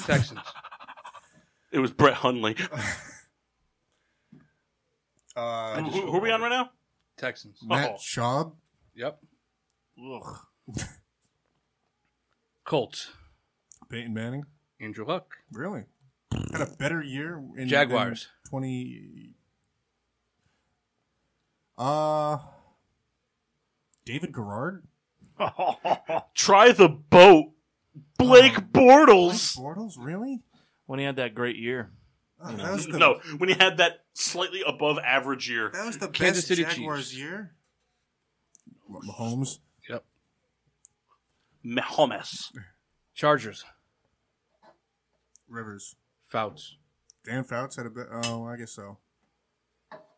S3: Texans.
S1: It was Brett Hundley.
S2: Uh,
S1: Who, who are we on right now?
S3: Texans.
S2: Matt
S1: Oh.
S2: Schaub.
S3: Yep.
S2: Ugh.
S3: Colts.
S2: Peyton Manning.
S3: Andrew Luck.
S2: Really. Had a better year in
S3: Jaguars.
S2: in 20 Uh David Garrard?
S1: Try the boat, Blake Bortles.
S2: Bortles, really?
S4: When he had that great year.
S2: Oh, that was the
S1: No, when he had that slightly above average year.
S2: that was the best
S3: Kansas City
S2: Jaguars
S3: Chiefs.
S2: year. What, Mahomes,
S3: Yep.
S1: Mahomes.
S3: Chargers.
S2: Rivers,
S3: Fouts.
S2: Dan Fouts had a bit. Oh, I guess so.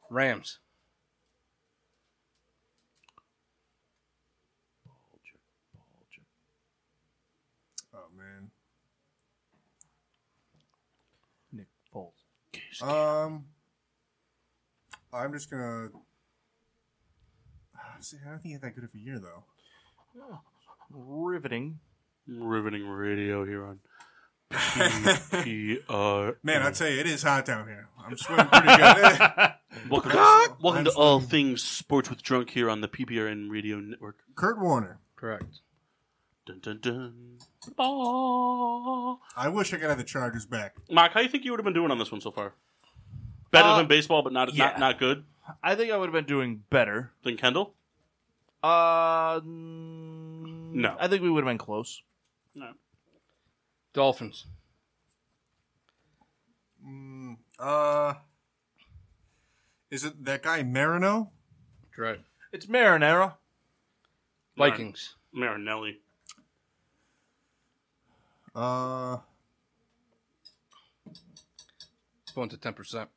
S3: Rams.
S2: Oh man.
S4: Nick Foles.
S2: Um, I'm just gonna. Ah, See, I don't think he had that good of a year though.
S4: Riveting.
S1: Riveting radio here on E PR.
S2: Man, I tell you, it is hot down here. I'm sweating pretty good.
S1: Welcome,
S2: Nice.
S1: welcome to
S2: Nice.
S1: all things sports with drunk here on the PBRN Radio Network.
S2: Kurt Warner.
S3: Correct.
S1: Dun dun dun. Oh.
S2: I wish I could have the Chargers back.
S1: Mark, how you think you would have been doing on this one so far? Better
S4: Uh,
S1: than baseball, but not,
S4: yeah.
S1: not not good
S4: I think I would have been doing better.
S1: than Kendall.
S4: Uh, no. I think we would have been close.
S1: No.
S3: Dolphins.
S2: Mm, uh, is it that guy Marino?
S3: Correct.
S4: It's Marinara.
S3: Vikings.
S1: Marinelli.
S2: Uh,
S3: Going to 10%.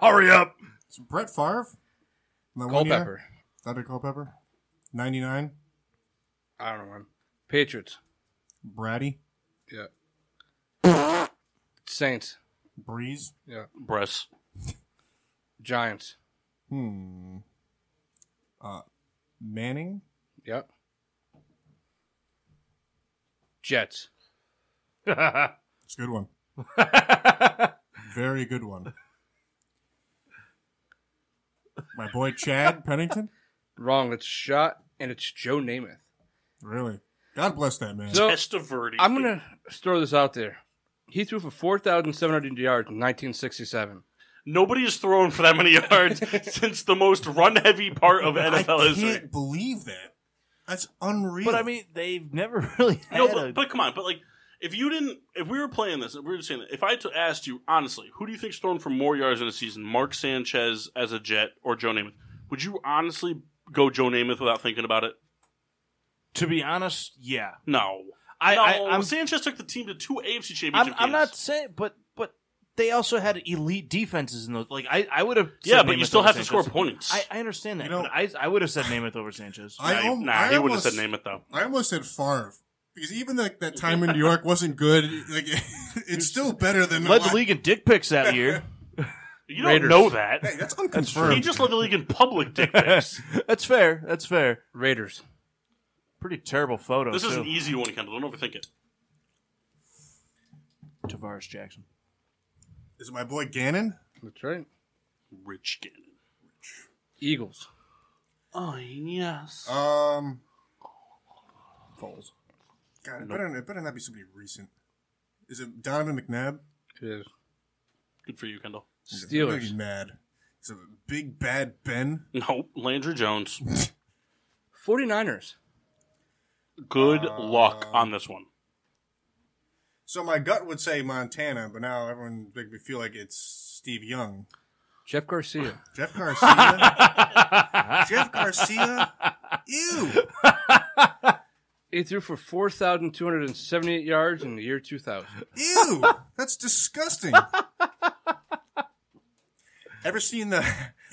S4: Hurry up.
S2: it's Brett Favre. That one year?
S3: Culpepper.
S2: Dr. Culpepper. 99.
S3: I don't know. man. Patriots,
S2: Bratty,
S3: Saints,
S2: Breeze.
S1: Breasts.
S3: Giants.
S2: Hmm. Uh, Manning,
S3: Yep. Jets.
S2: it's a good one. Very good one. My boy Chad Pennington.
S3: Wrong. It's shot, and it's Joe Namath.
S2: Really, God bless that man.
S3: So
S1: Testaverde.
S3: I'm gonna throw this out there. He threw for four thousand seven hundred yards in 1967.
S1: Nobody has thrown for that many yards since the most run heavy part of
S2: I
S1: NFL
S2: can't
S1: history.
S2: believe that. That's unreal.
S4: But I mean, they've never really had
S1: No,
S4: a-
S1: but, but come on, but like if you didn't, if we were playing this, if we were saying that, if I had to ask you honestly, who do you think's thrown for more yards in a season, Mark Sanchez as a Jet or Joe Namath? Would you honestly go Joe Namath without thinking about it?
S4: to be honest, yeah.
S1: No,
S4: I,
S1: no,
S4: I I'm,
S1: Sanchez took the team to two AFC championship games.
S4: I'm, I'm not saying, but but they also had elite defenses in those. Like I, I would have.
S1: yeah,
S4: said
S1: but you
S4: Namath
S1: still
S4: over
S1: have to score
S4: Sanchez.
S1: points.
S4: I, I understand that.
S2: You know-
S4: but I, I would have said Namath over Sanchez.
S1: nah,
S2: I,
S1: he-
S2: almost,
S1: nah,
S2: I
S1: he wouldn't have
S2: almost,
S1: said Namath though.
S2: I almost said Favre because even like that time in New York wasn't good. Like it's still better than
S4: Led
S2: a lot-
S4: the league in dick pics that year.
S1: You don't
S3: Raiders.
S1: know that.
S2: Hey, that's unconfirmed.
S1: He just led the league in public dick pics.
S4: that's fair. That's fair.
S3: Raiders.
S4: Pretty terrible photo.
S1: This
S4: too.
S1: is an e- easy one, Kendall. Don't overthink it.
S4: Tavares Jackson.
S2: Is it my boy Gannon?
S3: That's right.
S1: Rich Gannon.
S3: Eagles.
S1: Oh yes.
S2: Um, God, it better it better not be somebody recent. Is it Donovan McNabb?
S3: It is.
S1: Good for you, Kendall.
S2: I'm gonna be
S3: Steelers.
S2: mad. It's a big bad Ben.
S1: No, Landry Jones.
S3: 49ers.
S1: Good luck on this one.
S2: So my gut would say Montana, but now everyone make me feel like it's Steve Young.
S3: Jeff Garcia.
S2: Jeff Garcia. Jeff Garcia. Ew.
S3: He threw for 4,278 yards in the year 2000.
S2: Ew. That's disgusting. Ever seen the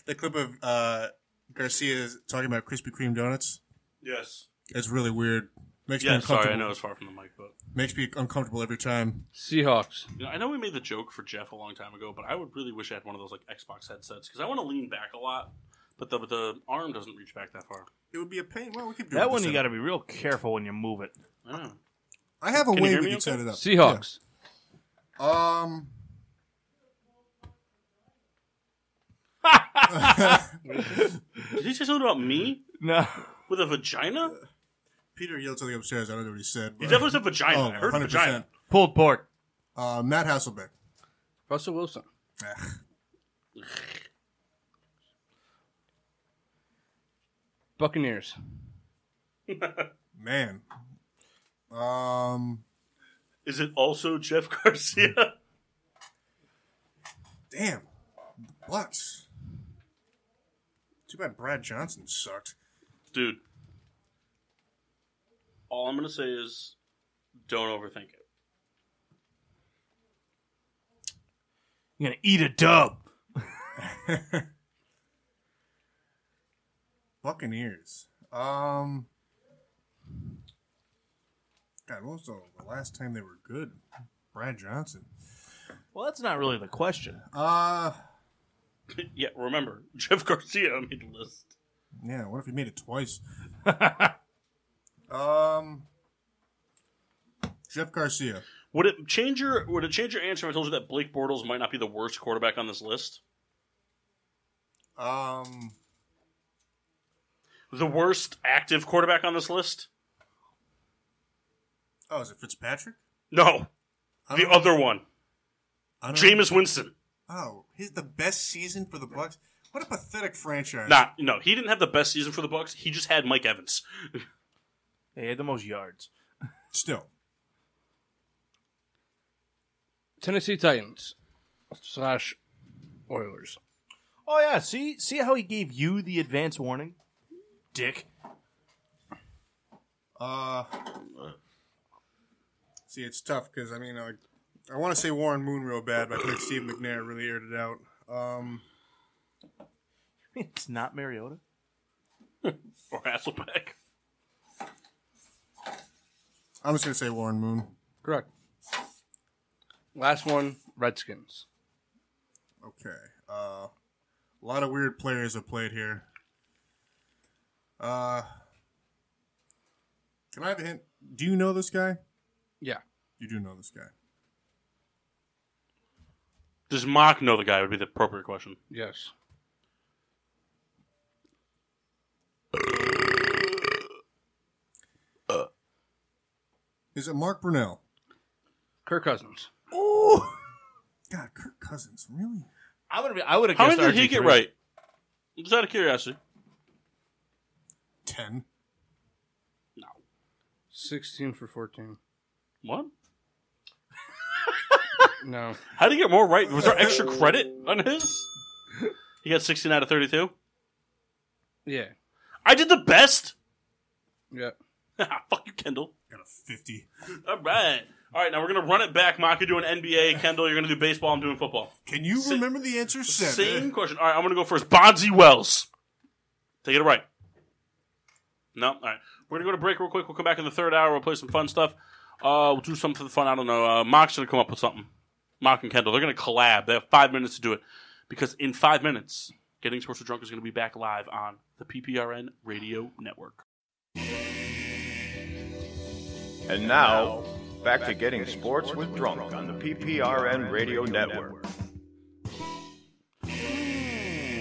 S2: the clip of uh, Garcia talking about Krispy Kreme donuts?
S1: Yes.
S2: It's really weird. Makes me
S1: Yeah.
S2: uncomfortable.
S1: Sorry, I know it's far from the mic, but
S2: Makes me uncomfortable every time.
S3: Seahawks.
S1: you know, I know we made the joke for Jeff a long time ago, but I would really wish I had one of those like Xbox headsets because I want to lean back a lot, but the but the arm doesn't reach back that far.
S2: It would be a pain. Well, we could do
S4: That
S2: it
S4: one you
S2: this
S4: got
S2: time.
S4: to be real careful when you move it.
S1: I don't know.
S2: I have a
S1: Can you
S2: way
S1: hear
S2: we
S1: me
S2: could set
S1: okay?
S2: it up.
S3: Seahawks.
S2: Yeah. Um.
S1: Did he say something about me
S4: No,
S1: with a vagina?
S2: Peter yelled something upstairs. I don't know what he said.
S1: He
S2: but-
S1: definitely said vagina.
S2: Oh,
S1: I heard vagina.
S2: 100%.
S4: pulled pork.
S2: Uh, Matt Hasselbeck.
S3: Russell Wilson.
S2: Ah,
S3: Buccaneers.
S2: man. Um.
S1: Is it also Jeff Garcia?
S2: Damn. Butts. Too bad Brad Johnson sucked.
S1: Dude, all I'm going to say is don't overthink it.
S4: You're gonna eat a dub.
S2: Buccaneers. Um. God, what was the the last time they were good? Brad Johnson.
S4: Well, that's not really the question.
S2: Uh.
S1: yeah, remember, Jeff Garcia made the list.
S2: Yeah, what if he made it twice? um, Jeff Garcia.
S1: Would it change your Would it change your answer if I told you that Blake Bortles might not be the worst quarterback on this list?
S2: Um,
S1: The worst active quarterback on this list?
S2: oh, is it Fitzpatrick?
S1: No,
S2: I
S1: the
S2: don't-
S1: other one,
S2: I don't-
S1: Jameis Winston.
S2: Oh, his the best season for the Bucks. What a pathetic franchise.
S1: Nah, no, he didn't have the best season for the Bucks. He just had Mike Evans.
S4: They had the most yards.
S2: Still,
S3: Tennessee Titans. Slash Oilers.
S4: Oh yeah, see see how he gave you the advance warning, Dick.
S2: uh, see, it's tough because I mean, like, I want to say Warren Moon real bad, but I think Steve McNair really aired it out. Um,
S4: It's not Mariota.
S1: Or Hasselbeck.
S2: I'm just gonna say Warren Moon.
S3: Correct. Last one, Redskins.
S2: Okay. Uh, a lot of weird players have played here. Uh, can I have a hint? Do you know this guy?
S3: Yeah.
S2: You do know this guy.
S1: Does Mock know the guy? Would be the appropriate question.
S3: Yes.
S2: Is it Mark Brunell?
S3: Kirk Cousins.
S2: God, Kirk Cousins, really?
S4: I'm gonna be. I would have.
S1: How many did he get right? Just out of curiosity.
S2: Ten.
S3: 16 for 14.
S1: What?
S3: No.
S1: How did he get more right? Was there extra credit on his? He got 16 out of 32.
S3: Yeah.
S1: I did the best.
S3: Yeah.
S1: Fuck you, Kendall.
S2: Got a fifty.
S1: All right. All right, now we're going to run it back. Mark, you're doing NBA. Kendall, you're going to do baseball. I'm doing football.
S2: Can you
S1: Sa-
S2: remember the answer? Seven.
S1: Same question. All right, I'm going to go first. Bonzi Wells. Take it right. No? All right. We're going to go to break real quick. We'll come back in the third hour. We'll play some fun stuff. Uh, we'll do something fun. I don't know. Uh, Mark's going to come up with something. Mark and Kendall, they're going to collab. They have five minutes to do it. Because in five minutes, Getting Sports with Drunk is going to be back live on the PPRN Radio Network.
S5: And now, back to getting sports with drunk on the PPRN Radio Network.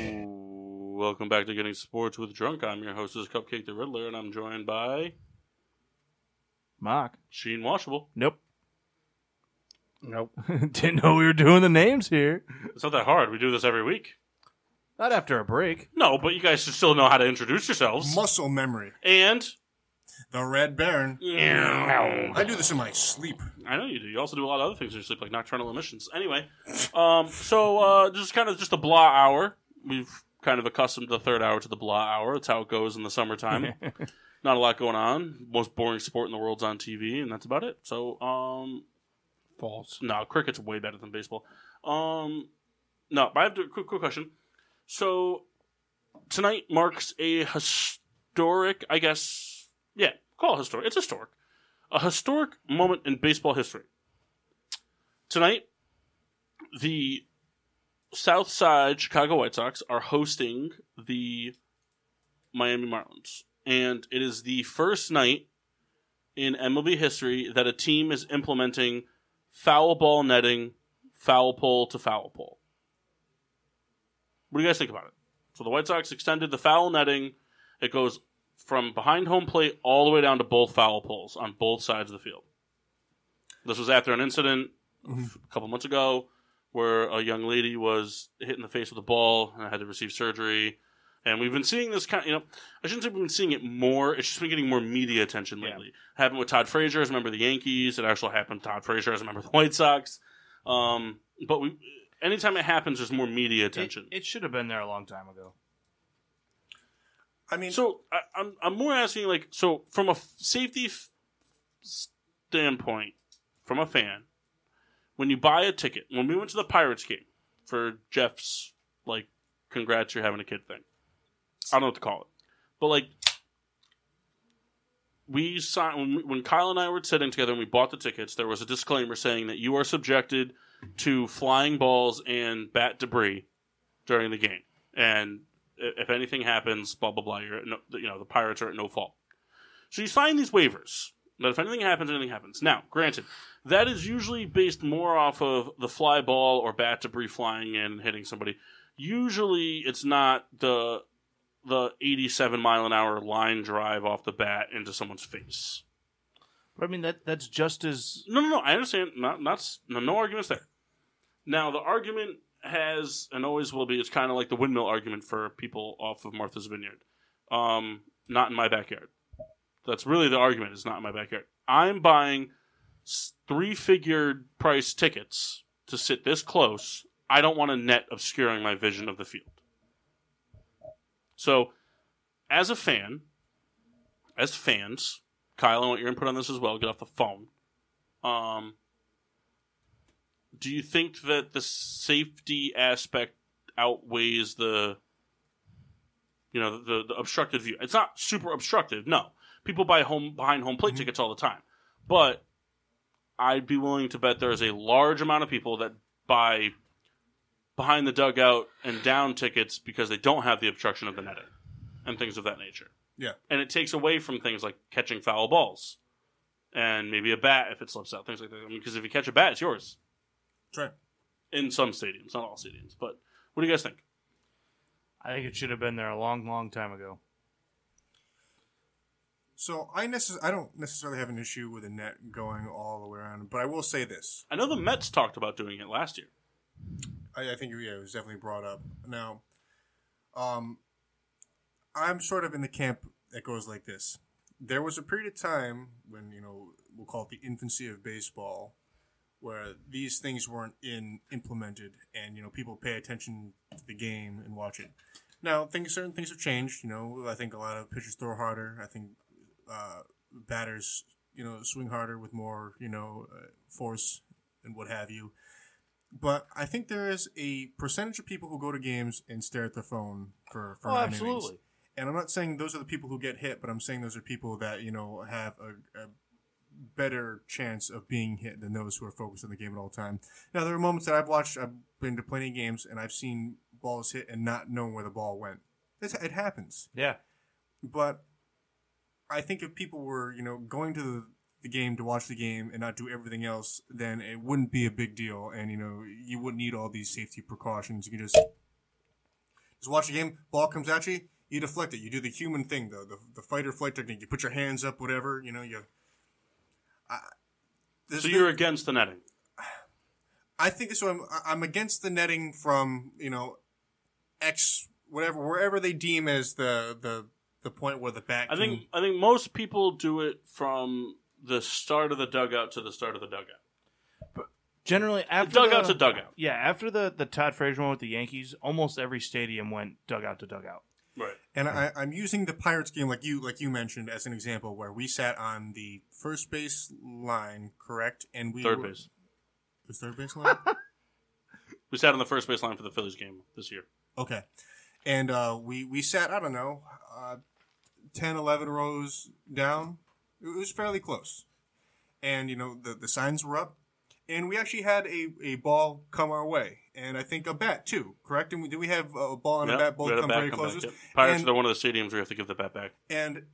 S1: Welcome back to Getting Sports with Drunk. I'm your hostess, Cupcake the Riddler, and I'm joined by
S4: Mock.
S1: Sheen Washable.
S4: Nope.
S3: Nope.
S4: Didn't know we were doing the names here.
S1: It's not that hard. We do this every week.
S4: Not after a break.
S1: No, but you guys should still know how to introduce yourselves.
S2: Muscle memory.
S1: and
S2: The Red Baron.
S1: I
S2: I do this in my sleep.
S1: know you do. You also do a lot of other things in your sleep, like nocturnal emissions. Anyway, um, so uh, this is kind of just a blah hour. We've kind of accustomed the third hour to the blah hour. That's how it goes in the summertime. Not a lot going on. Most boring sport in the world's on TV, and that's about it. So, um,
S3: False.
S1: No, cricket's way better than baseball. Um, no, but I have a quick, quick question. So tonight marks a historic, I guess. Yeah, call it historic. It's historic. A historic moment in baseball history. Tonight, the South Side Chicago White Sox are hosting the Miami Marlins, and it is the first night in MLB history that a team is implementing foul ball netting, foul pole to foul pole. What do you guys think about it? So the White Sox extended the foul netting. It goes from behind home plate all the way down to both foul poles on both sides of the field. This was after an incident a couple months ago where a young lady was hit in the face with a ball and had to receive surgery. And we've been seeing this kind of, you know, I shouldn't say we've been seeing it more. It's just been getting more media attention lately. Happened with Todd Frazier as a member of the Yankees. It actually happened to Todd Frazier as a member of the White Sox. Um, but we, anytime it happens, there's more media attention.
S4: It, it should have been there a long time ago.
S2: I mean,
S1: So I, I'm I'm more asking like so from a f- safety f- standpoint, from a fan, when you buy a ticket, when we went to the Pirates game for Jeff's like congrats you're having a kid thing, I don't know what to call it, but like we signed when, we- when Kyle and I were sitting together and we bought the tickets, there was a disclaimer saying that you are subjected to flying balls and bat debris during the game, and i- if anything happens, blah blah blah. You're at no, you know the pirates are at no fault. So you sign these waivers that if anything happens, anything happens. Now, granted, that is usually based more off of the fly ball or bat debris flying in and hitting somebody. Usually, it's not the the 87 mile an hour line drive off the bat into someone's face.
S4: But I mean that that's just as
S1: No, no, no. I understand. Not, not, s- no, no arguments there. Now, the argument has and always will be. It's kind of like the windmill argument for people off of Martha's Vineyard. Um, not in my backyard. That's really the argument. It's not in my backyard. I'm buying three figure price tickets to sit this close. I don't want a net obscuring my vision of the field. So, as a fan, as fans, Kyle, I want your input on this as well. Get off the phone. Um, do you think that the safety aspect outweighs the, you know, the, the obstructed view? It's not super obstructive. No, people buy home behind home plate tickets all the time, But I'd be willing to bet there is a large amount of people that buy behind the dugout and down tickets because they don't have the obstruction of the netting and things of that nature.
S2: Yeah.
S1: And it takes away from things like catching foul balls and maybe a bat if it slips out, things like that. I mean, because if you catch a bat, it's yours
S2: That's right.
S1: in some stadiums, not all stadiums. But what do you guys think?
S4: I think it should have been there a long, long time ago.
S2: So I necess- I don't necessarily have an issue with a net going all the way around, but I will say this:
S1: I know the Mets talked about doing it last year.
S2: I, I think yeah, it was definitely brought up. Now, um, I'm sort of in the camp that goes like this. There was a period of time when you know we'll call it the infancy of baseball, where these things weren't in implemented, and you know people pay attention to the game and watch it. Now, things certain things have changed. You know, I think a lot of pitchers throw harder. I think uh, batters, you know, swing harder with more, you know, uh, force and what have you but I think there is a percentage of people who go to games and stare at their phone for,
S4: Oh,
S2: for nine innings. And I'm not saying those are the people who get hit, but I'm saying those are people that you know have a, a better chance of being hit than those who are focused on the game at all time. Now there are moments that I've watched. I've been to plenty of games and I've seen balls hit and not knowing where the ball went. It's, it happens
S4: Yeah.
S2: but I think if people were, you know, going to the, the game to watch the game and not do everything else, then it wouldn't be a big deal, and you know, you wouldn't need all these safety precautions. You can just just watch the game. Ball comes at you, you deflect it. You do the human thing, though, the the fight or flight technique. You put your hands up, whatever. You know, you. I, this
S1: So you're against the netting.
S2: I think so. I'm I'm against the netting from you know, X whatever wherever they deem as the the the point where the back.
S1: I think I think most people do it from the start of the dugout to the start of the dugout.
S4: Generally, after
S1: dugout
S4: the,
S1: to dugout.
S4: Yeah, after the the Todd Frazier one with the Yankees, almost every stadium went dugout to dugout.
S1: Right.
S2: And I, I'm using the Pirates game, like you like you mentioned, as an example, where we sat on the first base line, correct? And we
S1: Third
S2: were-
S1: base.
S2: It was third base line.
S1: We sat on the first base line for the Phillies game this year.
S2: okay. And uh, we we sat, I don't know, uh, 10, 11 rows down. It was fairly close. And you know the the signs were up, and we actually had a, a ball come our way, and I think a bat too, correct? And we, did we have a ball and
S1: Yeah,
S2: a bat both
S1: we had a
S2: come
S1: bat
S2: very
S1: come
S2: close?
S1: back, yeah. Pirates
S2: And-
S1: are one of the stadiums where you have to give the bat back.
S2: and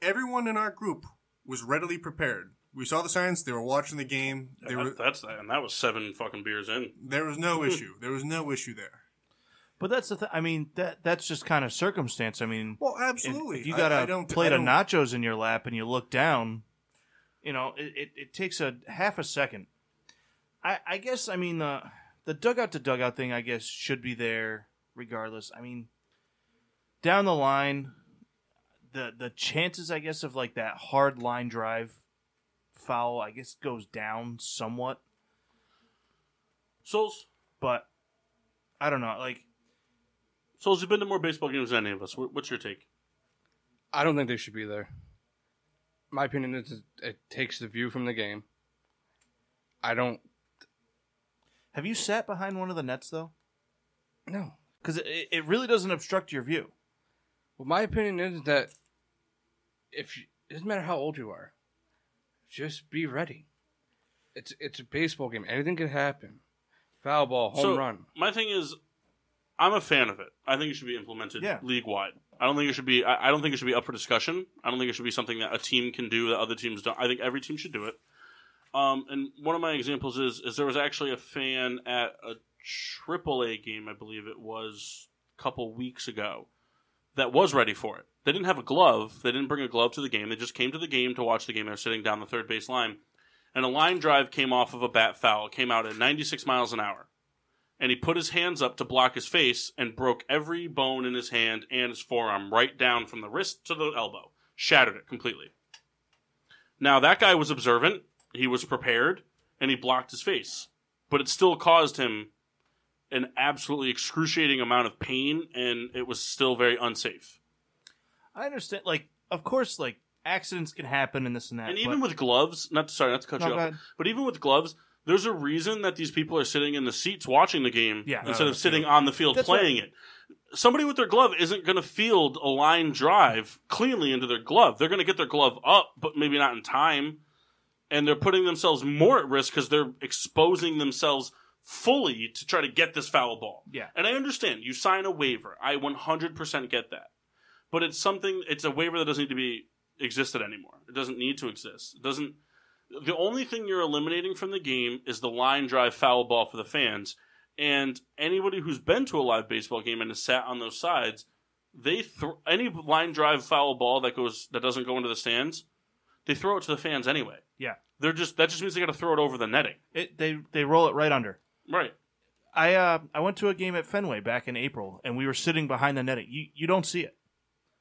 S2: everyone in our group was readily prepared. We saw the signs; they were watching the game. There was
S1: That's and that was seven fucking beers in.
S2: there was no issue. There was no issue there.
S4: But that's the thing. I mean, that that's just kind of circumstance. I mean,
S2: Well,
S4: if-
S2: absolutely.
S4: If you
S2: I-
S4: got
S2: I,
S4: a
S2: don't-
S4: plate
S2: I
S4: of
S2: don't-
S4: nachos in your lap and you look down, you know, it, it, it takes a half a second. I, I guess, I mean, the, the dugout to dugout thing, I guess, should be there regardless. I mean, down the line, the, the chances, I guess, of like that hard line drive foul, I guess, goes down somewhat.
S1: Souls,
S4: But I don't know. Like,
S1: Souls, you've been to more baseball games than any of us. What- What's your take?
S3: I don't think they should be there. My opinion is it- it takes the view from the game. I don't.
S4: have you sat behind one of the nets, though?
S3: No.
S4: Because it, it really doesn't obstruct your view.
S3: Well, my opinion is that if you, it doesn't matter how old you are, just be ready. It's it's a baseball game. Anything can happen. Foul ball, Oh, home
S1: so
S3: run.
S1: my thing is, I'm a fan of it. I think it should be implemented
S4: Yeah.
S1: league wide. I don't think it should be. I, I don't think it should be up for discussion. I don't think it should be something that a team can do that other teams don't. I think every team should do it. Um, and one of my examples is is there was actually a fan at a AAA game, I believe it was a couple weeks ago, that was ready for it. They didn't have a glove. They didn't bring a glove to the game. They just came to the game to watch the game. They were sitting down the third base line, and a line drive came off of a bat foul. It came out at 96 miles an hour and he put his hands up to block his face and broke every bone in his hand and his forearm right down from the wrist to the elbow. Shattered it completely. Now, that guy was observant, he was prepared, and he blocked his face. But it still caused him an absolutely excruciating amount of pain, and it was still very unsafe.
S4: I understand. Like, of course, like accidents can happen and this and that.
S1: And even with gloves, not sorry, not to cut
S4: No,
S1: you
S4: go
S1: off,
S4: ahead.
S1: but even with gloves, there's a reason that these people are sitting in the seats watching the game
S4: Yeah.
S1: instead
S2: No,
S1: of sitting on the field
S4: That's
S1: playing it. Somebody with their glove isn't going to field a line drive cleanly into their glove. They're going to get their glove up, but maybe not in time. and they're putting themselves more at risk because they're exposing themselves fully to try to get this foul ball.
S4: Yeah.
S1: And I understand you sign a waiver. I 100% get that. But it's something it's a waiver that doesn't need to be existed anymore. It doesn't need to exist. It doesn't the only thing you're eliminating from the game is the line drive foul ball for the fans. And anybody who's been to a live baseball game and has sat on those sides, they th- any line drive foul ball that goes that doesn't go into the stands, they throw it to the fans anyway.
S4: Yeah.
S1: They're just that just means they got to throw it over the netting.
S4: It, they they roll it right under.
S1: Right.
S4: I uh, I went to a game at Fenway back in April, and we were sitting behind the netting. You you don't see it,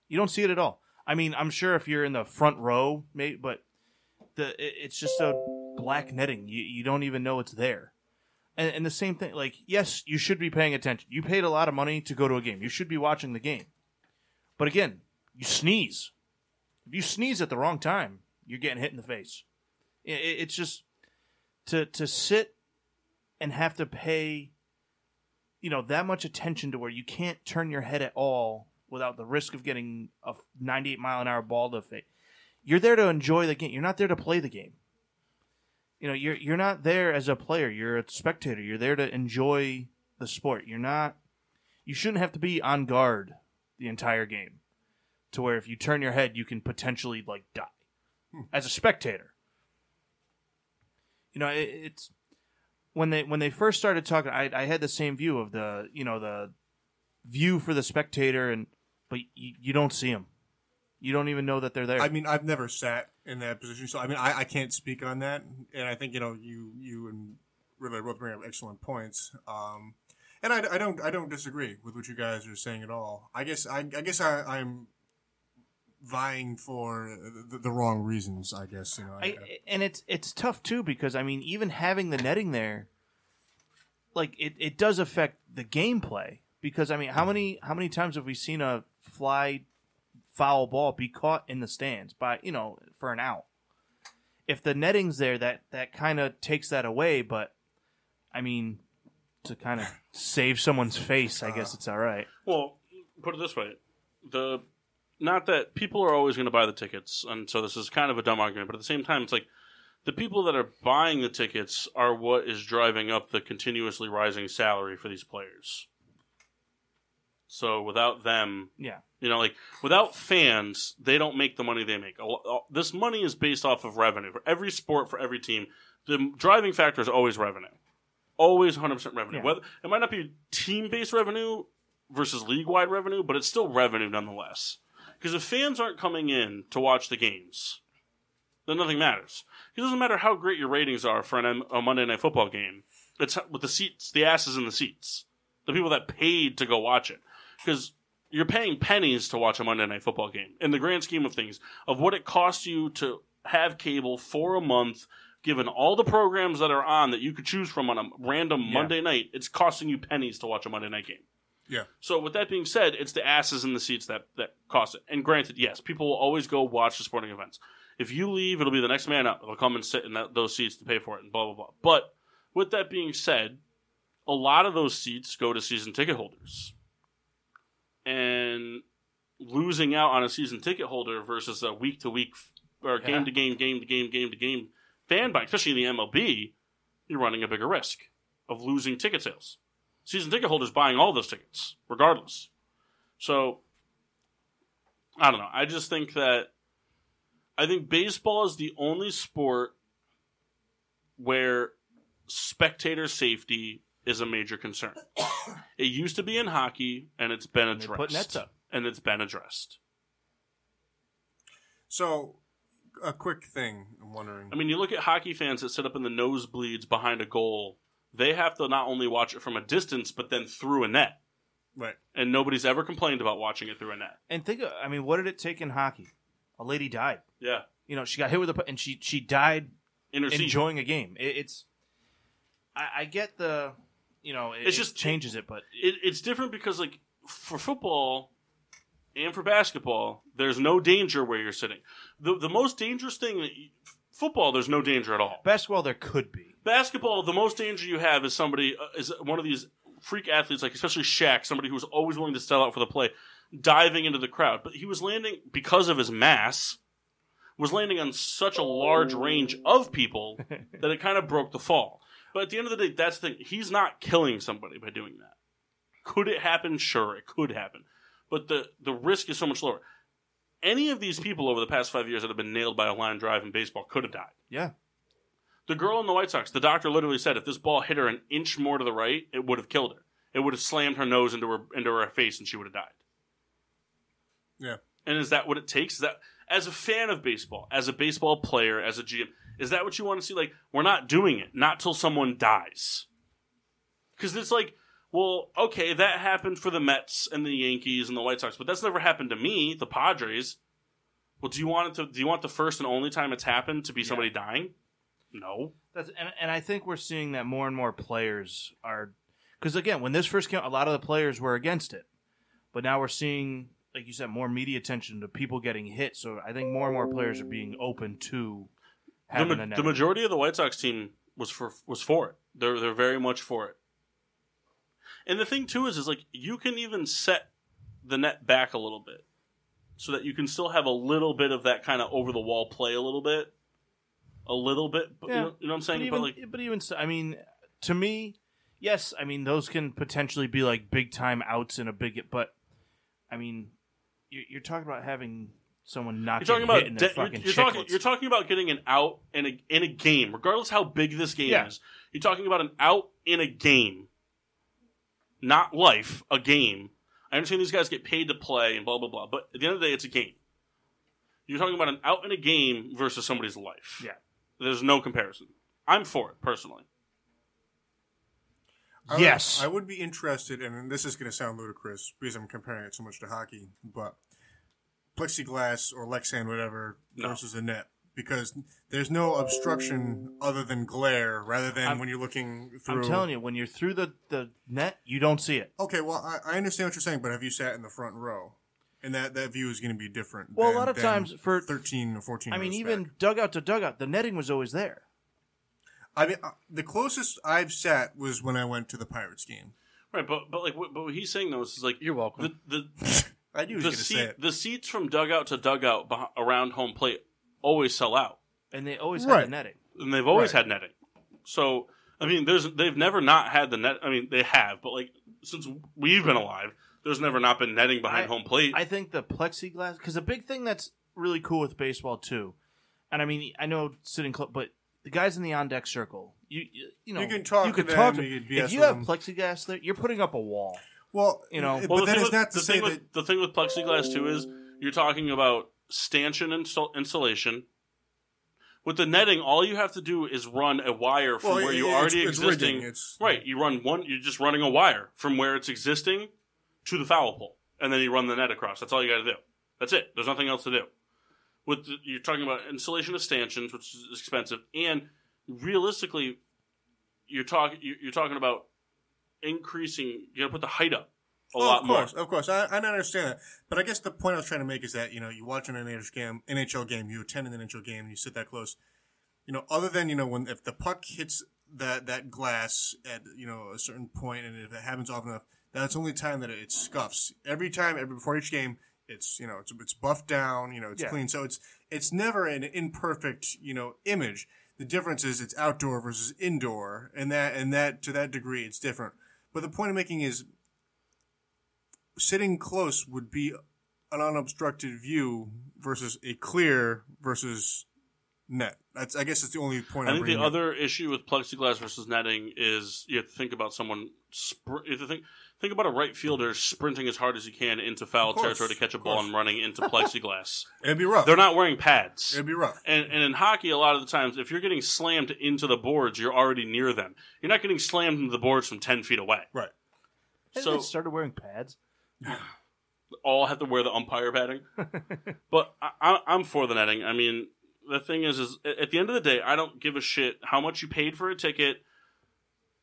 S4: you don't see it at all. I mean, I'm sure if you're in the front row, maybe, but the it, it's just a black netting. You you don't even know it's there. And, and the same thing, like yes, you should be paying attention. You paid a lot of money to go to a game. You should be watching the game. But again, you sneeze. If you sneeze at the wrong time, you're getting hit in the face. I- i- it's just to to sit and have to pay you know that much attention to where you can't turn your head at all without the risk of getting a f- 98 mile an hour ball to the face. You're there to enjoy the game. You're not there to play the game. You know, you're you're not there as a player. You're a spectator. You're there to enjoy the sport. You're not. You shouldn't have to be on guard the entire game, to where if you turn your head, you can potentially like die
S2: Hmm.
S4: as a spectator. You know, it, it's when they when they first started talking, I, I had the same view of the you know the view for the spectator, and but you, you don't see them. You don't even know that they're there.
S2: I mean, I've never sat in that position, so I mean, I, I can't speak on that. And I think you know, you you and really both bring up excellent points. Um, and I, I don't I don't disagree with what you guys are saying at all. I guess I, I guess I, I'm vying for the, the wrong reasons. I guess you know. I,
S4: I, and it's it's tough too because I mean even having the netting there, like it, it does affect the gameplay because I mean how many how many times have we seen a fly foul ball be caught in the stands by you know for an out? If the netting's there, that that kind of takes that away. But I mean, to kind of save someone's face, I guess it's all right.
S1: Well, put it this way: the not that people are always going to buy the tickets, and so this is kind of a dumb argument. But at the same time, it's like the people that are buying the tickets are what is driving up the continuously rising salary for these players. So without them,
S4: Yeah,
S1: you know, like without fans, they don't make the money they make. A lo- This money is based off of revenue for every sport, for every team. The driving factor is always revenue, always 100% revenue.
S4: Yeah.
S1: Whether it might not be team based revenue versus league wide revenue, but it's still revenue nonetheless. Because if fans aren't coming in to watch the games, then nothing matters. It doesn't matter how great your ratings are for an, a Monday night football game. It's with the seats, the asses in the seats, the people that paid to go watch it. Because you're paying pennies to watch a Monday night football game. In the grand scheme of things, of what it costs you to have cable for a month, given all the programs that are on that you could choose from on a random Monday night, it's costing you pennies to watch a Monday night game.
S2: Yeah.
S1: So with that being said, it's the asses in the seats that that cost it. And granted, yes, people will always go watch the sporting events. If you leave, it'll be the next man up. They'll come and sit in that, those seats to pay for it and blah blah blah. But with that being said, a lot of those seats go to season ticket holders. And losing out on a season ticket holder versus a week to week or
S4: Yeah.
S1: game to game, game to game, game to game fan buy, especially in the MLB, you're running a bigger risk of losing ticket sales. Season ticket holders buying all those tickets, regardless. So I don't know. I just think that I think baseball is the only sport where spectator safety is a major concern. it used to be in hockey, and it's been
S4: they
S1: addressed.
S4: put nets up.
S1: and it's been addressed.
S2: so, a quick thing I'm wondering.
S1: I mean, you look at hockey fans that sit up in the nosebleeds behind a goal. They have to not only watch it from a distance, but then through a net.
S2: right.
S1: And nobody's ever complained about watching it through a net.
S4: and think of- I mean what did it take in hockey? A lady died.
S1: Yeah,
S4: You know, she got hit with a pu- and she she died
S1: inner seat.
S4: enjoying a game. It, it's I, I get the you know it,
S1: It's
S4: it
S1: just-
S4: changes it, but
S1: it, it's different because like for football and for basketball, there's no danger where you're sitting. The the most dangerous thing that you, football, there's no danger at all.
S4: basketball there could be.
S1: Basketball, the most danger you have is somebody uh, is one of these freak athletes, like especially Shaq, somebody who's always willing to sell out for the play, diving into the crowd. But he was landing because of his mass, was landing on such a large range of people that it kind of broke the fall. But at the end of the day, that's the thing. He's not killing somebody by doing that. Could it happen? Sure, it could happen. But the, the risk is so much lower. Any of these people over the past five years that have been nailed by a line drive in baseball could have died.
S4: Yeah.
S1: The girl in the White Sox, the doctor literally said if this ball hit her an inch more to the right, it would have killed her. It would have slammed her nose into her into her face and she would have died.
S2: Yeah.
S1: And is that what it takes? Is that as a fan of baseball, as a baseball player, as a GM, is that what you want to see? Like, we're not doing it, not till someone dies. Because it's like, well, okay, that happened for the Mets and the Yankees and the White Sox, but that's never happened to me, the Padres. Well, do you want it to? Do you want the first and only time it's happened to be somebody dying? No.
S4: That's and, and I think we're seeing that more and more players are because again, when this first came, out, a lot of the players were against it, but now we're seeing, like you said, more media attention to people getting hit. So I think more and more players are being open to
S1: the,
S4: having
S1: ma-
S4: a net.
S1: the majority of the White Sox team was for was for it. They're they're very much for it. And the thing too is is like you can even set the net back a little bit so that you can still have a little bit of that kind of over the wall play a little bit. A little bit, but
S4: Yeah.
S1: you, know, you know what I'm
S4: but
S1: saying?
S4: even,
S1: but like
S4: but even so, I mean, to me, yes, I mean those can potentially be like big time outs in a big, but I mean, you're, you're talking about having someone not
S1: you're talking
S4: get hit
S1: about
S4: in
S1: de-
S4: their
S1: you're,
S4: fucking
S1: you're talking
S4: chicklets.
S1: you're talking about getting an out in a in a game, regardless how big this game
S4: Yeah.
S1: is. You're talking about an out in a game, not life, a game. I understand these guys get paid to play and blah blah blah, but at the end of the day, it's a game. You're talking about an out in a game versus somebody's life.
S4: Yeah.
S1: there's no comparison. I'm for it personally.
S2: I would-
S4: Yes.
S2: I would be interested, and this is going to sound ludicrous because I'm comparing it so much to hockey, but plexiglass or Lexan, whatever,
S1: No.
S2: versus a net. Because there's no obstruction other than glare, rather than
S4: I'm-
S2: when you're looking through.
S4: I'm telling you, when you're through the, the net, you don't see it.
S2: Okay, well, I, I understand what you're saying, but have you sat in the front row? And that, that view is going to be different.
S4: Well, a
S2: than-
S4: lot of
S2: than
S4: times for-
S2: 13 or 14.
S4: I mean,
S2: rows
S4: even
S2: back.
S4: dugout to dugout, the netting was always there.
S2: I mean, uh, the closest I've sat was when I went to the Pirates game.
S1: Right, but but like what, but what he's saying though is like
S3: You're welcome.
S1: the the
S2: I knew he was
S1: the,
S2: going to say
S1: seat,
S2: it.
S1: the seats from dugout to dugout beh around home plate always sell out.
S4: And they always had
S2: Right.
S4: the netting.
S1: and they've always
S2: Right.
S1: had netting. So I mean, there's they've never not had the net. I mean, they have, but like since we've been alive, there's never not been netting behind
S4: I-
S1: home plate.
S4: I think the plexiglass, because a big thing that's really cool with baseball too, and I mean, I know sitting close, but the guys in the on deck circle, you you, you know,
S2: You can talk to them, you can BS
S4: if you
S2: with them.
S4: have plexiglass there, you're putting up a wall.
S2: Well,
S4: You know,
S2: but
S1: Well, the
S2: that
S1: thing
S2: is
S1: with-
S2: not to
S1: the
S2: say
S1: thing
S2: that.
S1: with, the thing with plexiglass too is you're talking about stanchion install, installation. With the netting, all you have to do is run a wire from
S2: Well,
S1: where
S2: it-
S1: you
S2: it's-
S1: already
S2: it's rigging,
S1: existing.
S2: it's-
S1: right, you run one. You're just running a wire from where it's existing to the foul pole, and then you run the net across. That's all you got to do. That's it. There's nothing else to do. With the, you're talking about installation of stanchions, which is expensive, and realistically, you're talking you're talking about increasing. You got to put the height up a
S2: Oh,
S1: lot
S2: of
S1: more.
S2: course, of course. I, I understand that. But I guess the point I was trying to make is that, you know, you watch an NHL game, NHL game, you attend an NHL game, and you sit that close. You know, other than, you know, when if the puck hits that, that glass at, you know, a certain point, and if it happens often enough, that's the only time that it, it scuffs. Every time, every before each game, it's, you know, it's, it's buffed down, you know, it's
S4: Yeah.
S2: clean. So it's, it's never an imperfect, you know, image. The difference is it's outdoor versus indoor, and that, and that, to that degree, it's different. But the point I'm making is sitting close would be an unobstructed view versus a clear versus net. That's I guess that's the only point.
S1: I
S2: I'm
S1: think the
S2: bringing up.
S1: other issue with plexiglass versus netting is you have to think about someone. Spr- you have to think think about a right fielder sprinting as hard as he can into foul
S2: Of course,
S1: territory to catch a
S2: of
S1: ball
S2: course.
S1: and running into plexiglass.
S2: it'd be rough.
S1: They're not wearing pads.
S2: It'd be rough.
S1: And, and in hockey, a lot of the times, if you're getting slammed into the boards, you're already near them. You're not getting slammed into the boards from 10 feet away.
S2: Right.
S4: Hasn't
S1: So-
S4: they started wearing pads.
S1: all have to wear the umpire padding. but I, I, I'm for the netting. I mean, the thing is, is a- at the end of the day, I don't give a shit how much you paid for a ticket.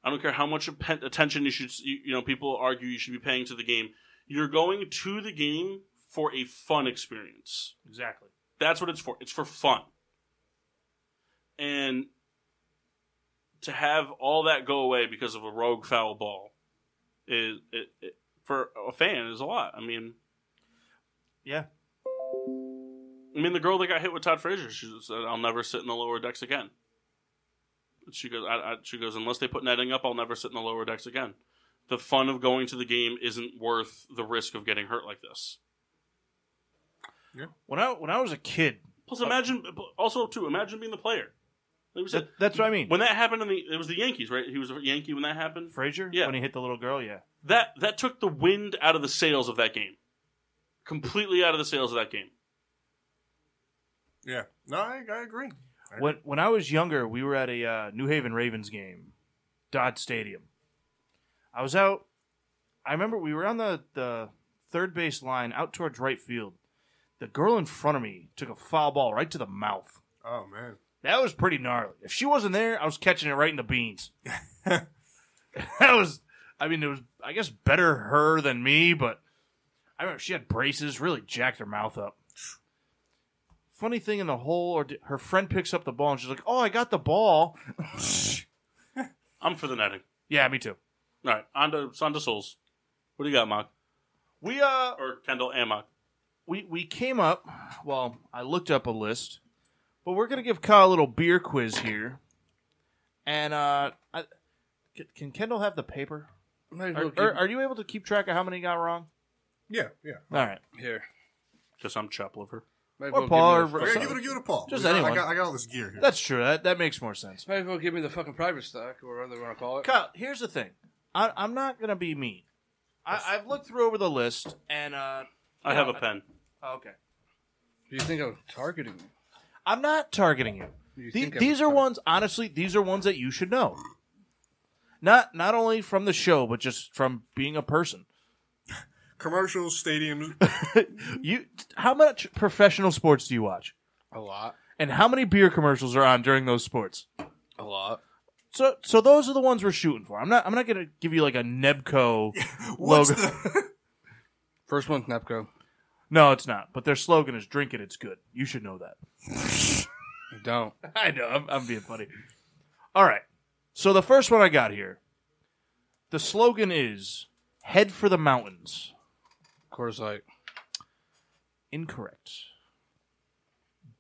S1: I don't care how much appen- attention you should. You, you know, people argue you should be paying to the game. You're going to the game for a fun experience.
S4: Exactly.
S1: That's what it's for. It's for fun. And to have all that go away because of a rogue foul ball is it, it, for a fan is a lot. I mean,
S4: Yeah.
S1: I mean, the girl that got hit with Todd Frazier, she said, "I'll never sit in the lower decks again." She goes, I, I, "She goes, unless they put netting up, I'll never sit in the lower decks again." The fun of going to the game isn't worth the risk of getting hurt like this.
S4: When I when I was a kid,
S1: Plus, imagine also too. Imagine being the player. Like we said,
S4: that, that's what I mean.
S1: when that happened, in the, it was the Yankees, right? He was a Yankee when that happened.
S4: Frazier,
S1: Yeah.
S4: when he hit the little girl, yeah.
S1: that that took the wind out of the sails of that game. Completely out of the sails of that game.
S2: Yeah. No, I, I agree.
S4: When when I was younger, we were at a uh, New Haven Ravens game, Dodd Stadium. I was out. I remember we were on the the third base line out towards right field. The girl in front of me took a foul ball right to the mouth.
S2: Oh man.
S4: That was pretty gnarly. If she wasn't there, I was catching it right in the beans. that was, I mean, it was, I guess, better her than me, but I remember she had braces, really jacked her mouth up. Funny thing in the hole, or her friend picks up the ball and she's like, "Oh, I got the ball."
S1: I'm for the netting.
S4: Yeah, me too.
S1: All right, on to, on to Souls. What do you got, Mock?
S4: We uh,
S1: Or Kendall and Mock?
S4: we we came up. Well, I looked up a list, but we're gonna give Kyle a little beer quiz here. And uh, I, can- can Kendall have the paper?
S3: Might as
S4: Are,
S3: well
S4: are,
S3: keep-
S4: are you able to keep track of how many got wrong?
S2: Yeah, yeah.
S4: All right.
S3: here.
S1: Because I'm chop liver.
S3: Might as
S4: Or
S3: well give
S4: Paul
S3: me the
S4: or-
S3: fuck-
S2: Okay, give it, a, give it a Paul.
S4: Just
S2: I got-
S4: anyone.
S2: I got, I got all this gear here.
S4: That's true. That, that makes more sense.
S3: Might as well give me the fucking private stock or whatever they want to call it.
S4: Kyle, here's the thing. I, I'm not going to be mean. I, I've looked through over the list, and uh, oh,
S1: I have a pen.
S4: okay,
S3: Do you think I'm targeting you?
S4: I'm not targeting you.
S3: you?
S4: The-
S3: think I'm
S4: these are
S3: targeting-
S4: ones, honestly. These are ones that you should know. Not not only from the show, but just from being a person.
S2: Commercials, stadiums.
S4: You, how much professional sports do you watch,
S3: A lot.
S4: and how many beer commercials are on during those sports?
S3: A lot.
S4: So so those are the ones we're shooting for. I'm not I'm not going to give you like a Nebco
S2: What's
S4: logo.
S2: the?
S3: First one's Nepco.
S4: No, it's not. But their slogan is "Drink it, it's good." You should know that.
S3: Don't.
S4: I know. I'm, I'm being funny. All right. So the first one I got here, the slogan is "Head for the mountains."
S3: Coors Light.
S4: Incorrect.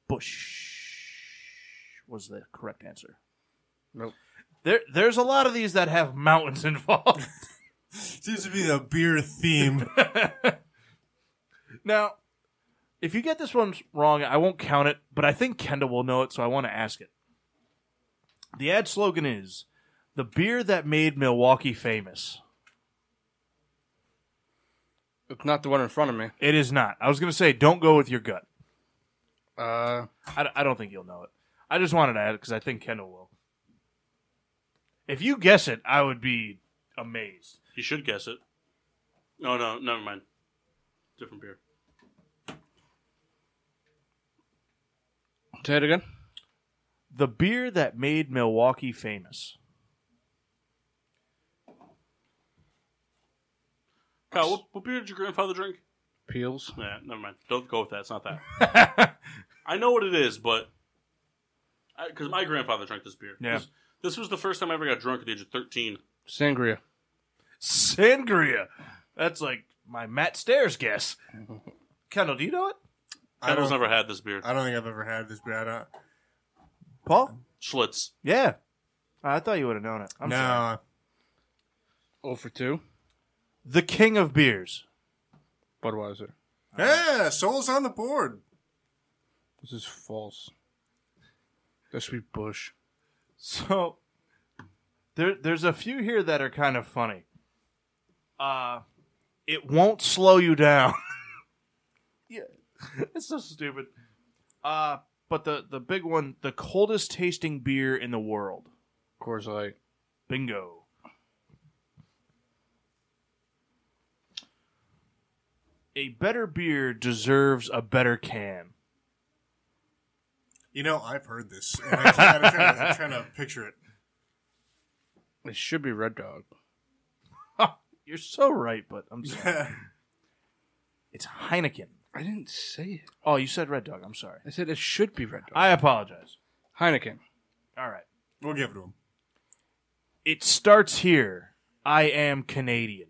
S4: Bush was the correct answer.
S3: Nope.
S4: There, there's a lot of these that have mountains involved.
S2: Seems to be the beer theme.
S4: now, if you get this one wrong, I won't count it, but I think Kendall will know it, so I want to ask it. The ad slogan is "The beer that made Milwaukee famous."
S3: It's not the one in front of me.
S4: It is not. I was going to say, don't go with your gut.
S3: Uh,
S4: I, I don't think you'll know it. I just wanted to add it because I think Kendall will. If you guess it, I would be amazed.
S1: You should guess it. No, no, never mind. Different beer.
S3: say it again.
S4: The beer that made Milwaukee famous.
S1: Kyle, what, what beer did your grandfather drink?
S3: Peels.
S1: Nah, never mind. Don't go with that. It's not that. I know what it is, but because my grandfather drank this beer.
S4: Yeah.
S1: This, this was the first time I ever got drunk at the age of thirteen.
S3: Sangria.
S4: Sangria. That's like my Matt Stairs guess. Kendall, do you know it?
S2: I
S1: Kendall's
S2: don't,
S1: never had this beer.
S2: I don't think I've ever had this beer. I don't,
S4: Paul?
S1: Schlitz.
S4: Yeah. Uh, I thought you would have known it. I'm
S2: no,
S4: sorry.
S3: Oh for 2.
S4: The king of beers.
S3: Budweiser.
S2: yeah, Soul's on the board.
S3: This is false. That should be Bush.
S4: So there, there's a few here that are kind of funny. Uh, it won't slow you down. yeah, it's so stupid. Uh, but the the big one, the coldest tasting beer in the world.
S3: Coors Light.
S4: Bingo. A better beer deserves a better can.
S2: You know, I've heard this. And I can't, I'm, trying to, I'm trying to picture it.
S3: It should be Red Dog.
S4: You're so right, but I'm sorry. it's Heineken.
S3: I didn't say it.
S4: Oh, you said Red Dog. I'm sorry.
S3: I said it should be Red Dog.
S4: I apologize.
S3: Heineken.
S4: All right.
S2: we'll give it to him.
S4: It starts here. I am Canadian.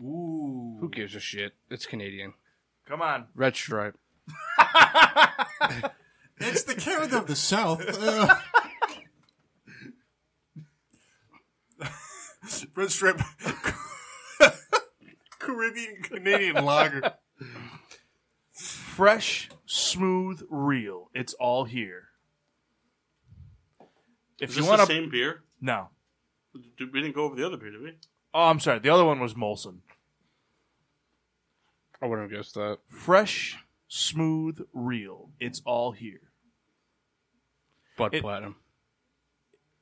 S2: Ooh.
S3: Who gives a shit? It's Canadian.
S4: Come on.
S3: Red Stripe.
S2: It's the Canada of the South. Ugh. Red Stripe Caribbean Canadian lager.
S4: Fresh, smooth, real. It's all here. If
S1: Is
S4: you
S1: this
S4: want
S1: the
S4: to,
S1: same beer?
S4: no.
S1: Did, we didn't go over the other beer, did we?
S4: Oh, I'm sorry. The other one was Molson.
S3: I wouldn't have guessed that.
S4: Fresh, smooth, real. It's all here.
S3: But
S4: It-
S3: platinum.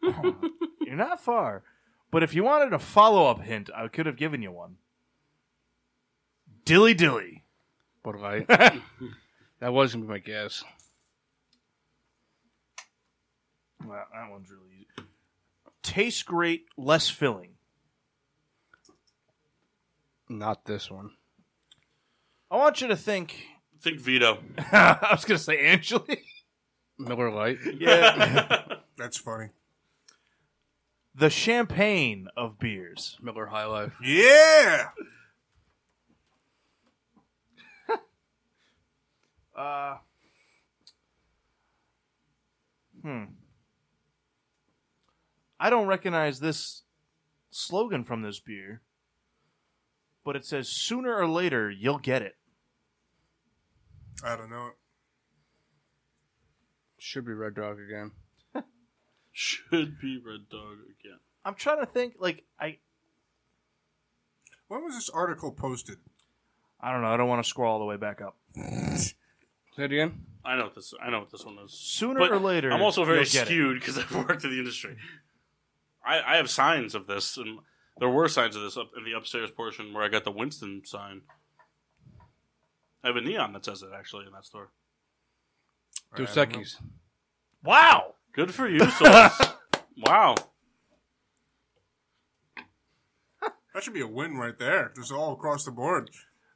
S4: You're not far. But if you wanted a follow up hint, I could have given you one. Dilly dilly.
S3: Bud Light. that was gonna be my guess.
S4: Well, that one's really easy. Tastes great, less filling.
S3: Not this one.
S4: I want you to think.
S1: Think Vito.
S4: I was going to say Angeli.
S3: Miller Light.
S4: Yeah.
S2: That's funny.
S4: the champagne of beers.
S3: Miller High Life.
S2: Yeah.
S4: Uh, hmm. I don't recognize this slogan from this beer, but it says sooner or later you'll get it.
S2: I don't know.
S3: Should be Red Dog again.
S1: Should be Red Dog again.
S4: I'm trying to think. Like I,
S2: When was this article posted?
S4: I don't know. I don't want to scroll all the way back up.
S3: Say it again.
S1: I know what this. I know what this one is.
S4: Sooner
S1: But
S4: or later,
S1: I'm also very
S4: you'll get it.
S1: skewed because I've worked in the industry. I, I have signs of this, and there were signs of this up in the upstairs portion where I got the Winston sign. I have a neon that says it actually in that store.
S3: Dos Equis.
S4: Wow.
S1: Good for you, Sauce. wow.
S2: That should be a win right there. Just all across the board.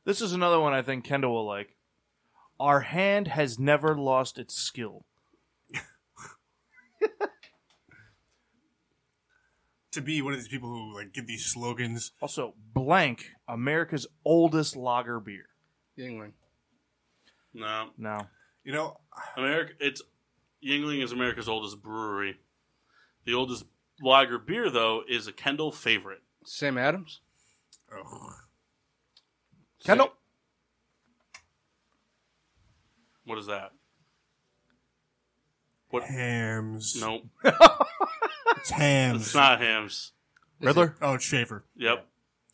S4: This is another one I think Kendall will like. Our hand has never lost its skill.
S2: To be one of these people who like give these slogans.
S4: Also, blank America's oldest lager beer.
S3: Yingling.
S1: No,
S4: No.
S2: You know,
S1: America. It's Yingling is America's oldest brewery. The oldest lager beer, though, is a Kendall favorite.
S3: Sam Adams.
S2: ugh.
S4: Kendall.
S1: What is that? What?
S2: hams.
S1: Nope,
S2: it's hams.
S1: it's not hams.
S3: Is
S4: Riddler?
S2: Oh, it's Schaefer.
S1: Yep.
S3: Is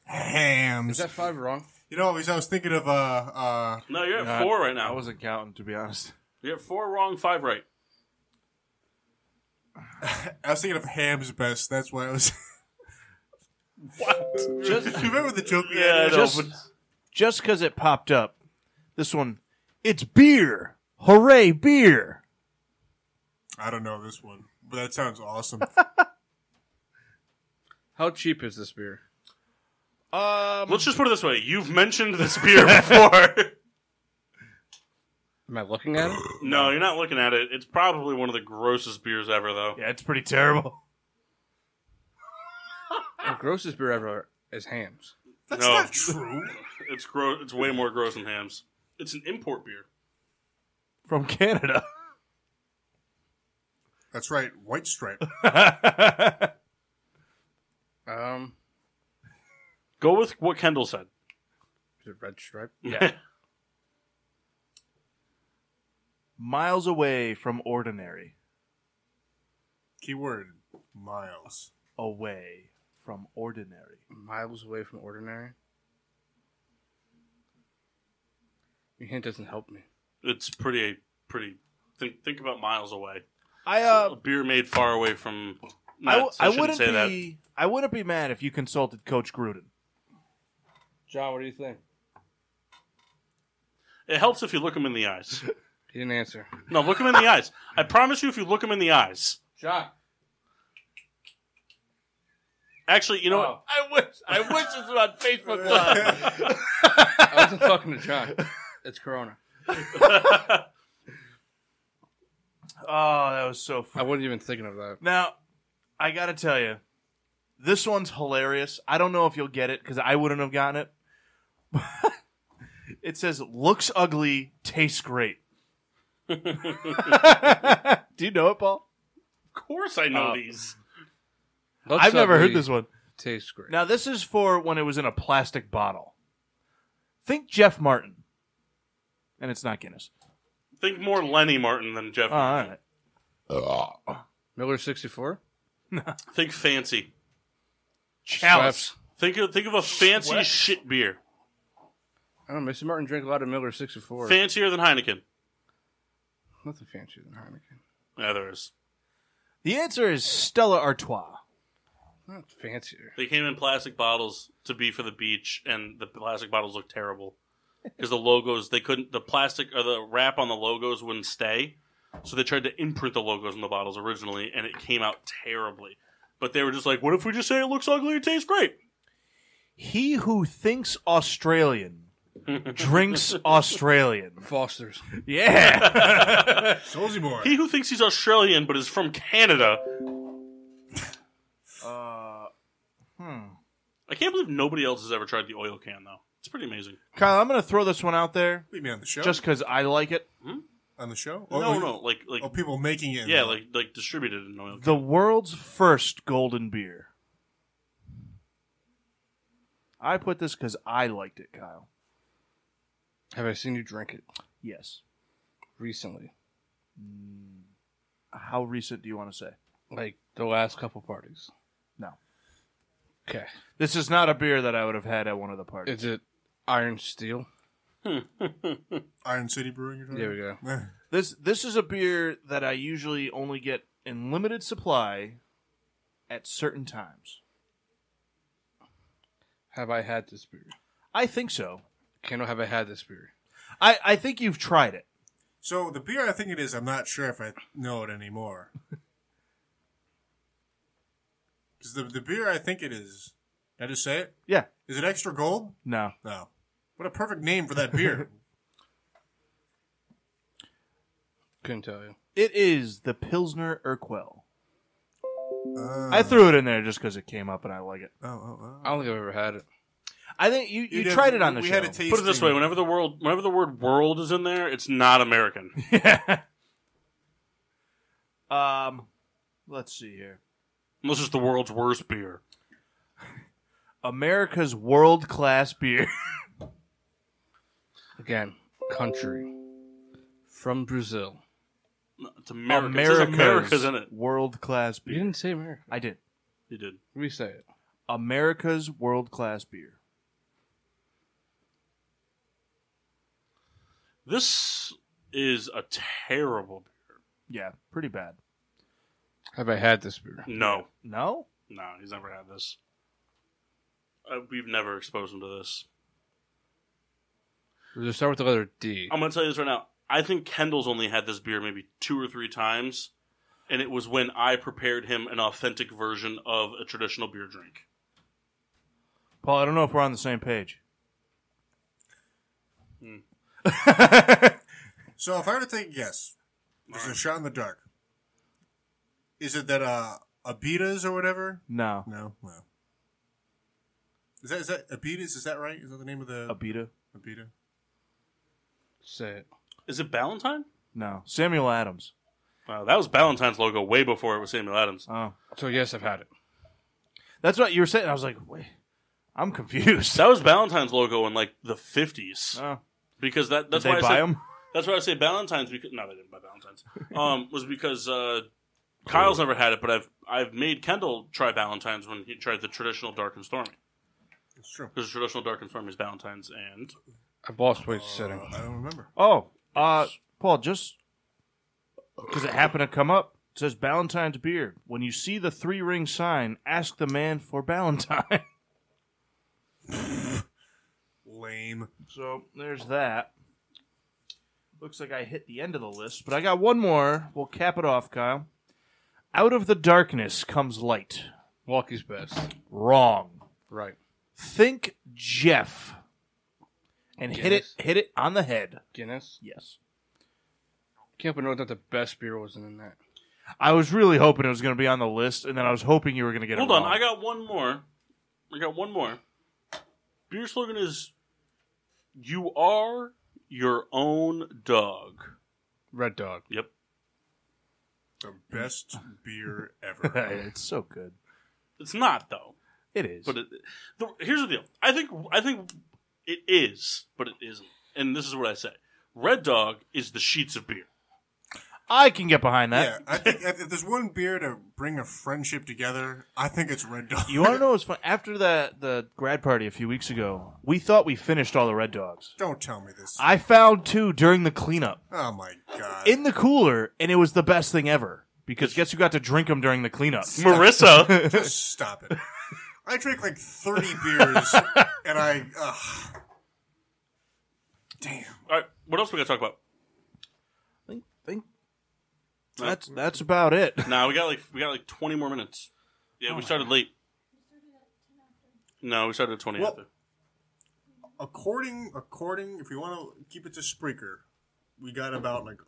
S2: Hams.
S3: that five wrong?
S2: you know, I was thinking of uh uh
S1: No, you're at four right now.
S4: wasn't counting, to be honest.
S1: You're at four wrong, five right.
S2: I was thinking of Ham's best. That's why I was.
S1: What?
S2: Just you remember the joke? we
S1: Yeah, I
S2: had?
S1: know,
S4: Just-
S1: but
S4: Just because it popped up, this one, it's beer. Hooray, beer.
S2: I don't know this one, but that sounds awesome.
S3: How cheap is this beer?
S4: Um,
S1: let's just put it this way: you've mentioned this beer before.
S3: Am I looking at it?
S1: no, you're not looking at it. It's probably one of the grossest beers ever, though.
S4: yeah, it's pretty terrible.
S3: the grossest beer ever is Hams.
S2: That's
S1: No.
S2: not true.
S1: It's gross. It's way more gross than hams. It's an import beer.
S4: From Canada.
S2: That's right. White stripe.
S3: Um,
S1: Go with what Kendall said.
S3: is it Red Stripe?
S4: Yeah. Miles away from ordinary.
S2: Keyword miles.
S4: Away from ordinary.
S3: Miles away from ordinary. Your hint doesn't help me.
S1: it's pretty pretty. Think think about miles away.
S4: I uh,
S1: a beer made far away from.
S4: I,
S1: nuts. I,
S4: I
S1: shouldn't
S4: wouldn't
S1: say that.
S4: be. I wouldn't be mad if you consulted Coach Gruden.
S3: John, what do you think?
S1: It helps if you look him in the eyes.
S3: He didn't answer.
S1: No, look him in the eyes. I promise you, if you look him in the eyes.
S3: John.
S1: Actually, you know what?
S4: I wish. I wish this was on Facebook
S3: I wasn't talking to John. It's Corona.
S4: oh, that was so
S3: I
S4: funny.
S3: wasn't even thinking of that.
S4: now, I gotta tell you, this one's hilarious. I don't know if you'll get it because I wouldn't have gotten it. It says looks ugly, tastes great. Do you know it, Paul?
S1: Of course, I know
S4: Uh,
S1: these.
S3: Looks
S4: I've never heard
S3: ugly,
S4: this one.
S3: Tastes great.
S4: Now this is for when it was in a plastic bottle. Think Jeff Martin. And it's not Guinness.
S1: Think more Lenny Martin than Jeff.
S4: Oh, all right.
S3: Miller 64?
S1: Think fancy.
S4: Chalice.
S3: Schweppes.
S1: Think of, think of a fancy shit beer,
S3: I don't know. Mr. Martin drank a lot of Miller 64.
S1: fancier than Heineken.
S3: Nothing fancier than Heineken.
S1: Yeah, there is.
S4: The answer is Stella Artois.
S3: Not fancier.
S1: They came in plastic bottles to be for the beach, and the plastic bottles look terrible because the logos they couldn't the plastic or the wrap on the logos wouldn't stay, so they tried to imprint the logos on the bottles originally, and it came out terribly. But they were just like, "What if we just say it looks ugly? It tastes great."
S4: He who thinks Australian drinks Australian.
S3: Foster's.
S4: Yeah.
S2: Soulsy boy.
S1: He who thinks he's Australian but is from Canada.
S4: Hmm.
S1: I can't believe nobody else has ever tried the oil can though. It's pretty amazing.
S4: Kyle, I'm going to throw this one out there
S2: Leave me on the show.
S4: just because I like it.
S2: on the show.
S1: no, no, like like
S2: Oh, people making it. in
S1: yeah,
S2: the-
S1: like like distributed in oil.
S4: The world's first golden beer. I put this because I liked it, Kyle.
S3: Have I seen you drink it
S4: Yes.
S3: recently?
S4: How recent do you want to say?
S3: Like the last couple parties?
S4: No.
S3: Okay.
S4: This is not a beer that I would have had at one of the parties.
S3: Is it Iron Steel?
S2: Iron City Brewing. You're talking
S3: There we go.
S2: about? Eh.
S4: This this is a beer that I usually only get in limited supply at certain times.
S3: Have I had this beer?
S4: I think so.
S3: Kendall, have I had this beer?
S4: I, I think you've tried it.
S2: So the beer I think it is, I'm not sure if I know it anymore. Because the, the beer I think it is, can I just say it?
S4: Yeah.
S2: Is it Extra Gold?
S4: No.
S2: No. What a perfect name for that beer.
S3: Couldn't tell you.
S4: It is the Pilsner Urquell.
S2: Uh,
S4: I threw it in there just because it came up and I like it.
S2: Oh, oh, oh.
S3: I don't think I've ever had it.
S4: I think you, you,
S2: did-
S4: tried it on the
S2: we
S4: show.
S2: had a tasting.
S1: Put it this way: whenever the world, whenever the word "world" is in there, it's not American.
S4: um, let's see here.
S1: Unless it's the world's worst beer.
S4: America's world class beer.
S3: Again, country. From Brazil.
S1: No, It's America. America's, it says America's in it.
S4: world class
S3: You
S4: beer.
S3: didn't say America.
S4: I did.
S1: You did.
S3: We say it.
S4: America's world class beer.
S1: This is a terrible
S4: Yeah, pretty bad.
S3: Have I had this beer?
S1: beer. No,
S4: No?
S1: no, he's never had this. Uh, we've never exposed him to this.
S3: Does it start with the letter D?
S1: I'm going to tell you this right now. I think Kendall's only had this beer maybe two or three times, and it was when I prepared him an authentic version of a traditional beer drink.
S4: Paul, I don't know if we're on the same page.
S1: Hmm.
S2: So if I were to take a guess, this is a shot in the dark. Is it that uh, Abitas or whatever?
S4: No.
S2: No, no. Is that is that Abitas? Is that right? Is that the name of the
S4: Abita?
S2: Abita?
S3: Say it.
S1: Is it Ballantine?
S4: No. Samuel Adams.
S1: Wow, that was Ballantine's logo way before it was Samuel Adams.
S4: Oh.
S3: So yes, I've had it.
S4: That's what you were saying. I was like, wait, I'm confused.
S1: That was Ballantine's logo in like the 50s.
S4: oh.
S1: because that that's
S4: Did
S1: why
S4: they
S1: I
S4: buy
S1: said,
S4: them?
S1: That's why I say Valentine's because no, they didn't buy Valentine's. Um, was because uh, Kyle's never had it, but I've I've made Kendall try Valentine's when he tried the traditional dark and stormy
S2: It's true.
S1: because the traditional dark and stormy is Valentine's and
S3: I've lost weight sitting.
S2: I don't remember.
S4: Oh. Uh, Paul, just because it happened to come up, it says Ballantine's beer. When you see the three ring sign, ask the man for Ballantine.
S2: Lame.
S4: So there's that. Looks like I hit the end of the list, but I got one more. We'll cap it off, Kyle. Out of the darkness comes light.
S3: Milwaukee's best.
S4: Wrong.
S3: Right.
S4: Think Jeff. And hit it
S3: Guinness.
S4: hit it on the head.
S3: Guinness.
S4: Yes.
S3: Can't but know that the best beer wasn't in that.
S4: I was really hoping it was gonna be on the list, and then I was hoping you were gonna get
S1: hold
S4: it.
S1: on,
S4: wrong.
S1: I got one more. I got one more. Beer slogan is You are your own dog.
S3: Red Dog.
S1: Yep.
S2: The best beer ever.
S4: it's so good.
S1: It's not though.
S4: It is.
S1: But it, the, here's the deal. I think I think it is, but it isn't. And this is what I say. Red Dog is the sheets of beer.
S4: I can get behind that.
S2: yeah, I think if if there's one beer to bring a friendship together, I think it's Red Dog.
S4: You want to know what's fun? After the the grad party a few weeks ago, we thought we finished all the red dogs.
S2: Don't tell me this.
S4: I found two during the cleanup
S2: oh my god.
S4: in the cooler, and it was the best thing ever. Because guess who got to drink them during the cleanup?
S1: Marissa.
S2: Just stop it. I drank like 30 beers and I. Ugh. Damn.
S1: All right. What else we got to talk about?
S4: think, think that's that's about it.
S1: Nah, we got like we got like 20 more minutes. Yeah, we started late. No, we started at 20
S2: Well-
S1: after.
S2: According, according, if we want to keep it to Spreaker, we got about like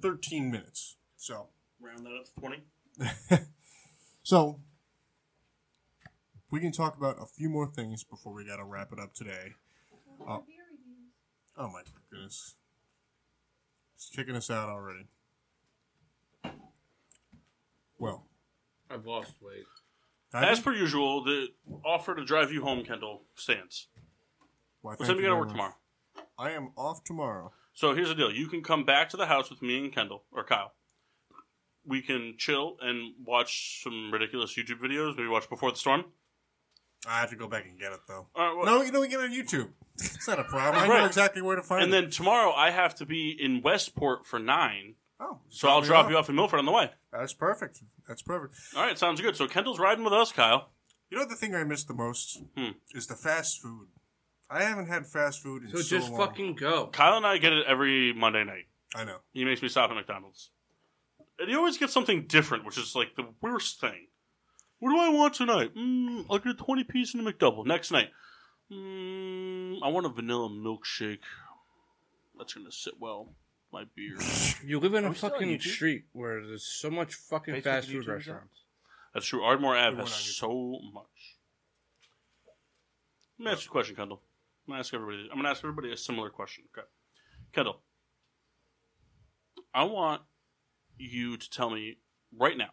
S2: 13 minutes. So,
S1: Round that up to 20.
S2: so we can talk about a few more things before we got to wrap it up today. Uh, oh my goodness. It's kicking us out already. Well,
S3: I've lost weight.
S2: I
S1: As per usual, the offer to drive you home, Kendall, stands.
S2: Why,
S1: What
S2: thank
S1: time you got to
S2: very
S1: work
S2: much.
S1: tomorrow?
S2: I am off tomorrow.
S1: So here's the deal: you can come back to the house with me and Kendall or Kyle. We can chill and watch some ridiculous YouTube videos. Maybe watch Before the Storm. Uh,
S2: I have to go back and get it though.
S1: All right, well-
S2: no, you know we get it on YouTube. It's not a problem. I
S1: Right.
S2: know exactly where to find
S1: And
S2: it.
S1: then tomorrow I have to be in Westport for nine,
S2: oh,
S1: so I'll drop you off in Milford on the way.
S2: That's perfect. That's perfect.
S1: All right, sounds good. So Kendall's riding with us, Kyle.
S2: You know the thing I miss the most
S1: Hmm.
S2: is the fast food. I haven't had fast food in
S3: So
S2: so,
S3: just
S2: long.
S3: fucking go.
S1: Kyle and I get it every Monday night.
S2: I know.
S1: He makes me stop at McDonald's, and he always gets something different, which is like the worst thing. What do I want tonight? Mm, I'll get a twenty piece and a McDouble. Next night, mm, I want a vanilla milkshake. That's gonna sit well. My beer.
S3: You live in a
S4: we still on
S3: fucking
S4: YouTube?
S3: street where there's so much fucking
S4: Facebook
S3: fast
S4: and
S3: food
S4: YouTube is up?
S3: restaurants.
S1: That's true. Ardmore Ave
S2: Everyone
S1: has
S2: on
S1: so
S2: YouTube.
S1: much. Let me ask you a question, Kendall. I'm gonna ask everybody. I'm gonna ask everybody a similar question. Okay, Kendall. I want you to tell me right now.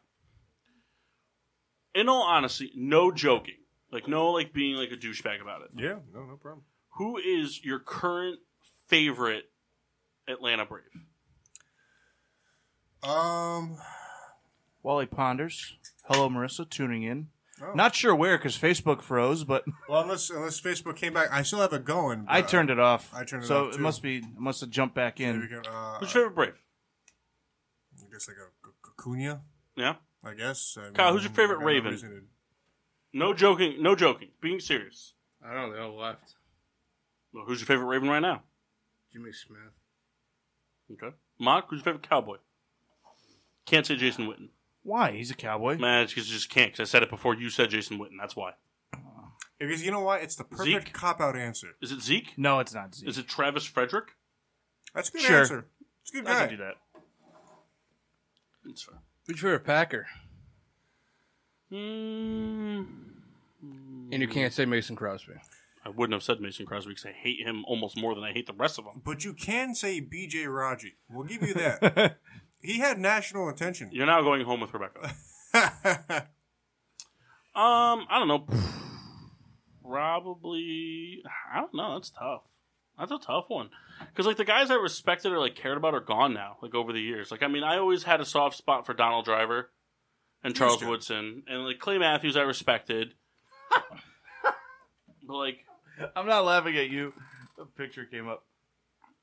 S1: In all honesty, no joking, like no like being like a douchebag about it.
S2: Yeah. No, no problem.
S1: Who is your current favorite Atlanta Brave?
S2: Um.
S4: Wally ponders. Hello, Marissa, tuning in.
S2: oh.
S4: Not sure where because Facebook froze, but
S2: well, unless unless Facebook came back, I still have it going.
S4: I
S2: but-
S4: turned it off.
S2: Uh, I turned it
S4: so
S2: off,
S4: it
S2: too.
S4: must be it must have jumped back
S2: Maybe we
S4: in.
S2: can, uh,
S1: Who's your favorite Brave?
S2: I guess like a, a Cunha,
S1: Yeah,
S2: I guess. I
S1: Kyle, who's your
S2: mean,
S1: favorite
S2: I got no
S1: Raven?
S2: reason to-
S1: no joking, no joking, being serious.
S3: I don't know. They all left.
S1: Well, who's your favorite Raven right now?
S3: Jimmy Smith.
S1: Okay. Mock, who's your favorite cowboy? Can't say Jason Witten.
S4: Why? He's a cowboy.
S1: Man, it's 'cause you just can't, because I said it before you said Jason Witten. That's why.
S2: Because you know what? It's the perfect
S1: Zeke?
S2: cop out answer.
S1: Is it Zeke?
S4: No, it's not Z.
S1: Is it Travis Frederick?
S2: That's a good
S4: Sure.
S2: answer. It's a good
S4: I
S2: guy.
S4: can do that.
S1: It's fair.
S3: Who's your favorite Packer?
S1: Mm,
S3: And you can't say Mason Crosby.
S1: I wouldn't have said Mason Crosby because I hate him almost more than I hate the rest of them.
S2: But you can say B.J. Raji. We'll give you that. he had national attention.
S1: You're now going home with Rebecca.
S2: I
S1: um, I don't know. Probably. I don't know. That's tough. That's a tough one. Because, like, the guys I respected or, like, cared about are gone now, like, over the years. Like, I mean, I always had a soft spot for Donald Driver and Charles
S2: good.
S1: Woodson. And, like, Clay Matthews I respected. but, like,
S4: I'm not laughing at you. The picture came up.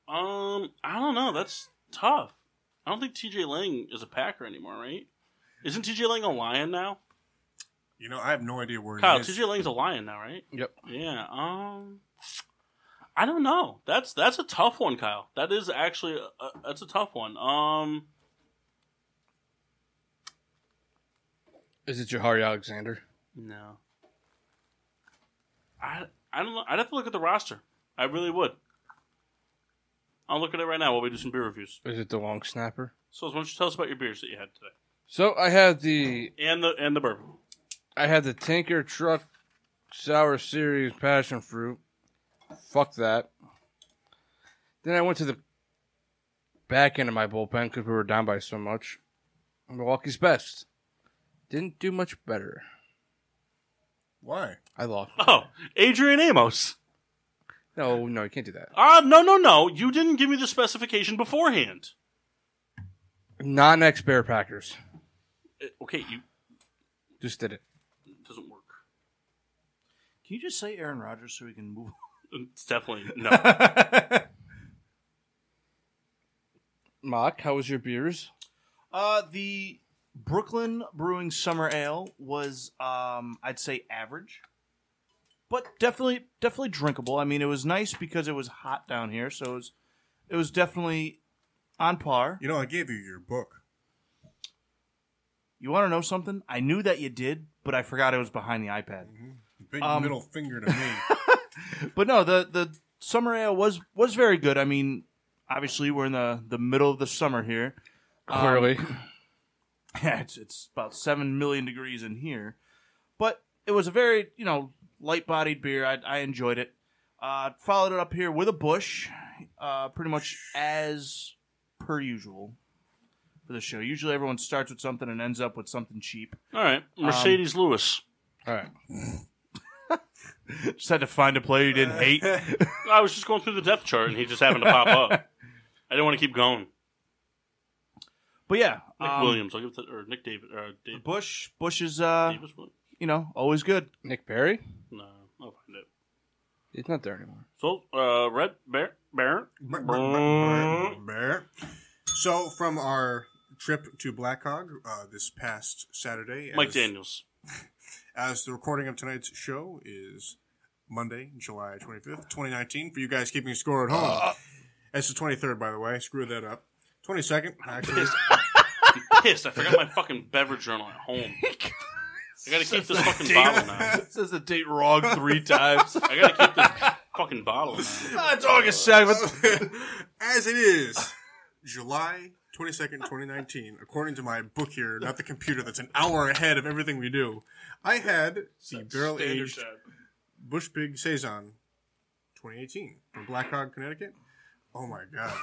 S1: um, I don't know. That's tough. I don't think TJ Lang is a Packer anymore, right? Isn't TJ Lang a Lion now?
S2: you know, I have no idea where
S1: Kyle,
S2: he is.
S1: TJ Lang's a Lion now, right?
S3: Yep.
S1: Yeah. Um, I don't know. That's that's a tough one, Kyle. That is actually a, that's a tough one. Um,
S3: Is it Jahari Alexander?
S1: no. I I don't know. I'd have to look at the roster. I really would. I'll look at it right now while we do some beer reviews.
S3: Is it the long snapper?
S1: So, why don't you tell us about your beers that you had today
S3: So I had the
S1: and the and the bourbon?
S3: I had the tanker truck sour series passion fruit. Fuck that. Then I went to the back end of my bullpen because we were down by so much. Milwaukee's best. Didn't do much better.
S2: Why?
S3: I lost.
S1: Oh, Adrian Amos.
S3: No, no, you can't do that.
S1: Ah, no, no, no. You didn't give me the specification beforehand.
S3: Non ex Bear Packers.
S1: Uh, Okay, you
S3: Just did it.
S1: it doesn't work.
S4: Can you just say Aaron Rodgers so we can move?
S1: It's definitely no.
S3: Mock, how was your beers?
S4: Uh, the Brooklyn Brewing Summer Ale was, um, I'd say, average, but definitely, definitely drinkable. I mean, it was nice because it was hot down here, so it was, it was definitely on par.
S2: You know, I gave you your book.
S4: You want to know something? I knew that you did, but I forgot it was behind the iPad.
S2: Big
S4: Um,
S2: middle finger to me.
S4: But no, the the summer ale was was very good. I mean, obviously we're in the the middle of the summer here. Um,
S3: Clearly.
S4: yeah, it's it's about seven million degrees in here, but it was a very you know light bodied beer. I, I enjoyed it. Uh, followed it up here with a bush, uh, pretty much as per usual for the show. Usually everyone starts with something and ends up with something cheap.
S1: All right, Mercedes Lewis.
S3: All right.
S4: Just had to find a player you didn't hate.
S1: I was just going through the depth chart, and he just happened to pop up. I didn't want to keep going.
S4: But yeah,
S1: Nick
S4: um,
S1: Williams, I'll give it to, or Nick David, or Dave,
S4: Bush Bush is uh,
S1: Davis Williams.
S4: you know always good.
S3: Nick Perry?
S1: No, I'll find it.
S3: He's not there anymore.
S1: So, uh, Red Bear Baron.
S2: Bear. So, from our trip to Black Hog uh, this past Saturday,
S1: Mike
S2: as-
S1: Daniels.
S2: as the recording of tonight's show is Monday, July 25th, 2019, for you guys keeping score at home. It's the 23rd, by the way. Screw that up. 22nd, actually.
S1: I'm pissed. I forgot my fucking beverage journal at home. I gotta keep this fucking bottle now.
S4: Says the date wrong three times.
S1: I gotta keep this fucking bottle now.
S4: it's August seventh.
S2: as it is, July 22nd, 2019, according to my book here, not the computer that's an hour ahead of everything we do, I had the barrel aged Bush Pig Saison 2018 from Black Hog, Connecticut. Oh my god.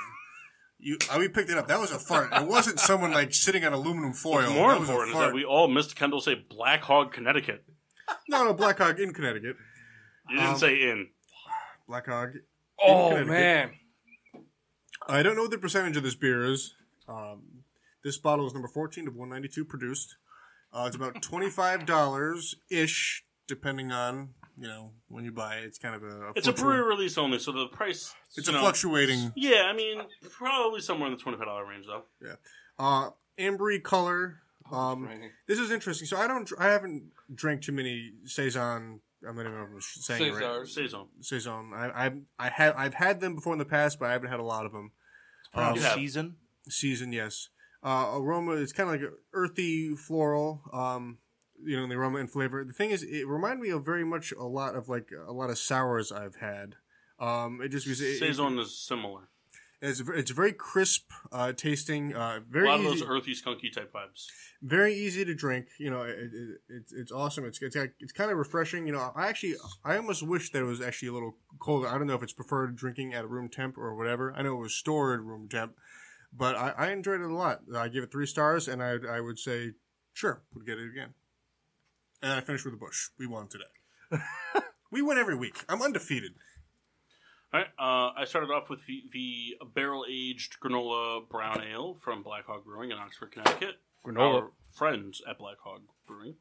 S2: You, uh, we picked it up. That was a fart. It wasn't someone like sitting on aluminum foil.
S1: What's more
S2: That was a
S1: important is
S2: fart.
S1: that we all missed Kendall say Black Hog, Connecticut.
S2: No, no, Black Hog in Connecticut.
S1: You didn't say in.
S2: Black Hog.
S3: Oh,
S2: Connecticut.
S3: man.
S2: I don't know what the percentage of this beer is. Um, this bottle is number 14 of 192 produced. Uh, it's about $25 ish, depending on, you know, when you buy it. It's kind of a.
S1: It's a
S2: fluctu-
S1: brewery release only, so the price.
S2: It's
S1: you
S2: a
S1: know-
S2: fluctuating.
S1: Yeah, I mean, probably somewhere in the twenty-five dollar range, though.
S2: Uh, ambery color. Um,
S3: Raining.
S2: This is interesting. So I don't, I haven't drank too many saison. I'm not even know if I'm saying it right.
S3: Cesar's.
S1: Saison.
S2: Saison. I, I, I have, I've had them before in the past, but I haven't had a lot of them. Um,
S1: Yeah.
S4: season.
S2: season, yes. Uh, aroma is kind of like a earthy, floral. Um, you know, the aroma and flavor. The thing is, it reminded me of very much a lot of like a lot of sours I've had. Um, it just was. It, it,
S1: Saison is similar.
S2: it's, ver- it's very crisp uh, tasting.
S1: A
S2: Uh, very
S1: lot of
S2: easy.
S1: those earthy, skunky type vibes.
S2: very easy to drink. You know, it, it, it's it's awesome. It's it's like- it's kind of refreshing. You know, I actually I almost wish that it was actually a little colder. I don't know if it's preferred drinking at room temp or whatever. I know it was stored room temp, but I, I enjoyed it a lot. I give it three stars, and I I would say sure would get it again. And I finished with a bush. We won today. we win every week. I'm undefeated.
S1: All right. Uh, I started off with the, the barrel aged granola brown ale from Black Hog Brewing in Oxford, Connecticut.
S3: Granola.
S1: Our friends at Black Hog Brewing.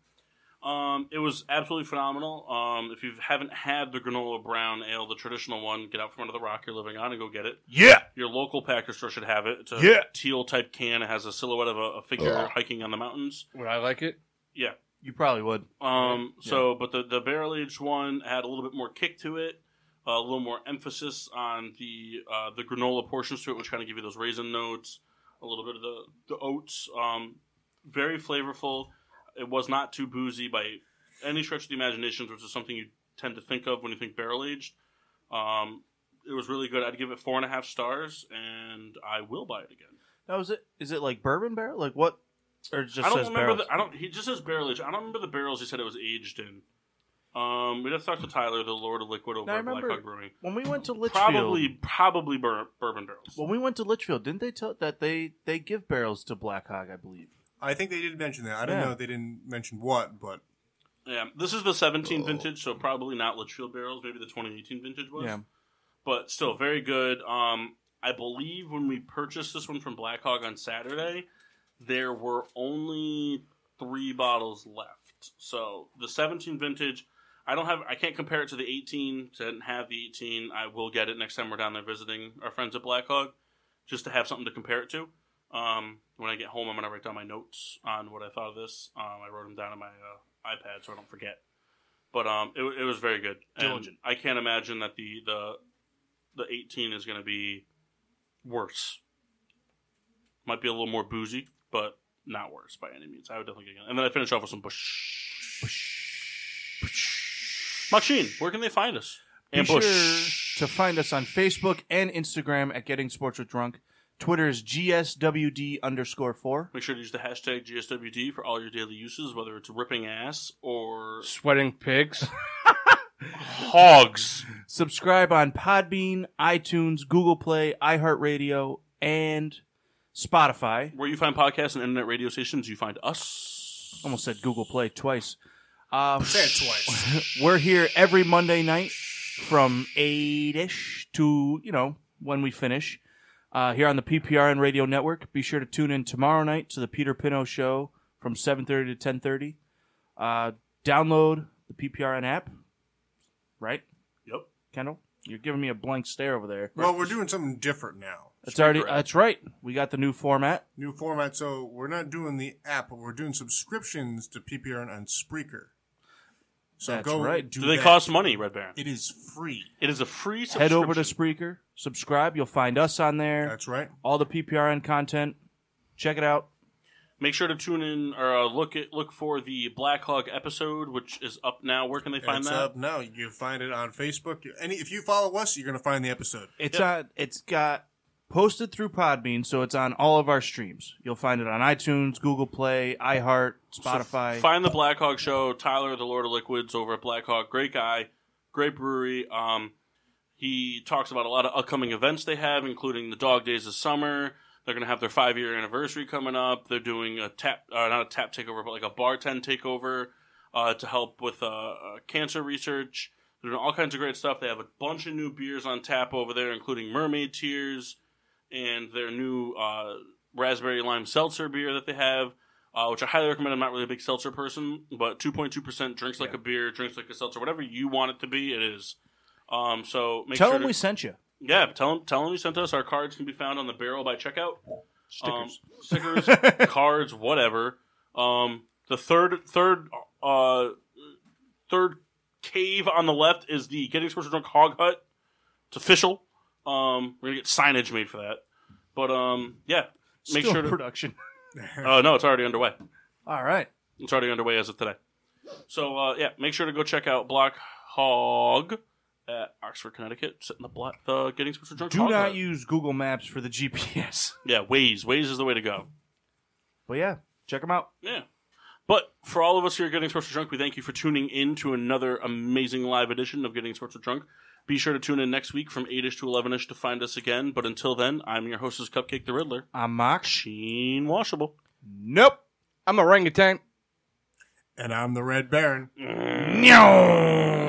S1: Um, it was absolutely phenomenal. Um, if you haven't had the granola brown ale, the traditional one, get out from under the rock you're living on and go get it.
S4: Yeah.
S1: Your local packer store should have it. It's a
S4: Yeah.
S1: teal type can. It has a silhouette of a, a figure hiking on the mountains.
S3: Would I like it?
S1: Yeah.
S4: You probably would.
S1: Um, So, but the, the barrel aged one had a little bit more kick to it, a little more emphasis on the uh, the granola portions to it, which kind of give you those raisin notes, a little bit of the the oats. Um, very flavorful. It was not too boozy by any stretch of the imagination, which is something you tend to think of when you think barrel aged. Um, it was really good. I'd give it four and a half stars, and I will buy it again.
S4: That was it. Is it like bourbon barrel? Like what? Or it just
S1: I don't
S4: says
S1: remember.
S4: barrels?
S1: The, I don't. He just says barrel aged. I don't remember the barrels he said it was aged in. Um, we'd have to talk to Tyler, the Lord of Liquid over
S4: Now, I
S1: at Black
S4: remember
S1: Hawk Brewing.
S4: When we went to Litchfield,
S1: Probably, probably bur- bourbon barrels.
S4: when we went to Litchfield, didn't they tell that they they give barrels to Black Hog? I believe.
S2: I think they did mention that. I don't
S4: Yeah.
S2: know. if They didn't mention what, but
S1: yeah, this is the 17 vintage, so probably not Litchfield barrels. Maybe the 2018 vintage was.
S4: Yeah.
S1: but still very good. Um, I believe when we purchased this one from Black Hog on Saturday, there were only three bottles left. So the 17 vintage, I don't have, I can't compare it to the 18. 'cause I didn't have the 18. I will get it next time we're down there visiting our friends at Black Hog, just to have something to compare it to. Um, when I get home, I'm gonna write down my notes on what I thought of this. Um, I wrote them down on my uh, iPad so I don't forget. But um, it, it was very good. And
S4: Diligent.
S1: I can't imagine that the the the 18 is going to be worse. Might be a little more boozy, but not worse by any means. I would definitely get it. And then I finish off with some Bush. Machine, where can they find us?
S4: Be
S1: And
S4: sure
S1: Bush.
S4: to find us on Facebook and Instagram at Getting Sports with Drunk. Twitter is GSWD underscore four.
S1: Make sure to use the hashtag GSWD for all your daily uses, whether it's ripping ass or
S3: Sweating pigs.
S1: hogs.
S4: Subscribe on Podbean, iTunes, Google Play, iHeartRadio, and Spotify.
S1: Where you find podcasts and internet radio stations, you find us.
S4: Almost said Google Play twice. Um,
S2: say it twice.
S4: we're here every Monday night from eight ish to you know when we finish uh, here on the PPRN Radio Network. Be sure to tune in tomorrow night to the Peter Pino Show from seven thirty to ten thirty. Uh, download the PPRN app, right,
S1: Yep.
S4: Kendall? You're giving me a blank stare over there.
S2: well, we're doing something different now.
S4: It's already.
S1: correct.
S4: That's right. We got the new format.
S2: New format, so we're not doing the app, but we're doing subscriptions to PPRN on Spreaker. So
S4: That's
S2: go
S4: right.
S2: do
S1: Do they
S2: that.
S1: cost money, Red Baron?
S2: It is free.
S1: It is a free
S4: Head over to
S1: subscription.
S4: Spreaker, subscribe. You'll find us on there.
S2: That's right.
S4: All the PPRN content. Check it out.
S1: Make sure to tune in or uh, look at look for the Black Hawk episode, which is up now. Where can they find
S2: it's
S1: that?
S2: up now. You can find it on Facebook. Any, if you follow us, you're going to find the episode.
S4: It's on. It's got posted through Podbean, so it's on all of our streams. You'll find it on iTunes, Google Play, iHeart, Spotify.
S1: Find the Black Hawk show. Tyler, the Lord of Liquids, over at Black Hawk. Great guy, great brewery. Um, he talks about a lot of upcoming events they have, including the Dog Days of Summer. They're going to have their five year anniversary coming up. They're doing a tap, uh, not a tap takeover, but like a bar tent takeover uh, to help with uh, uh, cancer research. They're doing all kinds of great stuff. They have a bunch of new beers on tap over there, including Mermaid Tears and their new uh, raspberry lime seltzer beer that they have, uh, which I highly recommend. I'm not really a big seltzer person, but 2.2% drinks like a beer, drinks like a seltzer, whatever you want it to be, it is. Um, so make
S4: Tell
S1: sure
S4: them
S1: to-
S4: we sent you.
S1: yeah, tell them, tell them you sent us. Our cards can be found on the barrel by checkout.
S4: Stickers.
S1: Um, stickers, cards, whatever. Um, the third, third, uh, third cave on the left is the Getting Sports Drunk Hog Hut. It's official. Um, we're gonna get signage made for that. But um, yeah, make
S4: Still
S1: sure
S4: in
S1: to.
S4: production.
S1: Uh, no, it's already underway.
S4: All right.
S1: It's already underway as of today. So uh, yeah, make sure to go check out Block Hog at Oxford, Connecticut. Sit in the block, the Getting Sports Drunk.
S4: Do
S1: Hog
S4: not
S1: Hut.
S4: use Google Maps for the GPS.
S1: Yeah, Waze. Waze is the way to go.
S4: But yeah, check them out.
S1: Yeah. But for all of us here at Getting Sports with Drunk, we thank you for tuning in to another amazing live edition of Getting Sports with Drunk. Be sure to tune in next week from 8ish to 11ish to find us again. But until then, I'm your hostess, Cupcake the Riddler,
S4: I'm Mock.
S1: Sheen Washable.
S4: Nope.
S3: I'm orangutan.
S2: And I'm the Red Baron.
S4: No.